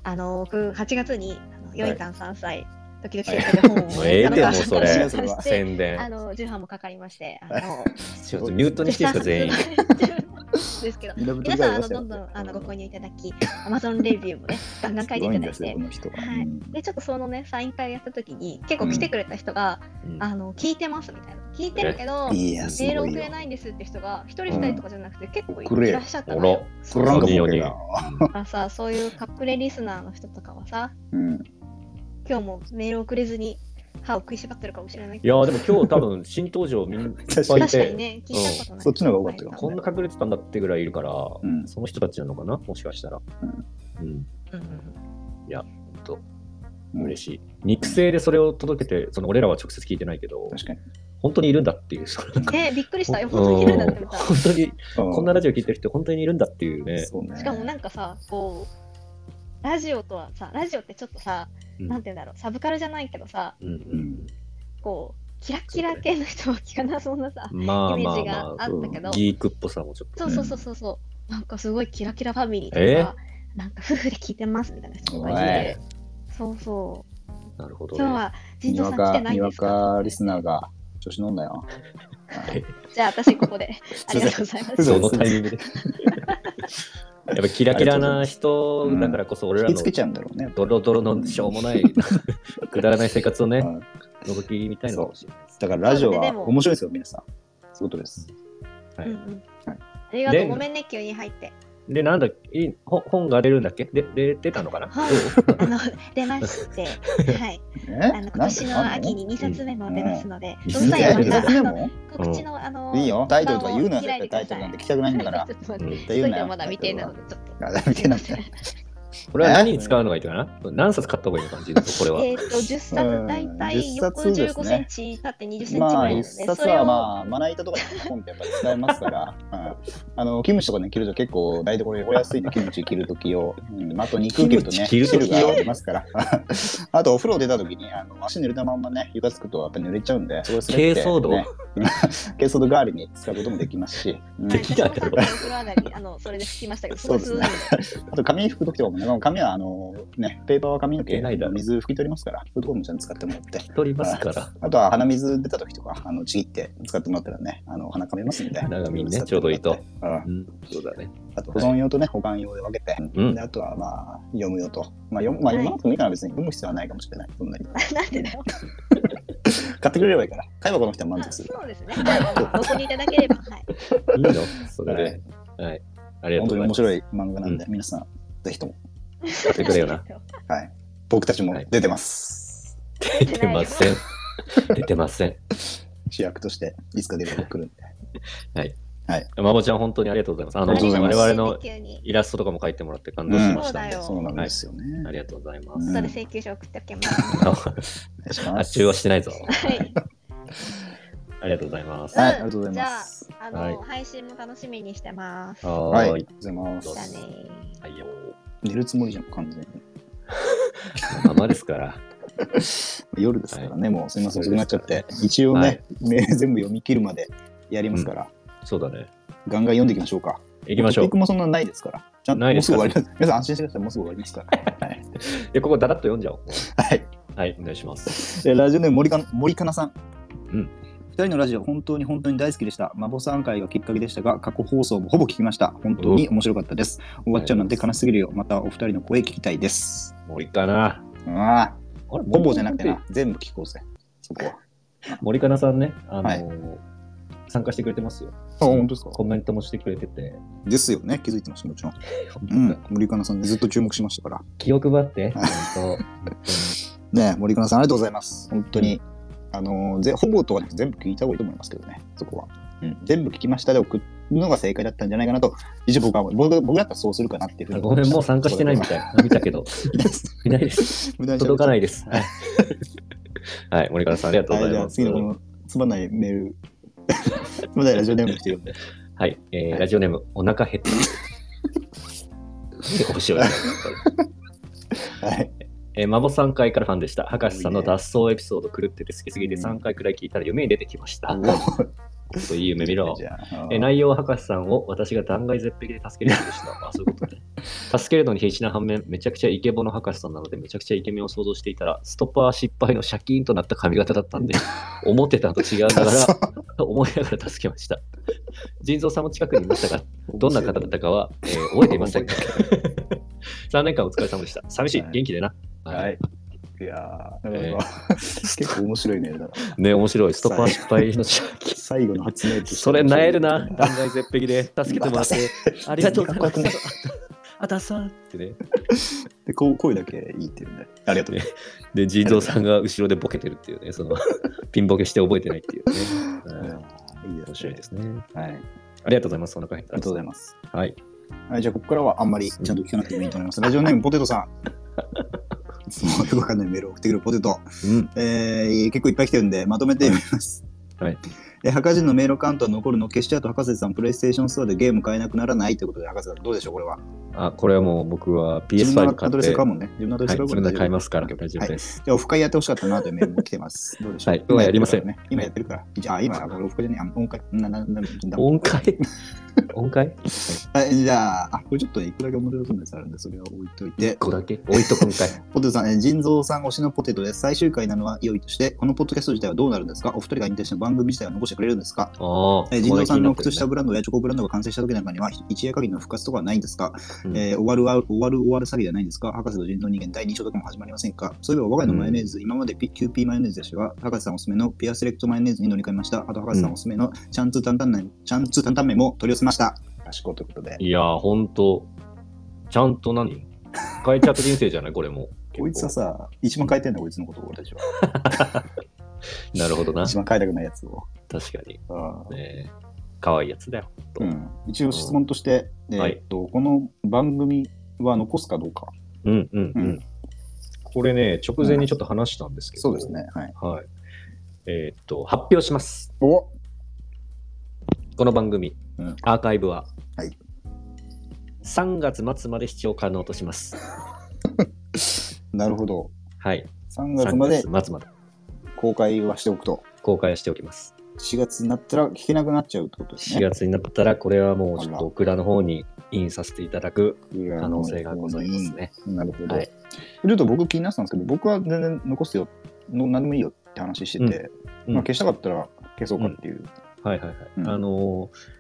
あの僕8月にあのはよいいたん3歳時々やってる本もをうええであのもうそれ出版しまして宣あ伝。の重版もかかりましてあのちょっとミュートにしていいですか、 全員。ですけど皆皆さんあのどんどんあのご購入いただき Amazon レビューもねガンガン書いていただいすごいてんですよ、この人は。はういんでちょっとそのねサイン会をやった時に結構来てくれた人が、うんあの聞いてますみたいな聞いてるけどいや、すメールご送いよれ。ないんですって人が一人二人とかじゃなくて結構送れいらっしゃったおのらよ。、これなんか三人ボ四ケ人だ。まあさそういう隠れリスナーの人とかはさうん。今日もメール送れずに歯を食いしばってるかもしれないいけやどーでも今日多分新登場みんないっ確かぱいにい確かにて、ね聞いたことない、そっちの方が多かったよこんな隠れてたんだってぐらいいるから、んその人たちなのかなもしかしたら。うん。うんうん嬉しい。肉声でそれを届けて、その俺らは直接聞いてないけど、確かに。本当にいるんだっていう、そのなんかねびっくりしたようん本当にいるんだって思った本当に、こんなだラジオ聞いてる人、本当にいるんだっていうね。そうね。しかもなんかさこうラジオとはさラジオってちょっとさ、うんなんて言うんだろうサブカルじゃないけどさうんうんこうキラキラ系の人は聞かなそうなさまあイメまーあまジがあっあた、けど、ギークっぽさもちょっとそうね。そうそうそうそうなんかすごいキラキラファミリーとか、えなんか夫婦で聞いてますみたいな人とかいおていそうそうなるほど今日ね。はに人わ造さん来てか、にないんでわすかかリスナーが調子乗んなよ。はいじゃあ私ここ でありがとうございます。そのタイミング で。やっぱキラキラな人だからこそ、俺引らきのつけちゃうんだろうね。ドロドロのしょうもない、くだらない生活をね、はい覗きみたいなのかもしれないです。だからラジオそうだはねでも面白いですよ、皆さん。そういうことです。はういんうんありがとでう。ごめんね、急に入って。で、なんだ、いいほ本が出るんだっけで出てたのかなはいどうあの出 まして、はい、えあの今年の秋に2冊目も出ますので、うんそしたいやらいやいや2またあ冊目のも告知のあの、いいよ。タイトルとか言うなよ、開絶いて対タイくださいトルなんて聞きたくないんだから。ちょっうと待っんて、絶そ対言うれなでよ。はまだ未定なので、ちょっと。あ。だ見てなくて。これは何に使うのがいいかな何冊買った方がいいのかな、これは。えっと、10冊、だいたい横うん10冊ですね15センチ、縦20センチぐまあ、らい一なので、冊それはを、まあ、まな板とかにポンってやっぱり使えます から、うん、あの、キムチとかね、切ると結構、台所でお安いね、キムチ切るときを、うん、あと肉切るとキムね、チ切る時汁がありますから、 あとお風呂出たときに、あの、足濡れたまんまね、床つくとやっぱ濡れちゃうんで、そこです珪藻土 軽装度代わりに使うこともできますし、うんでき私なもいさっきお風呂上がりに、あの、それで拭きましたけど、そうですねすごい涼しいあと髪拭くときとかもね、髪はあの、ね、ペーパーは髪の毛出ないだろ水拭き取りますから、そういうところもちゃんと使ってもらって、取りますから。あとは鼻水出たときとか、あの、ちぎって使ってもらったらね、あの、鼻かみますんで。鼻紙ね使ってもらってちょうどいいと。うんうん、そうだね。あと保存用とね、保管用で分けて、うんであとはまあ読む用と、まあ読むまあ、は読いまなくてもいいから別に読む必要はないかもしれない、そんなに。 なんでだよ。買ってくれればいいから、買えばこの人は満あ足するかそうですね。はいあのご購入いただければ、はい。 いいのそら。れはでい。ありが本と当うに面ございます。白い漫画なんで、皆さん、ぜひとも、やってくれよな。はい。僕たちも出てます。出てません。出てません。主役として、いつか出てくるんで。まもちゃん、本当にありがとうございます。ああの、りがとうございます我々の急にイラストとかも描いてもらって感動しましたんで、うんそうなんですよね。ありがとうございまうす。んそれ請求書送っておきます。 お願いしま発す。注はしてないぞ。はい。ありがとうございます。はい、ありがとうございます。あの、はい配信も楽しみにしてます。は、はいあーりいが。とうございまどうじぞゃあす。ねはいよ。寝るつもりじゃん、完全に。ままですから。夜ですからね、もうすみません、遅くなっちゃっはてい。一応はねい、メール全部読み切るまでやりますから、そうだね。ガンガン読んでいきましょうか。行きましょう僕。もそんなないですから。ちゃんとなもいでうすすぐか終わります。皆さん安心してください、もうすぐ終わりますから。はいえ、ここだらっと読んじゃおう。 はい。はい、お願いします。えーラジオネーム森か森かなさん。うん2人のラジオ、本当に本当に大好きでした。マボさん会がきっかけでしたが、過去放送もほぼ聞きました。本当に面白かったです。終わっちゃうなんて悲しすぎるよ。またお二人の声聞きたいです。森かな。ああ、ほほぼじゃなくてな。、全部聞こうぜ。そこは。森かなさんね、あのはー、参加してくれてますよ。あ、本当ですかコメントもしてくれてて。ですよね、気づいてました、もちろん。うん、森かなさん、ずっと注目してましたから。気を配って、 はい本ねえ森かなさん、ありがとうございます。本当に、あのーぜ、ほぼとはなく全部聞いた方がいいと思いますけどね、そこは。うん、全部聞きましたで送るのが正解だったんじゃないかなと、一応僕は思う、僕僕だったらそうするかなっていうふうに。当ごめん、もう参加してないみたい。見たけど、いないです。 無駄に喋っちゃう届かないです。 はい。はい、森川さん、ありがとうごはい、じざいゃあます。次のこのつまんないメール、 つまんないラジオネームして読んで。はい、えーはいラジオネーム、お腹 減ってる。面白いな。はい、えー、孫3回からファンでした。博士さんの脱走エピソード狂ってて好きすぎて3回くらい聞いたら夢に出てきました。そう いい夢見ろ。じゃあ、えー内容は博士さんを私が断崖絶壁で助けるようで した。あ、そういうことね。助けるのに必死な反面、めちゃくちゃイケボの博士さんなので、めちゃくちゃイケメンを想像していたら、ストッパー失敗のシャキーンとなった髪型だった んで、思ってたのと違う ながら、と思いながら助けました。腎臓さんも近くにいましたが、どんな方だったかは、えー覚えていませんか ?3 年間お疲れ様でした。寂しいは、い元気でな。ははいい。いやー、なかなか、 結構面白いメールだな。ね、面白い。ストッパー失敗のシャキーン。最後の発明としてそれ、なえるな。断崖絶壁で助けてもら って、ありがとうございます全然。あ、ダサーってね。でこう声だけいいっていうんで。ありがとう。で、腎臓さんが後ろでボケてるっていうね、その、 ピンボケして覚えてないっていうね。うんいい面白いですすね。ね。はい。ありありがとうございます。お腹減った。がとうございまます。す。はい。はい、じゃあ、ここからはあんまりちゃんと聞かなくてもいいと思います。ラジオネーム、ポテトさん。いつもよくわかんないメールを送ってくるポテト。うん。えー、結構いっぱい来てるんで、まとめてみます。はい。え、博士のメールアカウントは残るの消しちゃうと博士さん、プレイステーションストアでゲーム買えなくならないということで、博士さん、どうでしょう、これは。あ、これはもう僕は自分 PS5 の買アっドレスて、買うもはんね。自分のアドレス買うい、かそられ大で丈夫買いますから大丈夫です。じゃあ、オフ会やってほしかったなというメールも来てます。どうでしょう。 はい今やりません今やってるからね今やってるから。じゃあ、今、あオフ会じゃねえ、あ音階。な、な、な、な音 階音階はい、じゃあ、あ、これちょっといくらけ面白そうなやつあるんで、それは置いといて。 こだけ置いとくん かい。ポテトさん、えー腎臓さん推しのポテトです。最終回なのは良いとして、このポッドキャスト自体はどうなるんですかお二人が引退した番組自体は残してくれるんですかああ。えー腎臓さんの靴下ぶブランドやチョコブランドが完成した時なんかには、ひ一夜限りの復活とかはないんですか、うんえー終わるわ、終わる終わる詐欺じゃないんですか博士と腎臓人間第2章とかも始まりませんかそういえば我が家のマヨネーズ、今までピキューピーマヨネーズでしたが、博士さんおすすめのピアセレクトマヨネーズに乗り換えました。あと博士さんおすすめのチャンツー担々麺、チャンツー担々麺も取り寄せました。賢いということで。いやー、ほんと、ちゃん と何変えちゃった人生じゃないこれも。こいつはさ、一番変えてんだ、こいつのことを俺たちは。なるほどな。一番変えたくないやつを。確かに。あーね可愛いやつだよ。うん、一応質問として、えはーいっとこの番組は残すかどうか。うんうんうん。うんこれね、直前にちょっと話したんですけど。そうです。ね。はい、はい。えーっと、発表します。おこの番組、うんアーカイブは、はい3月末まで視聴可能とします。なるほど。はい。 3 3月まで月末まで公開はしておくと、公開しておきます。 4月になったら聞けなくなっちゃうってことです4ね。月になったら、これはもうちょっあらとオクラの方にインさせていただく可可能性がございます。ね。なるほど。はいちょっと僕気になってたんですけど、僕は全然残すよ、の何でもいいよって話してて、うんまあ、消したかったら消そうかっていう。はいはいはい。うんあのー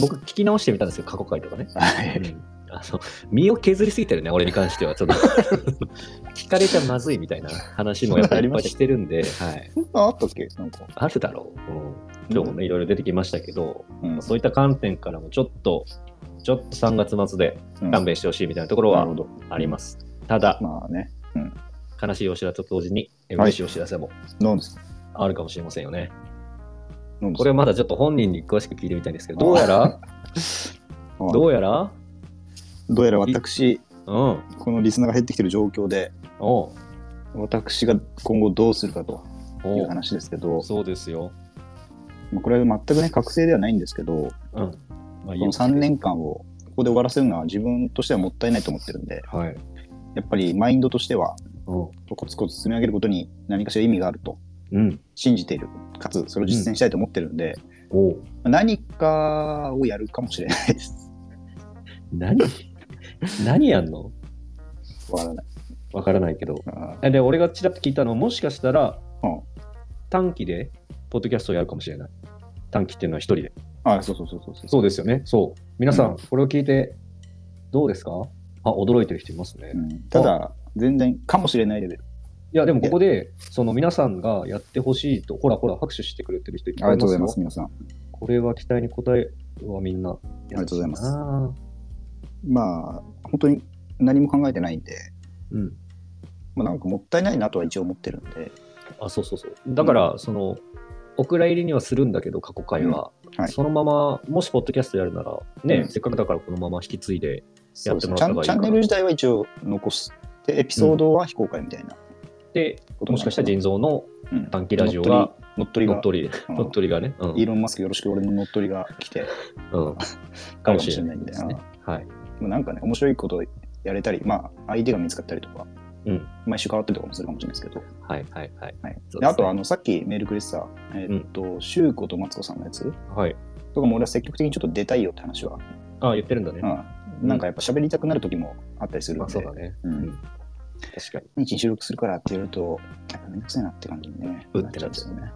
僕聞き直してみたんですよ、過去回とかね。はいうん あの身を削りすぎてるね、俺に関しては。ちょっと聞かれちゃまずいみたいな話もやっぱりいっぱいしてるんで、はい、 ああったっけなんか。あるだろう。うん今日もね、いろいろ出てきましたけど、うんそういった観点からもちょっとちょっと3月末でうん勘弁してほしいみたいなところなるはほど。あります。ただ、まあね。悲しいお知らせと同時に、はい嬉しいお知らせもなんです。あるかもしれませんよね。なんですこれはまだちょっと本人に詳しく聞いてみたいんですけど、どう やら、はいどうやら、どうやら私、うん、このリスナーが減ってきてる状況で、おう私が今後どうするかというおう話ですけど、そうですよ。まあこれは全くね、覚醒ではないんですけど、うん。まあこの3。年間をここで終わらせるのは自分としてはもったいないと思ってるんで、はい。やっぱりマインドとしては、おうコツコツ積み上げることに何かしら意味があるとうん。信じている、かつそれを実践したいと思ってるんで、おう何かをやるかもしれない です。何 何やんのわからない。わからないけど。あえで、俺がちらっと聞いたのは、もしかしたら、うん短期で、ポッドキャストをやるかもしれない。短期っていうのは一人で。あ、そうそうそうそうそう。そうですよね。そう。皆さん、うんこれを聞いて、どうですかあ、驚いてる人いますね。ういんただ、全然かもしれないレベル。や、でもここで、その皆さんがやってほしいと、ほらほら拍手してくれてる人いっあぱいりがいとうまごすざいよます、。皆さん。これは期待に応えはみんな。ありがとうございますうまあ、本当に何も考えてないんで、ん。まあ、なんかもったいないなとは一応思ってるんで、あ、そうそうそう。だから、その、お蔵入りにはするんだけど、過去回は。うんはいそのまま、もしポッドキャストやるなら、ね、うんせっかくだからこのまま引き継いで、やってそうですもねらっチたャンチ方がいいかャンなネル自体は一応残して、エピソードは非公開みたいなで、こともしかしたら腎臓のうん短期ラジオが、乗っ取り乗乗っ取っ取り、うん乗っ取りがね、うりんが、イーロン・マスクよろしく俺の乗っ取りが来て、うん、かかももししれなれないいんでですね。はい。まあなんかね、面白いことやれたり、まあ、相手が見つかったりとか、うん。毎週変わったりとかもするかもしれないですけど、はいはいはい。はいそうですねであとあの、さっきメールくれてた、えーっと、シュウコとマツコさんのやつはい。とかも俺は積極的にちょっと出たいよって話は、あ言ってるんだね。うん、なんかやっぱ喋りたくなる時もあったりするまんあで、そうだね。うんうん確かに。一日に収録するからって言うと、やっぱめんどくさいなって感じにね、うってななっっちちゃゃうんですよね。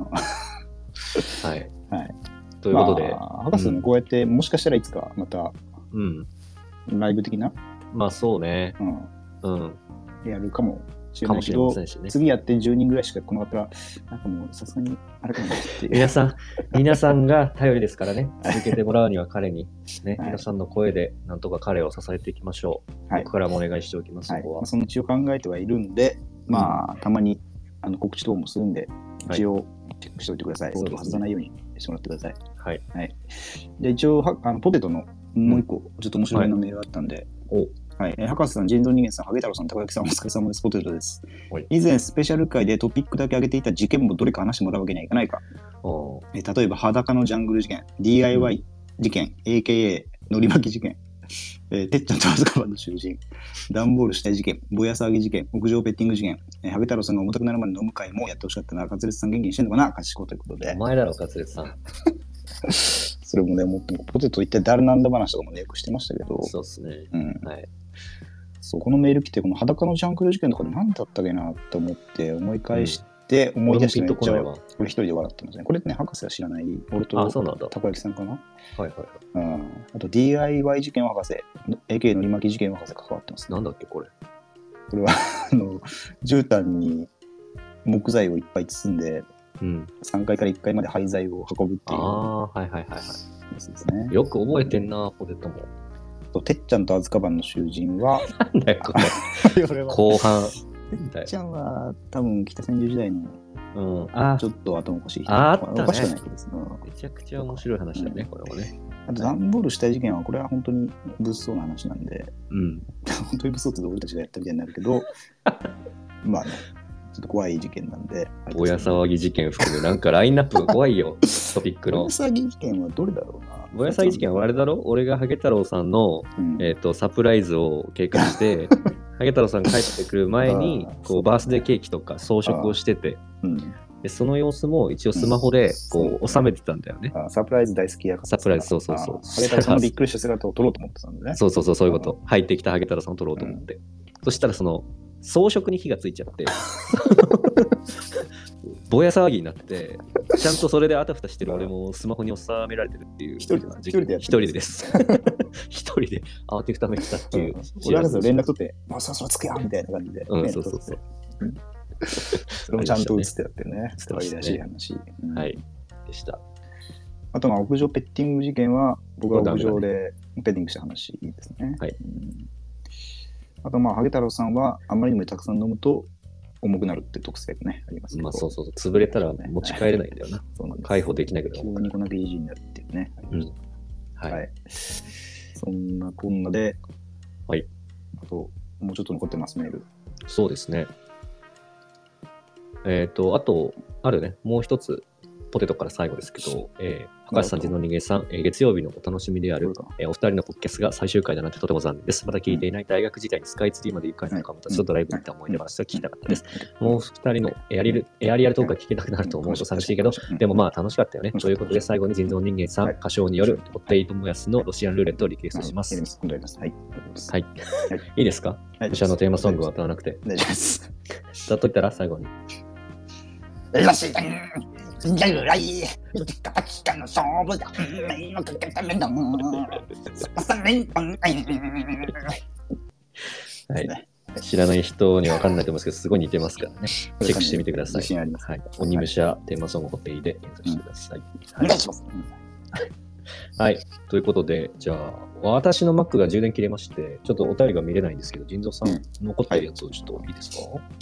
はい。はい。ということで、まあ、博士もこうやって、もしかしたらいつかまたうん。ライブ的な、まあそうね。うん、うん。やるかもしれなかもいしけれまど、せんしね。次やって10人ぐらいしか来なかったら、なんかもうさすがにあれかもなっていう。皆さん、皆さんが頼りですからね、続けてもらうには彼に、ね、はい皆さんの声で、なんとか彼を支えていきましょう。はい僕からもお願いしておきます、はいそこまはあ、。その一応考えてはいるんで、まあ、たまにあの告知等もするんで、はい一応チェックしておいてください。そうですね外さないようにしてもらってください。はい。で、一応はあの、ポテトのもう一個、ちょっと面白いのメールがあったんで、おはいえー博士さん、人造人間さん、ハゲ太郎さん、高木さん、お疲れ様です。ポテトですはい。以前、スペシャル回でトピックだけ上げていた事件もどれか話してもらうわけにはいかないか。おーえー例えば、裸のジャングル事件、DIY 事件、AKA のり巻き事件、えーてっちゃんとアズカバンの囚人、段ボール死体事件、ぼや騒ぎ事件、屋上ペッティング事件、えー、ハゲ太郎さんが重たくなるまで飲む会もやってほしかったな、カツレツさん元気にしてんのかな、かしこうということでお、前だろ、勝烈さん。それもね、もっとポテト一体誰なんだ話とかもね、よくしてましたけど、そうですね。うん、はい。そうこのメール来て、この裸のジャングル事件とか何だったっけなと思って、思い返して、思い出してめっちゃ、俺も俺一人で笑ってますね。これね、博士は知らない、俺ピンとこないわ。あ、とそうなんだ。はたこ焼きさんかないはいはい。うんあと DIY 事件は博士、AK のり巻き事件は博士関わってますね。なんだっけ、これ。これはあの絨毯に木材をいっぱい包んで、うん。 3階から1階まで廃材を運ぶってあいうあ、はいはいはいはやつですねい。。よく覚えてんな、ポテトも。あとてっちゃんとあずかばんの囚人 は、なんだ よ、これ。俺は後半。てっちゃんは多分北千住時代のうん。あちょっと後のおかしい人ああったねおかしくない人ですね。うんめちゃくちゃ面白い話だね、これはね。あと段ボール死体事件はこれは本当に物騒な話なんで、 うん。本当に物騒って俺たちがやったみたいになるけ ど、まあね、ちょっと怖い事件なんで。ぼや騒ぎ事件含め、なんかラインナップが怖いよ、トピックぼやの。騒ぎ事件はどれだろうな。ぼや騒ぎ事件はあれだろ俺がハゲ太郎さんの、うんえー、とサプライズを計画 して、ハゲ太郎さん帰ってくる前にあーこうバースデーケーキとか装飾をしてて、うんでその様子も一応スマホでこうんう収めてたんだよね。あサプライズ大好きやから。サプライズそうそうそうあハゲ太郎さんのびっくりした姿を撮ろうと思ってたんでね。そうそうそう、そういうこと。入ってきたハゲ太郎さんを撮ろうと思って。そしたら、その装飾に火がついち ゃって、ぼや騒ぎになって、ちゃんとそれであたふたして る俺もスマホに収められてるっていう。一人で一人でやってる一人でです。 一人で慌てふためきたっていう。俺は連絡取って、もうそろそろ着くよみたいな感じで。うんねそうそうそう。 それもちゃんと映ってやってね。映って可ま愛したねらしい話。うんはい。でした。あと、まあ屋上ペッティング事件は、僕は屋上で、ペンディングした話ですね。はいうんあと、まあ、ハゲ太郎さんは、あまりにもたくさん飲むと重くなるって特性がね、ありますけどまあそうそうそう、潰れたら持ち帰れないんだよな。そうなんです解放できないけど急にこんだけ維持になるっていうね。うんはい。はい。そんなこんなで、はい。あと、もうちょっと残ってます、メール。そうですね。えっ、と、あと、あるね、もう一つ、ポテトから最後ですけど、えー、博士さん、なるほど人の人間さん、えー月曜日のお楽しみであるどうだえーお二人のポッキャスが最終回だなんてとても残念です。まだ聞いていない大学時代にスカイツリーまで行くかなんかも私とドライブに行った思い出話は聞きたかったです。もう二人のエアリルエアリアルトークが聞けなくなると思うと寂しいけど、うんでもまあ楽しかったよね。うんということで最後に人造人間さん、はい歌唱によるホッテイトモヤスのロシアンルーレットをリクエストしまあすやり。今度やります。はい。ありがとうございますはい。いいですかはいロシアのテーマソングは歌わなくて。大丈夫です。ざっと言ったら最後に。ロシアン、従来、打ち方機関の勝負だ、うんのかけための、さ連覇、はい。知らない人には分かんないと思いますけど、すごい似てますからね。チェックしてみてください。自信あります。はい。鬼武者テーマソングホテイで演奏してください。お願いします。はい。ということで、じゃあ、私の Mac が充電切れまして、ちょっとお便りが見れないんですけど、人造さん、うん残ってるやつをちょっといいですか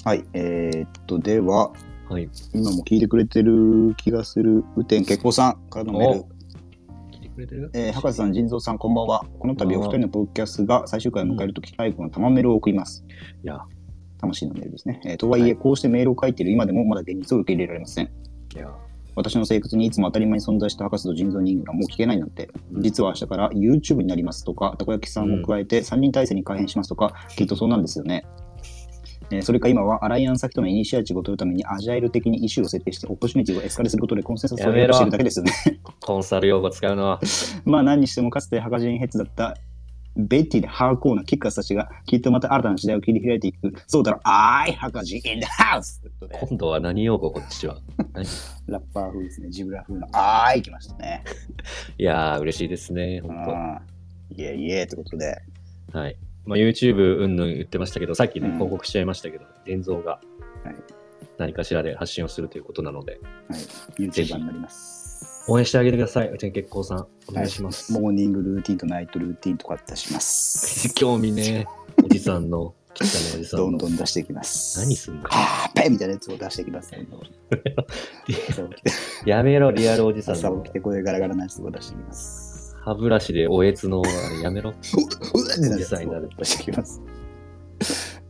はい。えーっと、では、はい。今も聞いてくれてる気がする、雨天結構さんからのメールお。聞いてくれてるえー、博士さん、仁蔵さん、こんばんは。この度、お二人のポッキャスが最終回を迎えるとき、最後の玉メールを送ります。いや、魂のメールですね。えーとはいえ、こうしてメールを書いている今でもまだ現実を受け入れられません。いや、私の生活にいつも当たり前に存在した博士と人造人間がもう聞けないなんて、うん実は明日から YouTube になりますとか、たこ焼きさんを加えて3人体制に改変しますとか、きっとそうなんですよね。えーそれか今はアライアン先とのイニシアチブを取るためにアジャイル的にイシューを設定してオプシュニティをエスカレートすることでコンセンサスを得ようとしているだけですよ ね。コンサル用語使うのは、まあ何にしてもかつてハカジンヘッズだったベッティでハーコーなキッカーたちがきっとまた新たな時代を切り開いていく。そうだろ、アイハカジン in the house! ということで今度は何用語こっちは。何ラッパー風ですね、ジブラ風のアーいきましたね。いやー、嬉しいですね、本あーいえいえ、ということで。当。はい。まあ、YouTube うんぬん言ってましたけど、さっきね、うん報告しちゃいましたけど、人造がはい何かしらで発信をするということなので、はい、YouTuber になります。応援してあげてください。うちの結構さん、お願いします。モーニングルーティンとナイトルーティンとか出します。興味ね、おじさんの、汚いおじさんの。どんどん出していきます。何すんだはーペンみたいなやつを出していき ます。どんどん朝起きてやめろ、リアルおじさん朝の起き。て声ガラガラなやつを出していきます。歯ブラシでおえつの、あれやめろ。うわってなる実際になる出してきます。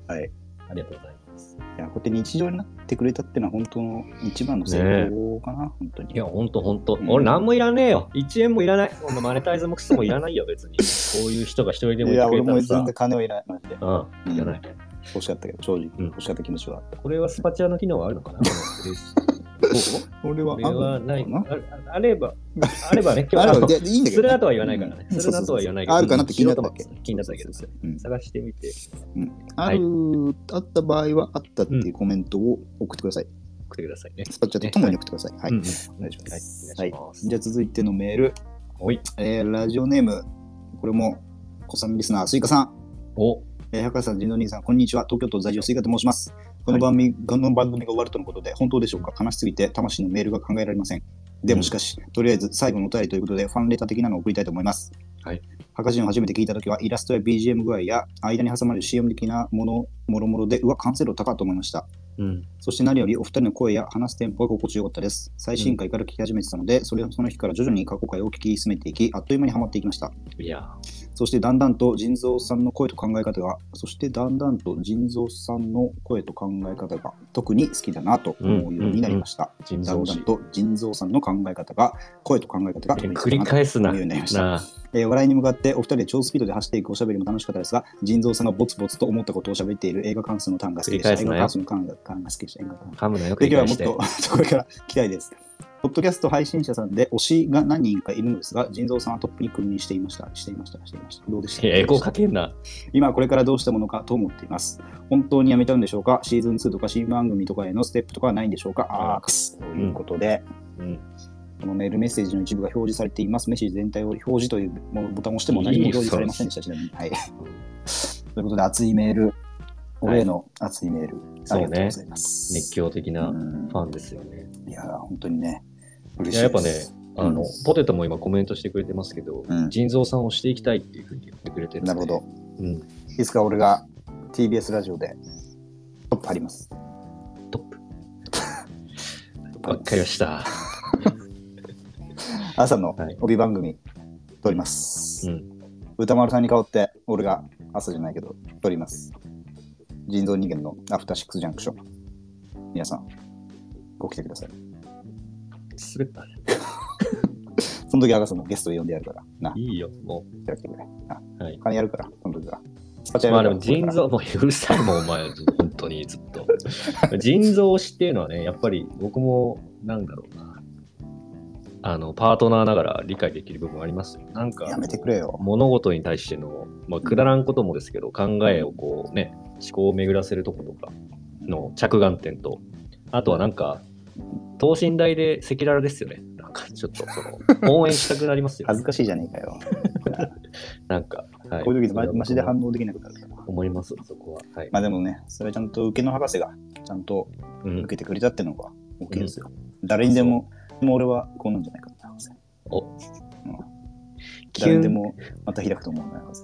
はい。いありがとうございます。や、こうやって日常になってくれたってのは本当の一番の成功かな、本当に。いや、ほんとほんと。うん俺、なんもいらねえよ。1円もいらない。このマネタイズもクソもいらないよ、別に。こういう人が一人でもいいやてく俺れもたら全さ然。金はいらない。うん、いらない。欲しかったけど、正直、うん欲しかった気持ちはあっこれはスパチャの機能はあるのか なこのそうた。俺はこれはないあるのかあああれば、あればね、今 日あるあのいやいいんだけどすね、るなとは言わないからね。うんするなとは言わないそうそうそうあるかなって気になっただだけ。気になっただけですそう。そうそううん探してみて、ある、あった場合は、あったっていうコメントを送ってください。送ってくださいね。スパッチャとともに送ってください。はい。うんお願いします。ははいいお願いしますじゃあ続いてのメール、おい、えーラジオネーム、これも、小さんリスナー、スイカさん。お、えー、博士さん、仁の兄さん、こんにちは。東京都在住、スイカと申します。この番組,、この番組が終わるとのことで、本当でしょうか悲しすぎて、魂のメールが考えられません。でうんもしかし、とりあえず最後のお便りということで、ファンレター的なのを送りたいと思います。はい。博士を初めて聞いたときは、イラストや BGM 具合や、間に挟まる CM 的なもの、もろもろで、うわ、完成度高いと思いました。うん、そして何よりお二人の声や話すテンポが心地よかったです。最新回から聞き始めてたので、それその日から徐々に過去回を聞き進めていき、あっという間にハマっていきました。いやそしてだんだんと人造さんの声と考え方が、そしてだんだんと人造さんの声と考え方が特に好きだなと思うようになりました。ー、腎だん臓だん師。と人造さんの考え方が、声と考え方が特に好繰きだりなと返すな。思うようになりました。なあえー笑いに向かってお二人で超スピードで走っていくおしゃべりも楽しかったですが、人造さんがボツボツと思ったことを喋っている映画関数の単が好きでした。繰り返す映な画よ関数の単が単が好きでした。映画関数噛むなよ、繰でりきればも返し。ってとこれから期待です。ポッドキャスト配信者さんで推しが何人かいるのですが、人造さんはトップに君臨していました。していました。していました。どうでしたいや、エコーかけんな。今これからどうしたものかと思っています。本当にやめたんでしょうかシーズン2とか新番組とかへのステップとかはないんでしょうかあーくすということで、うん、このメールメッセージの一部が表示されています。メッセージ全体を表示というボタンを押しても何も表示されませんでした。ちなみに。はい。 ということで、熱いメール、お礼の熱いメール、そうあねりがとうございます。熱狂的なうフんァンですよね。いやー、本当にね、嬉いしや、いやっでぱす。ね、あの、ポテトも今コメントしてくれてますけど、うん腎臓さんをしていきたいっていうふうに言ってくれてるんでなるほど。うん、いつか俺が TBS ラジオでトップ張ります。トッ プ。わかりました。朝のはい帯番組撮ります、うん歌丸さんに代わって俺が朝じゃないけど撮ります人造人間のアフターシックスジャンクション皆さんご来てください滑ったね。その時赤さんもゲスト呼んでやるからないいよ、もやってくれなう。はい。金やるからその時はスパチャまやあでるもから腎臓、もううるさいもん、お前、本当にずっと。腎臓推しっていうのはね、やっぱり僕も、なんだろうな、あの、パートナーながら理解できる部分ありますよ。なんか、やめてくれよ物事に対しての、まあ、くだらんこともですけど、考えをこうね、思考を巡らせるとことかの着眼点と、あとはなんか、等身大で赤裸々ですよね。なんかちょっとその、応援したくなります よ、恥ずかしいじゃねえかよなんか、はいこういう時ママジで反応できなくなるから思います、そこは。はい。まあでもねそれはちゃんと受けの博士がちゃんとうん受けてくれたってのが大きいですよ、誰にでももう俺はこうなんじゃないかな博士お誰でもまた開くと思うんだよ、博士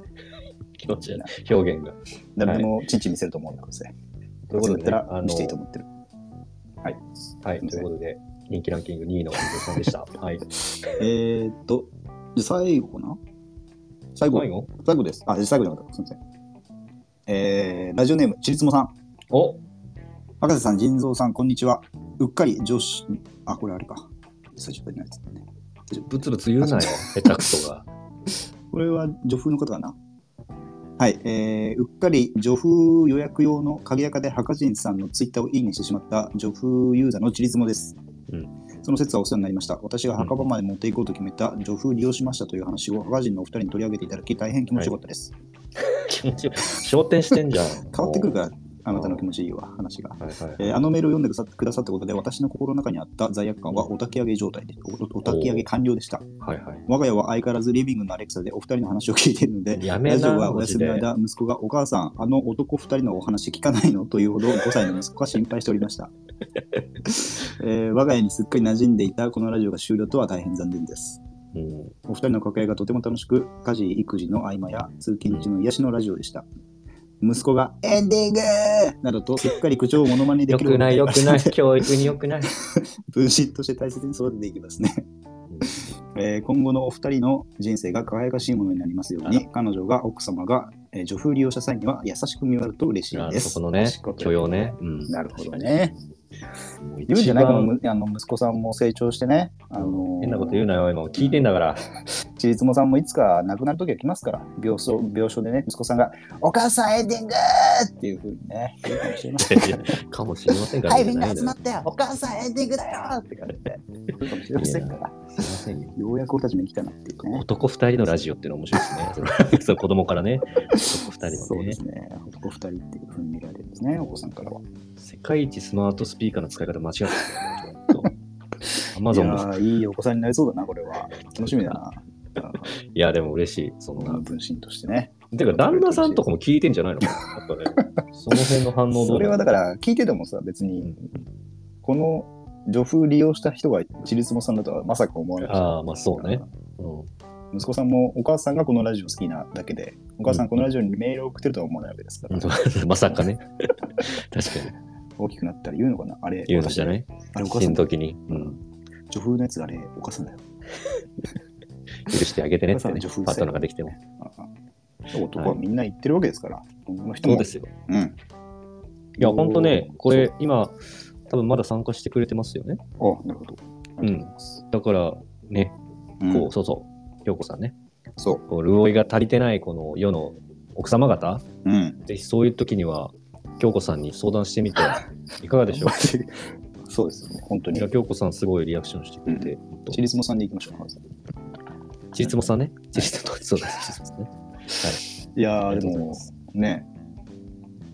気持ちいい表現が。誰でもチンチン見せると思うんだよ、博士ということだったで、らあ見のせていいと思ってる。はい、ということで、人気ランキング2位の伊藤さんでした。 はい。えー、っと、じゃあ最後かな最後最後最後です。あ、最後じゃなかった。すみません。えー、ラジオネーム、ちりつもさん。お博士さん、腎臓さん、こんにちは。うっかり上司、あ、これあれか。最初のやつだね。ぶつぶつ言うなよ、下手くそが。これは女風の方かなはい、えー、うっかり女風予約用の鍵垢で博人さんのツイッターをいいねしてしまった女風ユーザーのちりずもです、うんその説はお世話になりました私が墓場まで持っていこうと決めた女風利用しましたという話を博人のお二人に取り上げていただき大変気持ちよかったです、気持ちよい。焦点してんじゃん。 変わってくるかからあなたの気持ちいいわ話がら。はいはいえーあのメールを読んでくださくださったことで私の心の中にあった罪悪感はお焚き上げ状態でおお焚き上げ完了でしたはいはい我が家は相変わらずリビングのアレクサでお二人の話を聞いているのでやラめジオな、はおマ休ジみで。の間、息子がお母さん、あの男二人のお話聞かないのというほど5歳の息子が心配しておりま した。えー我が家にすっかり馴染んでいたこのラジオが終了とは大変残念です。うんお二人の掛け合いがとても楽しく、家事、育児の合間や通勤中の癒しのラジオでした。息子がエンディングなどとすっかり口調をモノマネでよきるようにくなないりよまくしたなの いで、教育によくない。分身として大切に育てていきますね。えー今後のお二人の人生が輝かしいものになりますようあに、彼女が奥様が、えー女風利用した際には優しく見張ると嬉しいあです。そこのね仕事、許容ね。うん。なるほどね。もう一番言うんじゃないこのむあの息子さんも成長してね、あの変なこと言うなよ、今。聞いてんだ から。ちりつもさんもいつか亡くなる時が来ますから、病床病床でね、息子さんが、お母さんエンディングっていうふうにね、言うかもしれません。かもしれませんから。。はい、みんな集まっててよ。お母さんエンディングだよって感じで、言うかもしれませんから、すいませんよ。ようやく俺たちも生きたなっていうね。男二人のラジオっていうの面白いですね。そ のそう子供からね。男二人そのうねですね。男二人っていうふうに見られるんですね、お子さんからは。世界一スマートスピーカーの使い方間違ってたよね。 アマいゾやンも。ーいいお子さんになりそうだな、これは。楽しみだな。うんいや、でも嬉しい。その、分身としてね。てか、旦那さんとかも聞いてんじゃないのやっぱね、その辺の反応どうそれはだかから、聞いててもさ、別に、この女風利用した人がちりつもさんだとはまさか思わなかった。ああ、まあそうね。うん息子さんもお母さんがこのラジオ好きなだけで、お母さんこのラジオにメールを送ってるとは思わないわけですから、まさかね。確かに。大きくなったら言うのかなあれ、言うのじゃないあれお母死さんぬだよ時に、うん。女風のやつあれ、お母さんだよ。許してあげてねっおて母さねんは女夫。妻パートナーができても。ああ男はみんな言ってるわけですから、この人そうもで。すよ。うん。いや、ほんとね、これ、今、多分まだ参加してくれてますよね。そう。あ、なるほど。ありがとうございますだから、ね、うんこう、そうそう、京子さんね。そう。こう、潤いが足りてない、この世の奥様方、うん。ぜひそういう時には、京子さんに相談して みて、いかがでしょうか。そうですよね、本当いにや。京子さん、すごいリアクションしてくれて、ちりつもさんでいきましょうまずちりつもさんね、ちりつもそうです、ちりつもね。いやあー、りがとでうございもます、ね。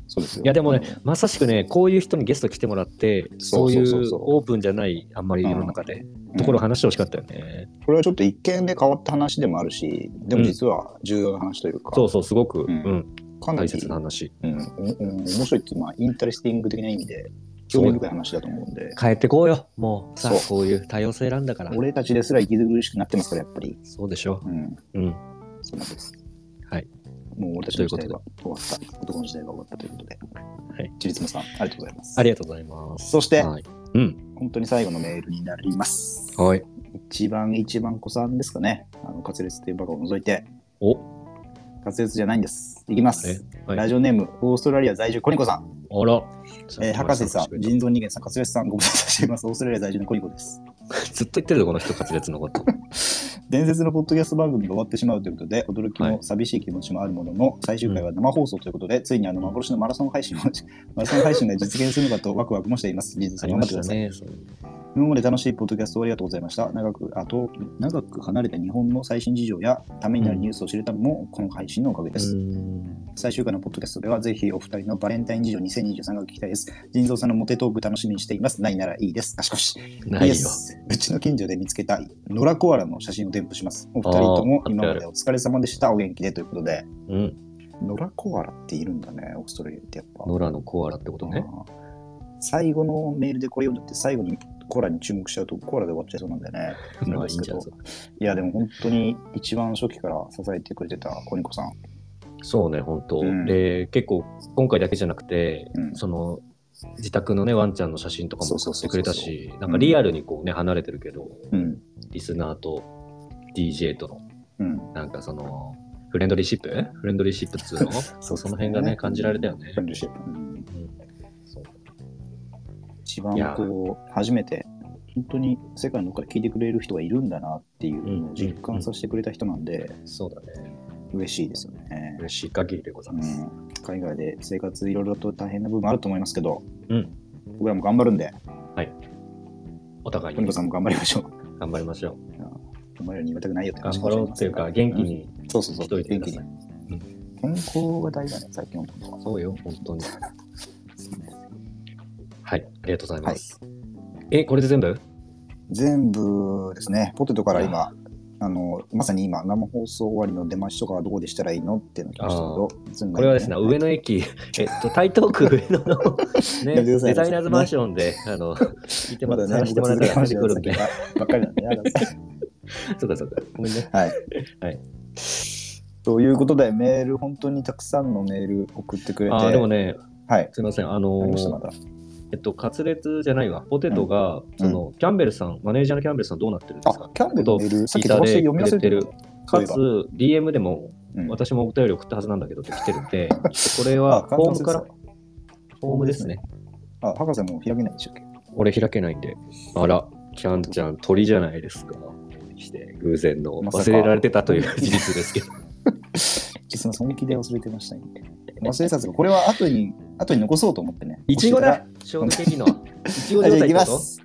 そうですよ。いや、でもね、まさしくね、こういう人にゲスト来てもらって、そそううそいうそうそううオープンじゃない、あんまり世の中で、ところうをん話してほしかったよね。これはちょっと一見で変わった話でもあるし、でも実は重要な話というか、そうそう、すごく、んうん、かな大り、切な話。うん、おお面白いっていう、まあ、インタレスティング的な意味で、興味深い話だと思うんで、変えてこうよ。もうさ、そうこういう多様性なんだから。俺たちですら息苦しくなってますから、やっぱり。そうでしょうん、う。うん。そうなんです。はい。もう俺たちの時代は終わった。男の時代が終わったということで。はいちりつもさん、ありがとうございます。ありがとうございます。そして、はい。うん。本当に最後のメールになります。はい。一番一番子さんですかね。あの、滑舌というバカを除いて、お、滑舌じゃないんです。いきます。はい、ラジオネーム、オーストラリア在住コニコさん。あら。えー博士さん、ず人造人間さん、滑舌さん、ご無沙汰しています。オーストラリア在住のコニコです。っと言ってるぞ、この人、滑舌 のこと。伝説のポッドキャスト番組が終わってしまうということで、驚きはいも寂しい気持ちもあるものの、最終回は生放送ということで、ついにあの幻のマラソン配信を、 マラソン配信が実現するのかとワ クワクもしています。人造あさん、り頑ま張ってくしたださい。ね。今まで楽しいポッドキャストをありがとうございました。長く、あと、長く離れた日本の最新事情やためになるニュースを知るためも、この配信のおかげでうす。ん。最終回のポッドキャストでは、ぜひお二人のバレンタイン事情2023が聞きたいです。人造さんのモテトーク楽しみにしています。ないならいいです。かしこし。ないイエよ。スうちの近所で見つけた野良コアラの写真を添付します。お二人ともあー今までお疲れ様でした。お元気でということで、うん。野良コアラっているんだね、オーストラリアってやっぱ。野良のコアラってことね。あー最後のメールでこれ読んでて、最後にコアラに注目しちゃうとコアラで終わっちゃいそうなんだよね。 まあいいんじゃないですか。いや、でも本当に一番初期から支えてくれてたコニコさん。そうね、本当、うんで、結構、今回だけじゃなくて、うんその、自宅のね、ワンちゃんの写真とかそもうそ送うそうそってくうれたし、なんかリアルにこうね、離れてるけど、うん。リスナーと DJ とのうん。なんかその、フレンドリーシップフレンドリーシップっつ うのそう、その辺がね、感じられたよね。フレンドリーシップうんそう一いや番こう、初めて、本当に世界のどっかで聞いてくれる人がいるんだなっていうのを実感させてくれた人なんで、そうだね。嬉しいですよね。嬉しい限りでございうます。ん、海外で生活いろいろと大変な部分もあると思いますけど、うん僕らも頑張るんで、お互いトニにコさんも頑張りましょう。頑張りましょう。お前らに言われたくないよって頑話張ろうっていうか、元気にうんそうそうそしう、といて元気くだにさい。。健康が大事だね、最近思うのは。そうよ、本当に。はい、ありがとうございます。え、これで全部全部ですね、ポテトから今、あのまさに今、生放送終わりの出ましとかはどこでしたらいいのっていうのを聞きましたけど、これはですね、上の野 駅、えっと、台東区上野の、ね、やめてくださいデザイナーズマンションで、あの、聞いてまもらだっね、たら、探してもらったら出てくるんで、ばっかりなんで、ね、そうかそうか、ごめんね。はい。 はいということで、メール、本当にたくさんのメール送ってくれて、あー、でもね、はい、すいません、あのありました、ーまだ。えっと、カツレツじゃないわ、ポテトが、その、キャンベルさん、マネージャーのキャンベルさんどうなってるんですあか、キャンベルのメール、さっきギター飛ばでして読み忘れてくれてかつ、DM でも、うん私もお便り送ったはずなんだけどって来てるん で、これあは、簡単フォームから、そうフそうォームですね。あ、博士もう開けないんでしたっけ俺開けないんで。あら、キャンちゃん鳥じゃないですか。して偶然のまさか忘れられてたという事実ですけど。実は本気で忘れてましたね。 忘れさず、これは後に、後に残そうと思ってね。いちごだショートケーキの。い ちごはい状じゃあ態いってきこまとす。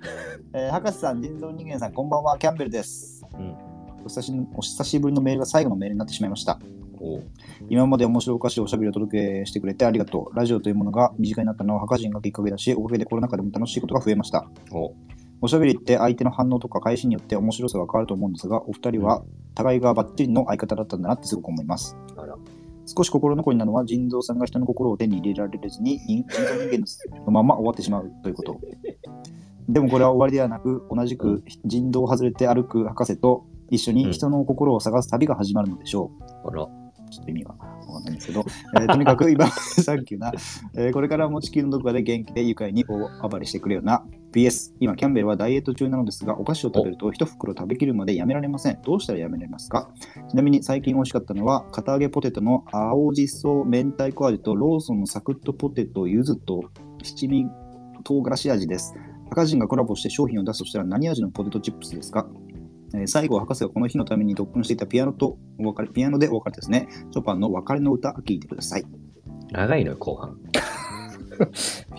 えー博士さん、人造人間さん、こんばんは、キャンベルです。うんお久しお久しぶりのメールが最後のメールになってしまいました。おう今まで面白おかしいおしゃべりをお届けしてくれてありがとう。ラジオというものが身近になったのは博士がきっかけだし、おかげでコロナ禍でも楽しいことが増えました。おうおしゃべりって相手の反応とか返しによって面白さが変わると思うんですが、お二人は互いがバッチリの相方だったんだなってすごく思います。あら少し心残りなのは、人造さんが人の心を手に入れられずに、人人造人間のまま終わってしまうということ。でもこれは終わりではなく、同じく人道を外れて歩く博士と一緒に人の心を探す旅が始まるのでしょう。あら。ちょっと意味がわかんないんですけど、えーとにかく今、サンキューな、えーこれからも地球のどこかで元気で愉快に大暴れしてくれよな。PS、今、キャンベルはダイエット中なのですが、お菓子を食べると一袋食べきるまでやめられません。どうしたらやめられますかちなみに最近美味しかったのは、片揚げポテトの青じそ明太子味とローソンのサクッとポテト柚子と七味唐辛子味です。赤人がコラボして商品を出すとしたら何味のポテトチップスですかえー最後は博士がこの日のために特訓していたピアノとお別れ、ピアノでお別れですね。ショパンの別れの歌、聴いてください。長いのよ、後半。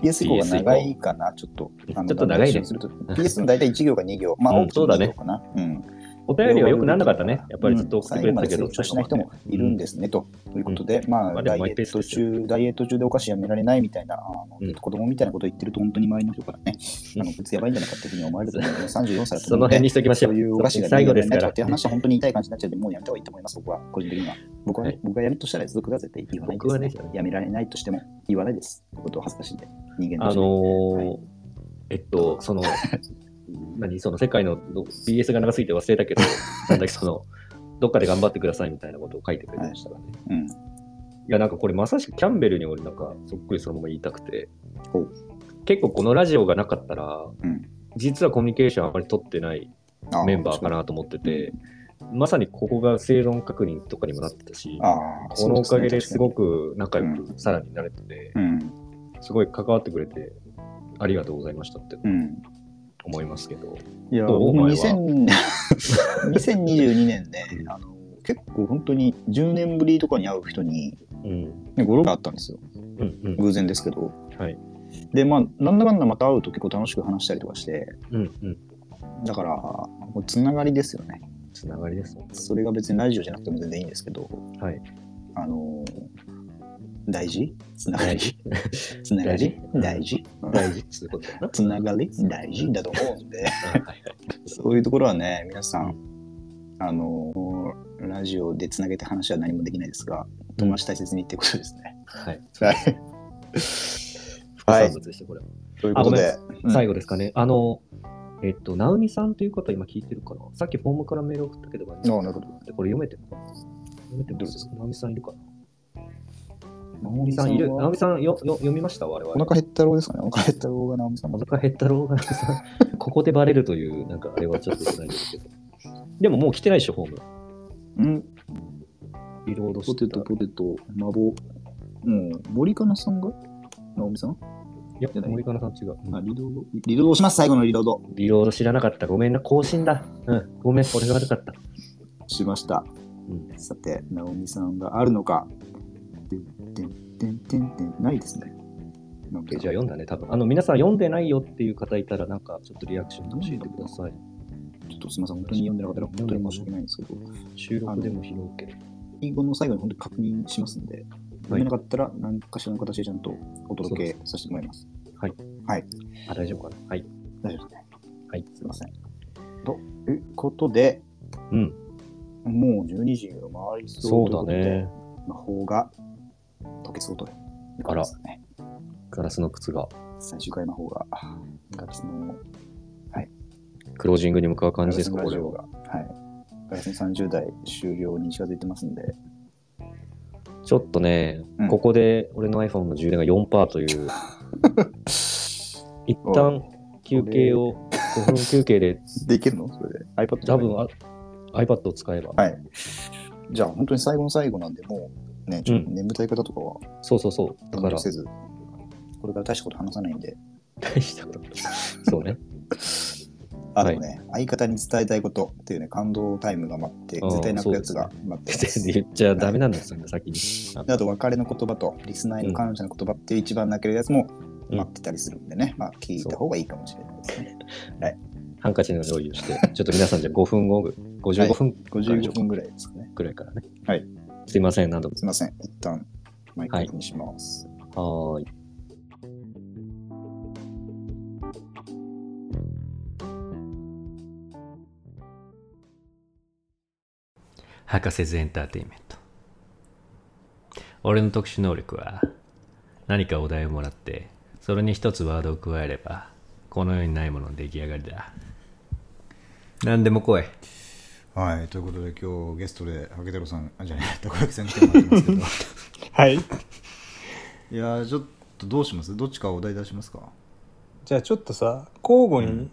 PS 以降が長いかな、ちょっと。あのちょっと長いダメね出しをすると PS の大体1行か2行。まあ、う多んくてもそうだね二行かな。うん。お便りは良くならなかったね。やっぱりずっと送ってくれてたけど。うん最後まで成長しない人もいるんですね、ということで、ままああ、でダもイマエイペーッストですよ中、ダイエット中でお菓子やめられないみたいな、あのうん子供みたいなこと言ってると、本当に周りの人からね、あのこいつやばいんじゃないかっていうふうに思われると思うので、34歳だとそ思のうので辺にしときましょ。そうういうお菓子が最後ですかならっ。て話は本当に痛い感じになっちゃうんで、もうやめた方がいいと思います、僕は、個人的には。僕は、はい僕がやるとしたら続くだぜって言わないです、僕はねやめられないとしても言わないです。ことを恥ずかしいんで、人間とあしてのね、ーはいえっと、その、 何、その世界のど BS が長すぎて忘れた けど、なんだっけ、その、どっかで頑張ってくださいみたいなことを書いてくれましたからね。うん。いや、なんかこれまさしくキャンベルに俺なんかそっくりそのまま言いたくてほう、結構このラジオがなかったら、うん実はコミュニケーションあまり取ってないあメンバーか。なと思ってて、まさにここが生存確認とかにもなってたし、ああ、このおかげですごく。く仲良くさらになれてて、うん。すごい関わってくれて、ありがとうございましたってうん。思いますけど、いや、どう僕お前は2000 2022年ね、あの結構本当に10年ぶりとかに会う人に、うん、ね、語呂があったんですよ。うん、うん、偶然ですけど。はい。で、まあ、なんだかんだまた会うと結構楽しく話したりとかして、うん、うん、だから、もうつながりですよね。つながりですもん。それが別にラジオじゃなくても全然いいんですけど、はい。あの大事つながり つなが大り事大事大事っ つうことだな。つながり大事だと思うんで、 はいはいはいそういうところはね、皆さん、あのラジオでつなげた話は何もできないですが、友達大切にっていうことですね。はい。はい。副はい産物でした、これは。ということであ、うん最後ですかね。あの、えっと、ナウミさんという方、今聞いてるかなさっきフォームからメール送ったけど、これあなるほど。読めてるかな読めてますナウミさんいるかな直ナウミ美ささんいるんナウはミさんよよ読みました我々。お腹減ったろうですかね。お腹減ったろうが直美さんおも。腹減ったろうが、さん ここでバレるという、なんかあれはちょっと良くないんですけど。でももう来てないでしょ、ホーム。うん。リロードポしてテたト、。ポテト、マボ。うん。森かなさんが直美さんいや、森かなさん違う。うんあ、リロード。リロードします、最後のリロード。リロード知らなかった。ごめんな、更新だ。うん、ごめん、俺が悪かった。しました。うんさて、ナオミさんがあるのか。てんてんてんてんてんないですね。なんペかージは読んだね、多分。あの、皆さん読んでないよっていう方いたら、なんかちょっとリアクション教えてください。ちょっとすみません、本当に読んでなかったら本当に申し訳ないんですけど、収録でも拾うけど。英語の最後に本当に確認しますんで、読めなかったら何かしらの形でちゃんとお届けさせてもらいます。あ、大丈夫かなはい。大丈夫ですね。はい。すみません。ということで、うん。もう12時を回りそそううだというね。ことで。魔法が解けそうということですね。ガラスの靴が最終回魔法が、ガラスのクロージングに向かう感じですか、ガこラスれのは。ラジオがはい。ガラスの30代終了に近づいてますんで、ちょっとね、うんここで俺の iPhone の充電が4%と いう、一旦休憩を、5分休憩で、でいけるのそれで iPad 多分あ iPad を使えば、はい。じゃあ、本当に最後の最後なんで、もうね、ちょっと眠たい方とかはそうそうそう、だ遠から慮、せず、これから大したこと話さないんで、大したことない。そうね。あとね、相方に伝えたいことっていうね、感動タイムが待って、うん絶対泣くやつが待ってます。言っちゃダメなんですよ、先に。ああと、別れの言葉と、リスナーへの感謝の言葉っていう一番泣けるやつもうん待ってたりするんでね、まあ、聞いた方がいいかもしれないですね。ハンカチの用意をして、ちょっと皆さんじゃあ5分後ぐ、55分55分ぐらいですかね。くらいからね。はい。すいません、何度も。すいません、一旦マイクオフにします。はーい。博士ズエンターテインメント俺の特殊能力は何かお題をもらってそれに一つワードを加えればこの世にないものの出来上がりだ何でも来いはい、ということで今日ゲストでハゲ太郎さん、あ、じゃ ねえ、たこ焼きさん来てもらってますけ ど。はい。いやー、ちょっとどうしますどっちかお題出しますかじゃあちょっとさ、交互に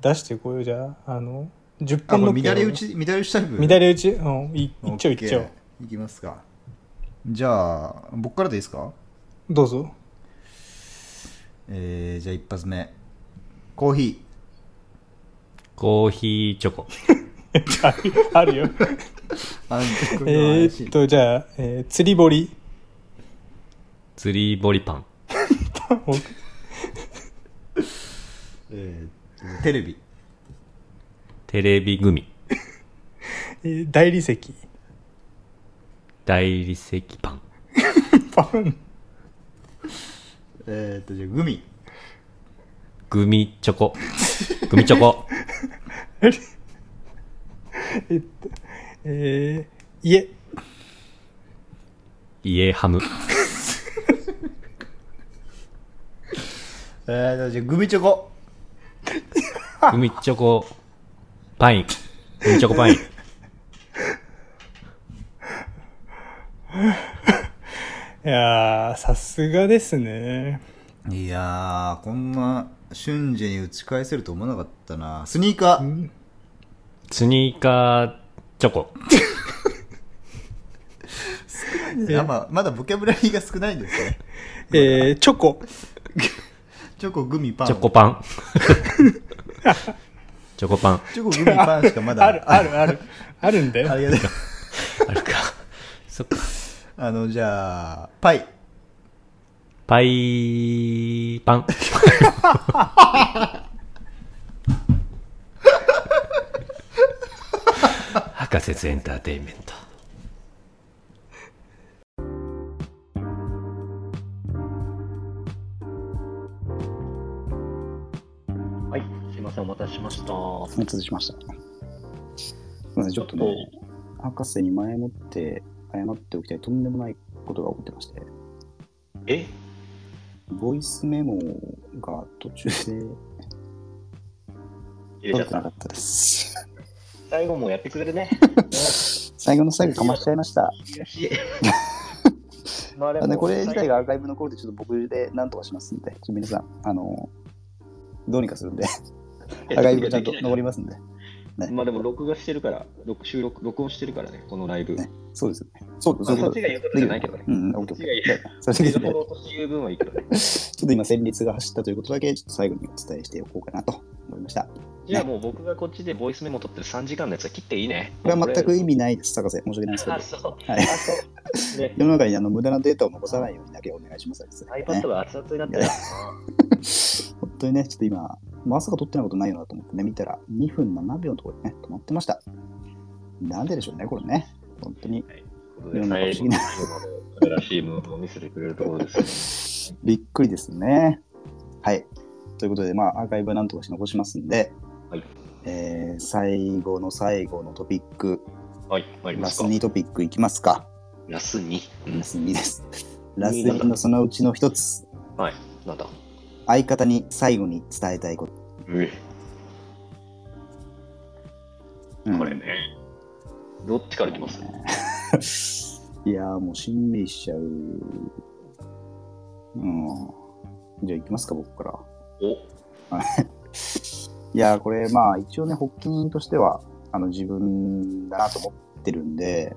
出してこようじゃあ、あの、10あ、本このれ乱れ打ち、乱れ打ちタイプ乱れ打ちうん、いいっちゃういっちゃう。う。いきますか。じゃあ、僕からでいいですかどうぞ。 えー、じゃあ一発目。コーヒコーヒーチョコああ るよ。ー。 あ、これはえ怪しーっい。と、じゃあ、えー釣り堀。釣り堀パンえーテレビ。テレビ組えー大理石。大理石パンパン。えーっと、じゃあグミ。グミチョコグミチョコえー家。家ハムえーっと、じゃあグミチョコ。海チョコパイン。海チョコパイン。いやー、さすがですね。いやー、こんな瞬時に打ち返せると思わなかったな。スニーカー。スニーカーチョコ。あまあまだボキャブラリーが少ないんですね。 えー、チョコ。チョコ、グミ、パン。チョコパン。チョコパン。チョコ、グミ、パンしかまだ。ある、ある、ある。あるんだあれがよ。ねあるか。そっか。あの、じゃあ、パイ。パイパン。博士エンターテインメント。はい、すいません、お待たせしました。お待たせしました。すみません、ちょっとね、博士に前もって謝っておきたいとんでもないことが起こってまして、えボイスメモが途中で入れち取ゃれってなた。かったです。最後もやってく れるね。最後の最後かましちゃいました。悔しい。まあであね、これ自体がアーカイブ残るんで、ちょっと僕で何とかしますんで、ちょっと皆さん、あの、どうにかするんで、アーカイブがちゃんと残りますんで、まあでも録画してるから、録収録録音してるからね、このライブ。ねそうですよね。そうまそあういうこそっとちが言うことできじゃるないけどね。うん、オッケーオッケー。 それだけ見でどころとして言う分はいいけどね。ちょっと今、戦律が走ったということだけ、ちょっと最後にお伝えしておこうかなと思いました。じゃあもう僕がこっちでボイスメモ取ってる3時間のやつは切っていいね。これは全く意味ないです、博士。申し訳ないですけどあ、。そう。はい、ね世の中にあの無駄なデータを残さないようにだけお願いします、ね。 iPad が熱々になってる。本当にね、ちょっと今、まさか撮ってないことないよなと思ってね、見たら2分7秒のところでね、止まってました。なんででしょうね、これね。本当に世の中最不思後議なの最後らしいものを見せてくれるところですよね。びっくりですね。はい。ということで、まあ、アーカイブはなんとかして残しますんで、はいえー最後の最後のトピック、はい、参りまラすスか。 2トピックいきますか。ラス2。ラス2です。 ラス2のそのうちの一つ、はい、なんだ。相方に最後に伝えたいこと。うえうんこれね。どっちからいきますいやーもうしんみりしちゃう。うん。じゃあ行きますか、僕から。お いやーこれまあ一応ね、発起人としてはあの自分だなと思ってるんで、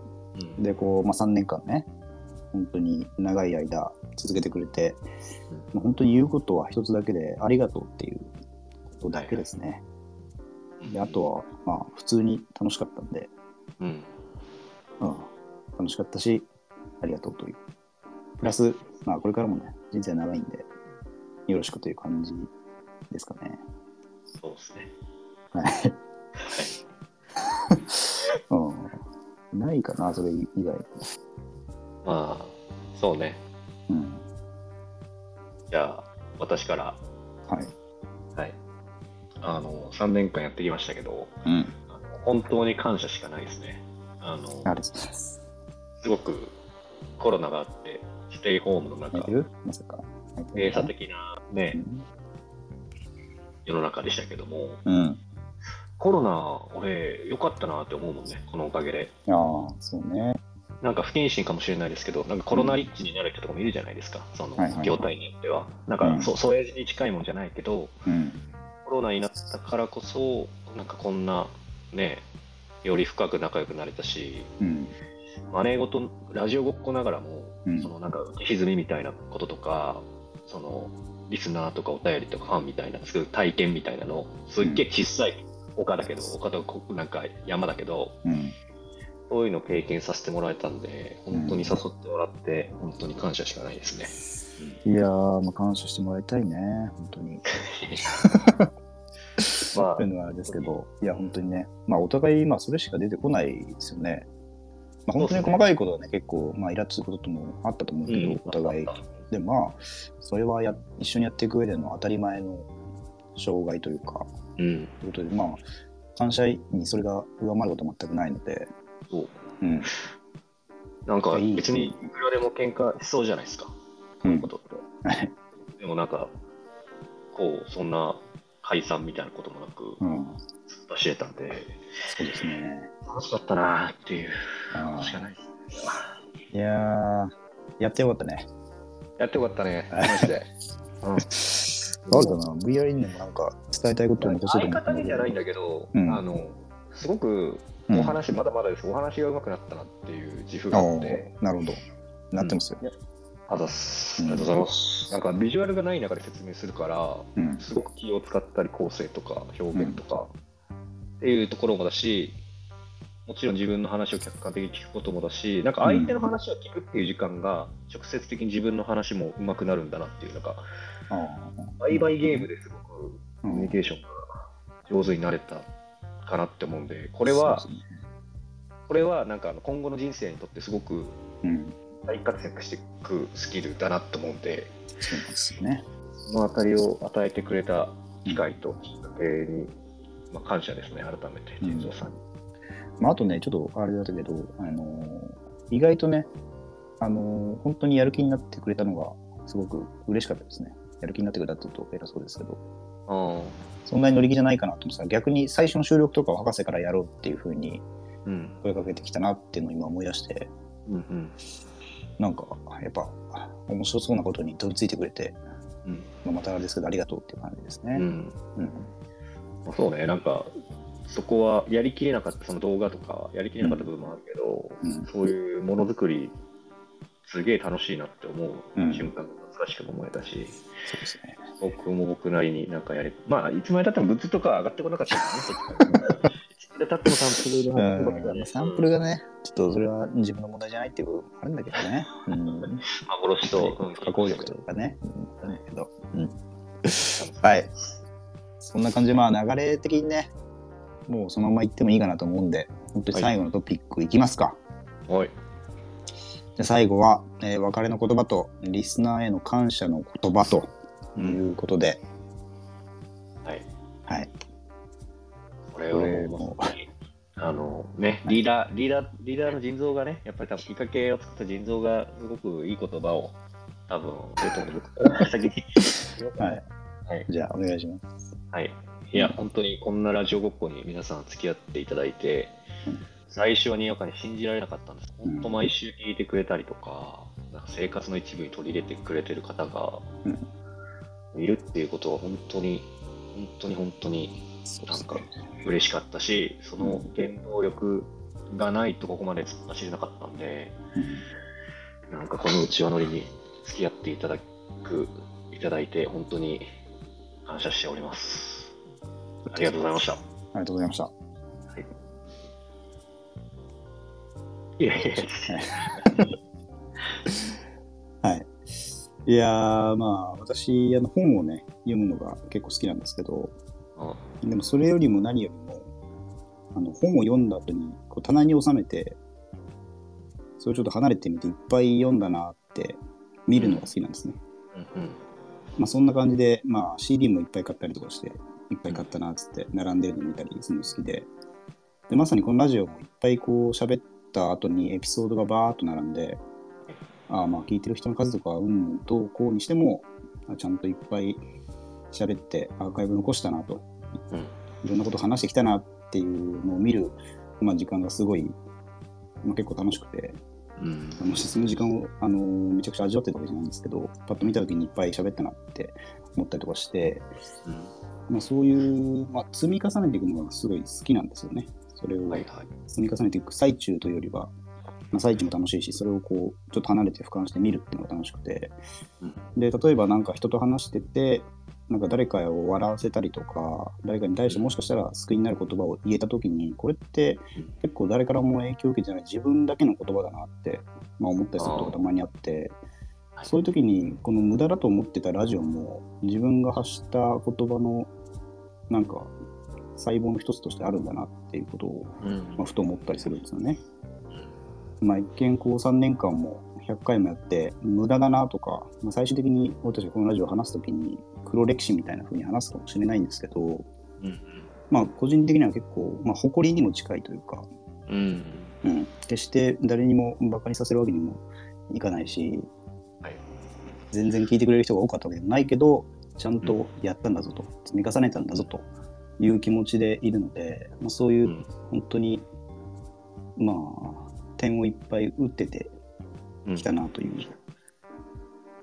うんで、こう、まあ3年間ね、本当に長い間続けてくれて、まあ本当に言うことは一つだけで、ありがとうっていうことだけですね。で、あとはまあ普通に楽しかったんで、うん。うん、楽しかったし、ありがとうという。プラス、まあ、これからもね、人生長いんで、よろしくという感じですかね。そうですね。はい。うん、ないかな、それ以外。まあ、そうね。うん、じゃあ、私から。はい。はい。あの、3年間やってきましたけど、うん。あの本当に感謝しかないですね。ああの、りがとうございます。すごくコロナがあって、ステイホームの中泣い、てるまさか。泣いて閉るか鎖的なね、世の中でしたけども、うん。うんコロナ、俺、良かったなって思うもんね、このおかげで。ああ、そうね。なんか不謹慎かもしれないですけど、なんかコロナリッチになる人とかもいるじゃないですか、そのはいはい業態によっては。なんうか、んそう、それに近いもんじゃないけど、うん。コロナになったからこそ、なんかこんな、ね、より深く仲良くなれたし、うん。マネーごと、ラジオごっこながらも、うんそのなんか歪みみたいなこととか、そのリスナーとかお便りとかファンみたいな、そういう体験みたいなのを、すっげえ小さい丘だけど、丘とこなんか山だけど、うん。そういうのを経験させてもらえたんで、本当に誘ってもらって、本当に感謝しかないですね。いやー、まあ、感謝してもらいたいね、本当に。まというのはあれですけど、いや、本当にね、まあ、お互い、まあ、それしか出てこないですよね。まあ、本当に細かいことはね、結構、まあ、イラつくこともあったと思うけど、お互い。で、まあ、それはや一緒にやっていく上での当たり前の障害というか、うん、ということで、まあ、感謝にそれが上回ることは全くないので、そう。うん、 なんかいい別にいくらでも喧嘩しそうじゃないですか、こういうことって。はいでもなんか、こう、そんな解散みたいなこともなく、うん、ずっとしてたんで、そうですね。楽しかったなーっていうことしかないです。いやー、やってよかったね。やってよかったね、マジで。うんあるかな、VR にもなんか伝えたいことを残そうと相思った方んだにけじどゃないんだけど、うんあのすごくうんお話、まだまだです、お話が上手くなったなっていう自負がああって、ーなるほど。なってますよ。あざっす、ありがとうございます。なんかビジュアルがない中で説明するから、うん。すごく気を使ったり、構成とか表現とか、っていうところもだし、もちろん自分の話を客観的に聞くこともだし、なんか相手の話を聞くっていう時間が、直接的に自分の話も上手くなるんだなっていう、なんか、あ倍々ゲームですごくーコミュニケーションが上手になれたかなって思うんで、ここれは、これはなんかあの今後の人生にとってすごくうん。大活躍していくスキルだなと思うんで、そうなんですよね。そのあたりを与えてくれた機会ときっかけに、まあ、感謝ですね、改めて、うん人造さんに。まあ、あとね、ちょっとあれだったけど、あのー意外とね、あのー本当にやる気になってくれたのが、すごく嬉しかったですね。やる気になってくれたって言うと偉そうですけど、あそんなに乗り気じゃないかなと思ってた逆に最初の収録とかは博士からやろうっていうふうにあ、うん、声かけてきたなっていうのを今思い出して、うん、うん、なんか、やっぱ、面白そうなことに飛びついてくれて、うん、まあ、またあれですけど、ありがとうっていう感じですね。うんうんまあそうね、なんか、そこはやりきれなかった、その動画とか、やりきれなかった部分もあるけど、うんそういうものづくり、すげえ楽しいなって思ううん瞬間が懐かしくも思えたし、そうですね。僕も僕なりになんかやれ、まあ、いつまでたってもグッズとか上がってこなかったからね、そっちいつまでたってもサンプルが上がってこなかったうん、サンプルがね、ちょっとそれは自分の問題じゃないっていう部分もあるんだけどね。うん、幻と不可抗力とかね。うん、だけど、うん、はい。そんな感じで、まあ流れ的にね、もうそのまま行ってもいいかなと思うんで、本当に最後のトピックいきますか。はい。じゃあ最後は、えー別れの言葉と、リスナーへの感謝の言葉ということで、はい。はい。これをもう、あのね、リーダー、リーダー、リーダーの腎臓がね、やっぱり多分、きっかけを作った腎臓が、すごくいい言葉を、多分、くれたので僕から先に。 はい。はいじゃあお願いします。はい。いや、本当にこんなラジオごっこに皆さん付き合っていただいて、最初はにわかに信じられなかったんです。本当毎週聞いてくれたりとか、なんか生活の一部に取り入れてくれてる方がいるっていうことは本当に、本当に本当になんか嬉しかったし、その原動力がないとここまで突っ走れなかったんで、なんかこのうちわ乗りに付き合っていただく、いただいて本当に感謝しております。ありがとうございました。ありがとうございました。いやいやいや、はい。いやー、まあ、私、あの本をね、読むのが結構好きなんですけど、あでもそれよりも何よりも、あの本を読んだ後にこう棚に収めて、それをちょっと離れてみて、いっぱい読んだなって見るのが好きなんですね。うんうんまあ、そんな感じで、まあ、CD もいっぱい買ったりとかして、いっぱい買ったなっつって、並んでるの見たりするの好きで、でまさにこのラジオもいっぱいこう喋った後にエピソードがバーっと並んで、ああまあ聞いてる人の数とか、うん、どうこうにしても、あちゃんといっぱい喋ってアーカイブ残したなと、うんいろんなこと話してきたなっていうのを見る、まあ、時間がすごい、まあ、結構楽しくて、うんもしその時間を、あのーめちゃくちゃ味わってたわけじゃないんですけど、パッと見た時にいっぱい喋ったなって思ったりとかして、うんまあ、そういう、まあ、積み重ねていくのがすごい好きなんですよね。それをはいはい。積み重ねていく最中というよりは、まあ、最中も楽しいし、それをこう、ちょっと離れて俯瞰して見るっていうのが楽しくて、で、例えばなんか人と話してて、なんか誰かを笑わせたりとか、誰かに対してもしかしたら救いになる言葉を言えたときに、これって結構誰からも影響を受けてない自分だけの言葉だなって、まあ、思ったりすることがたまにあって、そういう時に、この無駄だと思ってたラジオも、自分が発した言葉の、なんか、細胞の一つとしてあるんだなっていうことをうんまあ、ふと思ったりするんですよね。まあ、一見こう3年間も100回もやって無駄だなとか、まあ、最終的に俺たちがこのラジオを話す時に黒歴史みたいな風に話すかもしれないんですけど、うんまあ、個人的には結構、まあ、誇りにも近いというか、うん。うん、決して誰にも馬鹿にさせるわけにもいかないし、はい全然聞いてくれる人が多かったわけでもないけどちゃんとやったんだぞと、積み重ねたんだぞという気持ちでいるので、まあ、そういう本当に、まあ、点をいっぱい打っててきたなという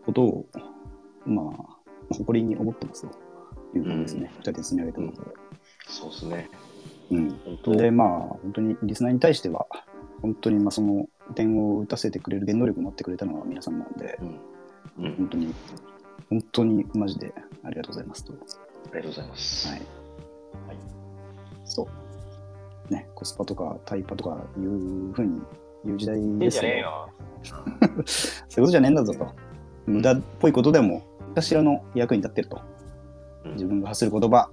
ことを、まあ、誇りに思ってますということですね、二人で積み上げたので。そうですね。うん、でまあ本当にリスナーに対しては本当にまあその点を打たせてくれる原動力になってくれたのは皆さんなんで、本当に本当にマジでありがとうございますとありがとうございます。はい。そうねコスパとかタイパとかいうふうに言う時代いいんですじゃけねどえよ。そういうことじゃねえんだぞと無駄っぽいことでも何かしらの役に立ってると自分が発する言葉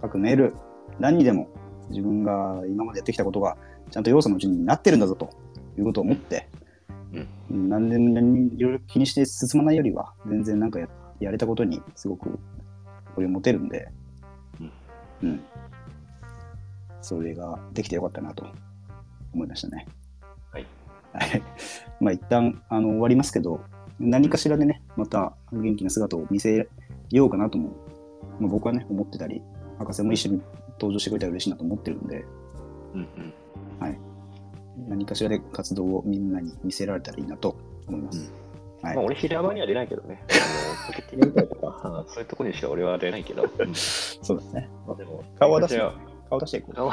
各メール何にでも自分が今までやってきたことがちゃんと要素のうちになってるんだぞということを思って、うん、何でも何いろいろ気にして進まないよりは全然なんかややれたことにすごくこれ持てるんで、うんそれができてよかったなと思いましたね。はい、まあ一旦あの終わりますけど何かしらでねまた元気な姿を見せようかなとも、まあ、僕はね思ってたり博士も一緒に登場してくれたら嬉しいなと思ってるんで、はい、何かしらで活動をみんなに見せられたらいいなと思います。はいまあ、俺、平場には出ないけどね。あのポケティングとか、そういうところにしか俺は出ないけど。そうですね。まあ、でも顔は出してて、顔出していこう。顔は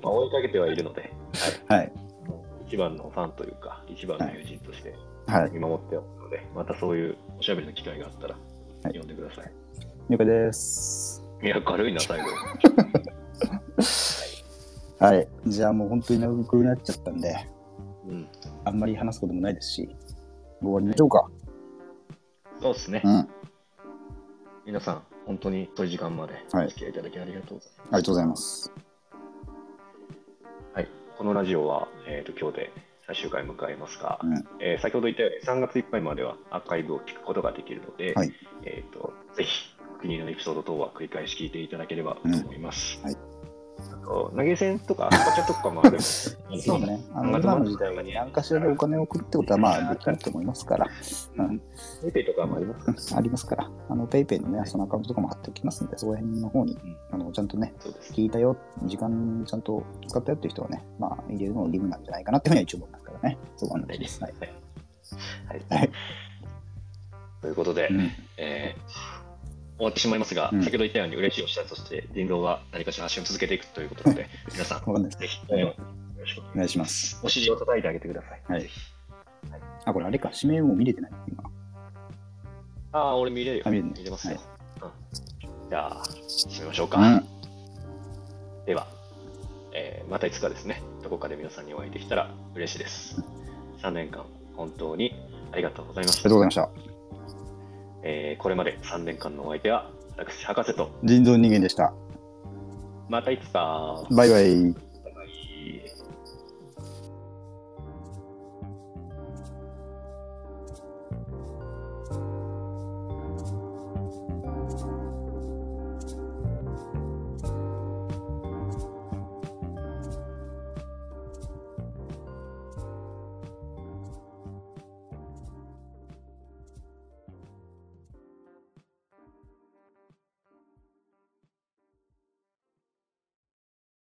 まあ、追いかけてはいるので、はい。一番のファンというか、一番の友人としてはい見守っておくので、またそういうおしゃべりの機会があったら、呼んでください。了解です。い、や、軽いな、最後。はい。じゃあもう本当に長くなっちゃったんで、うん、あんまり話すこともないですし、終わりましょうか。そうですね。うん皆さん、本当にそういう時間までお付き合いいただきありがとうございあます。りがとうございます。はい、このラジオは、えー、と今日で最終回迎えますが、うんえー先ほど言ったように3月いっぱいまではアーカイブを聞くことができるので、はいえー、とぜひお気に入りのエピソード等は繰り返し聞いていただければと思います。はい、あと投げ銭とか赤ちゃんと かもあるそうだね。あの今の時代に何かしらでお金を送るってことはまあできると思いますから、うん、ペイペイとかもありますうんありますから、あのペイペイのね、そのアカウントとかも貼っておきますんで、そこら辺の方に、あのちゃんとね、聞いたよ、時間ちゃんと使ったよっていう人はね、まあ入れるのも義務なんじゃないかなっていうふうには一応思いますからね。そうなんです。はい。はい。ということで、うんえー終わってしまいますが、うん先ほど言ったように嬉しいお知らせとして、人道は何かしら発信を続けていくということなので、皆さん、わかんないぜひ、はいよろしくお願いします。お尻を叩いてあげてください。はい。あ、これあれか、指名も見れてない。今。ああ、俺見れるよ。あ見れるねますよ。うんじゃあ、締めましょうか。うんでは、えーまたいつかですね、どこかで皆さんにお会いできたら嬉しいです。3年間、本当にありがとうございまありがしとうた。ございました。えーこれまで3年間のお相手は、私、博士と、人造人間でした。またいつか。バイバイ。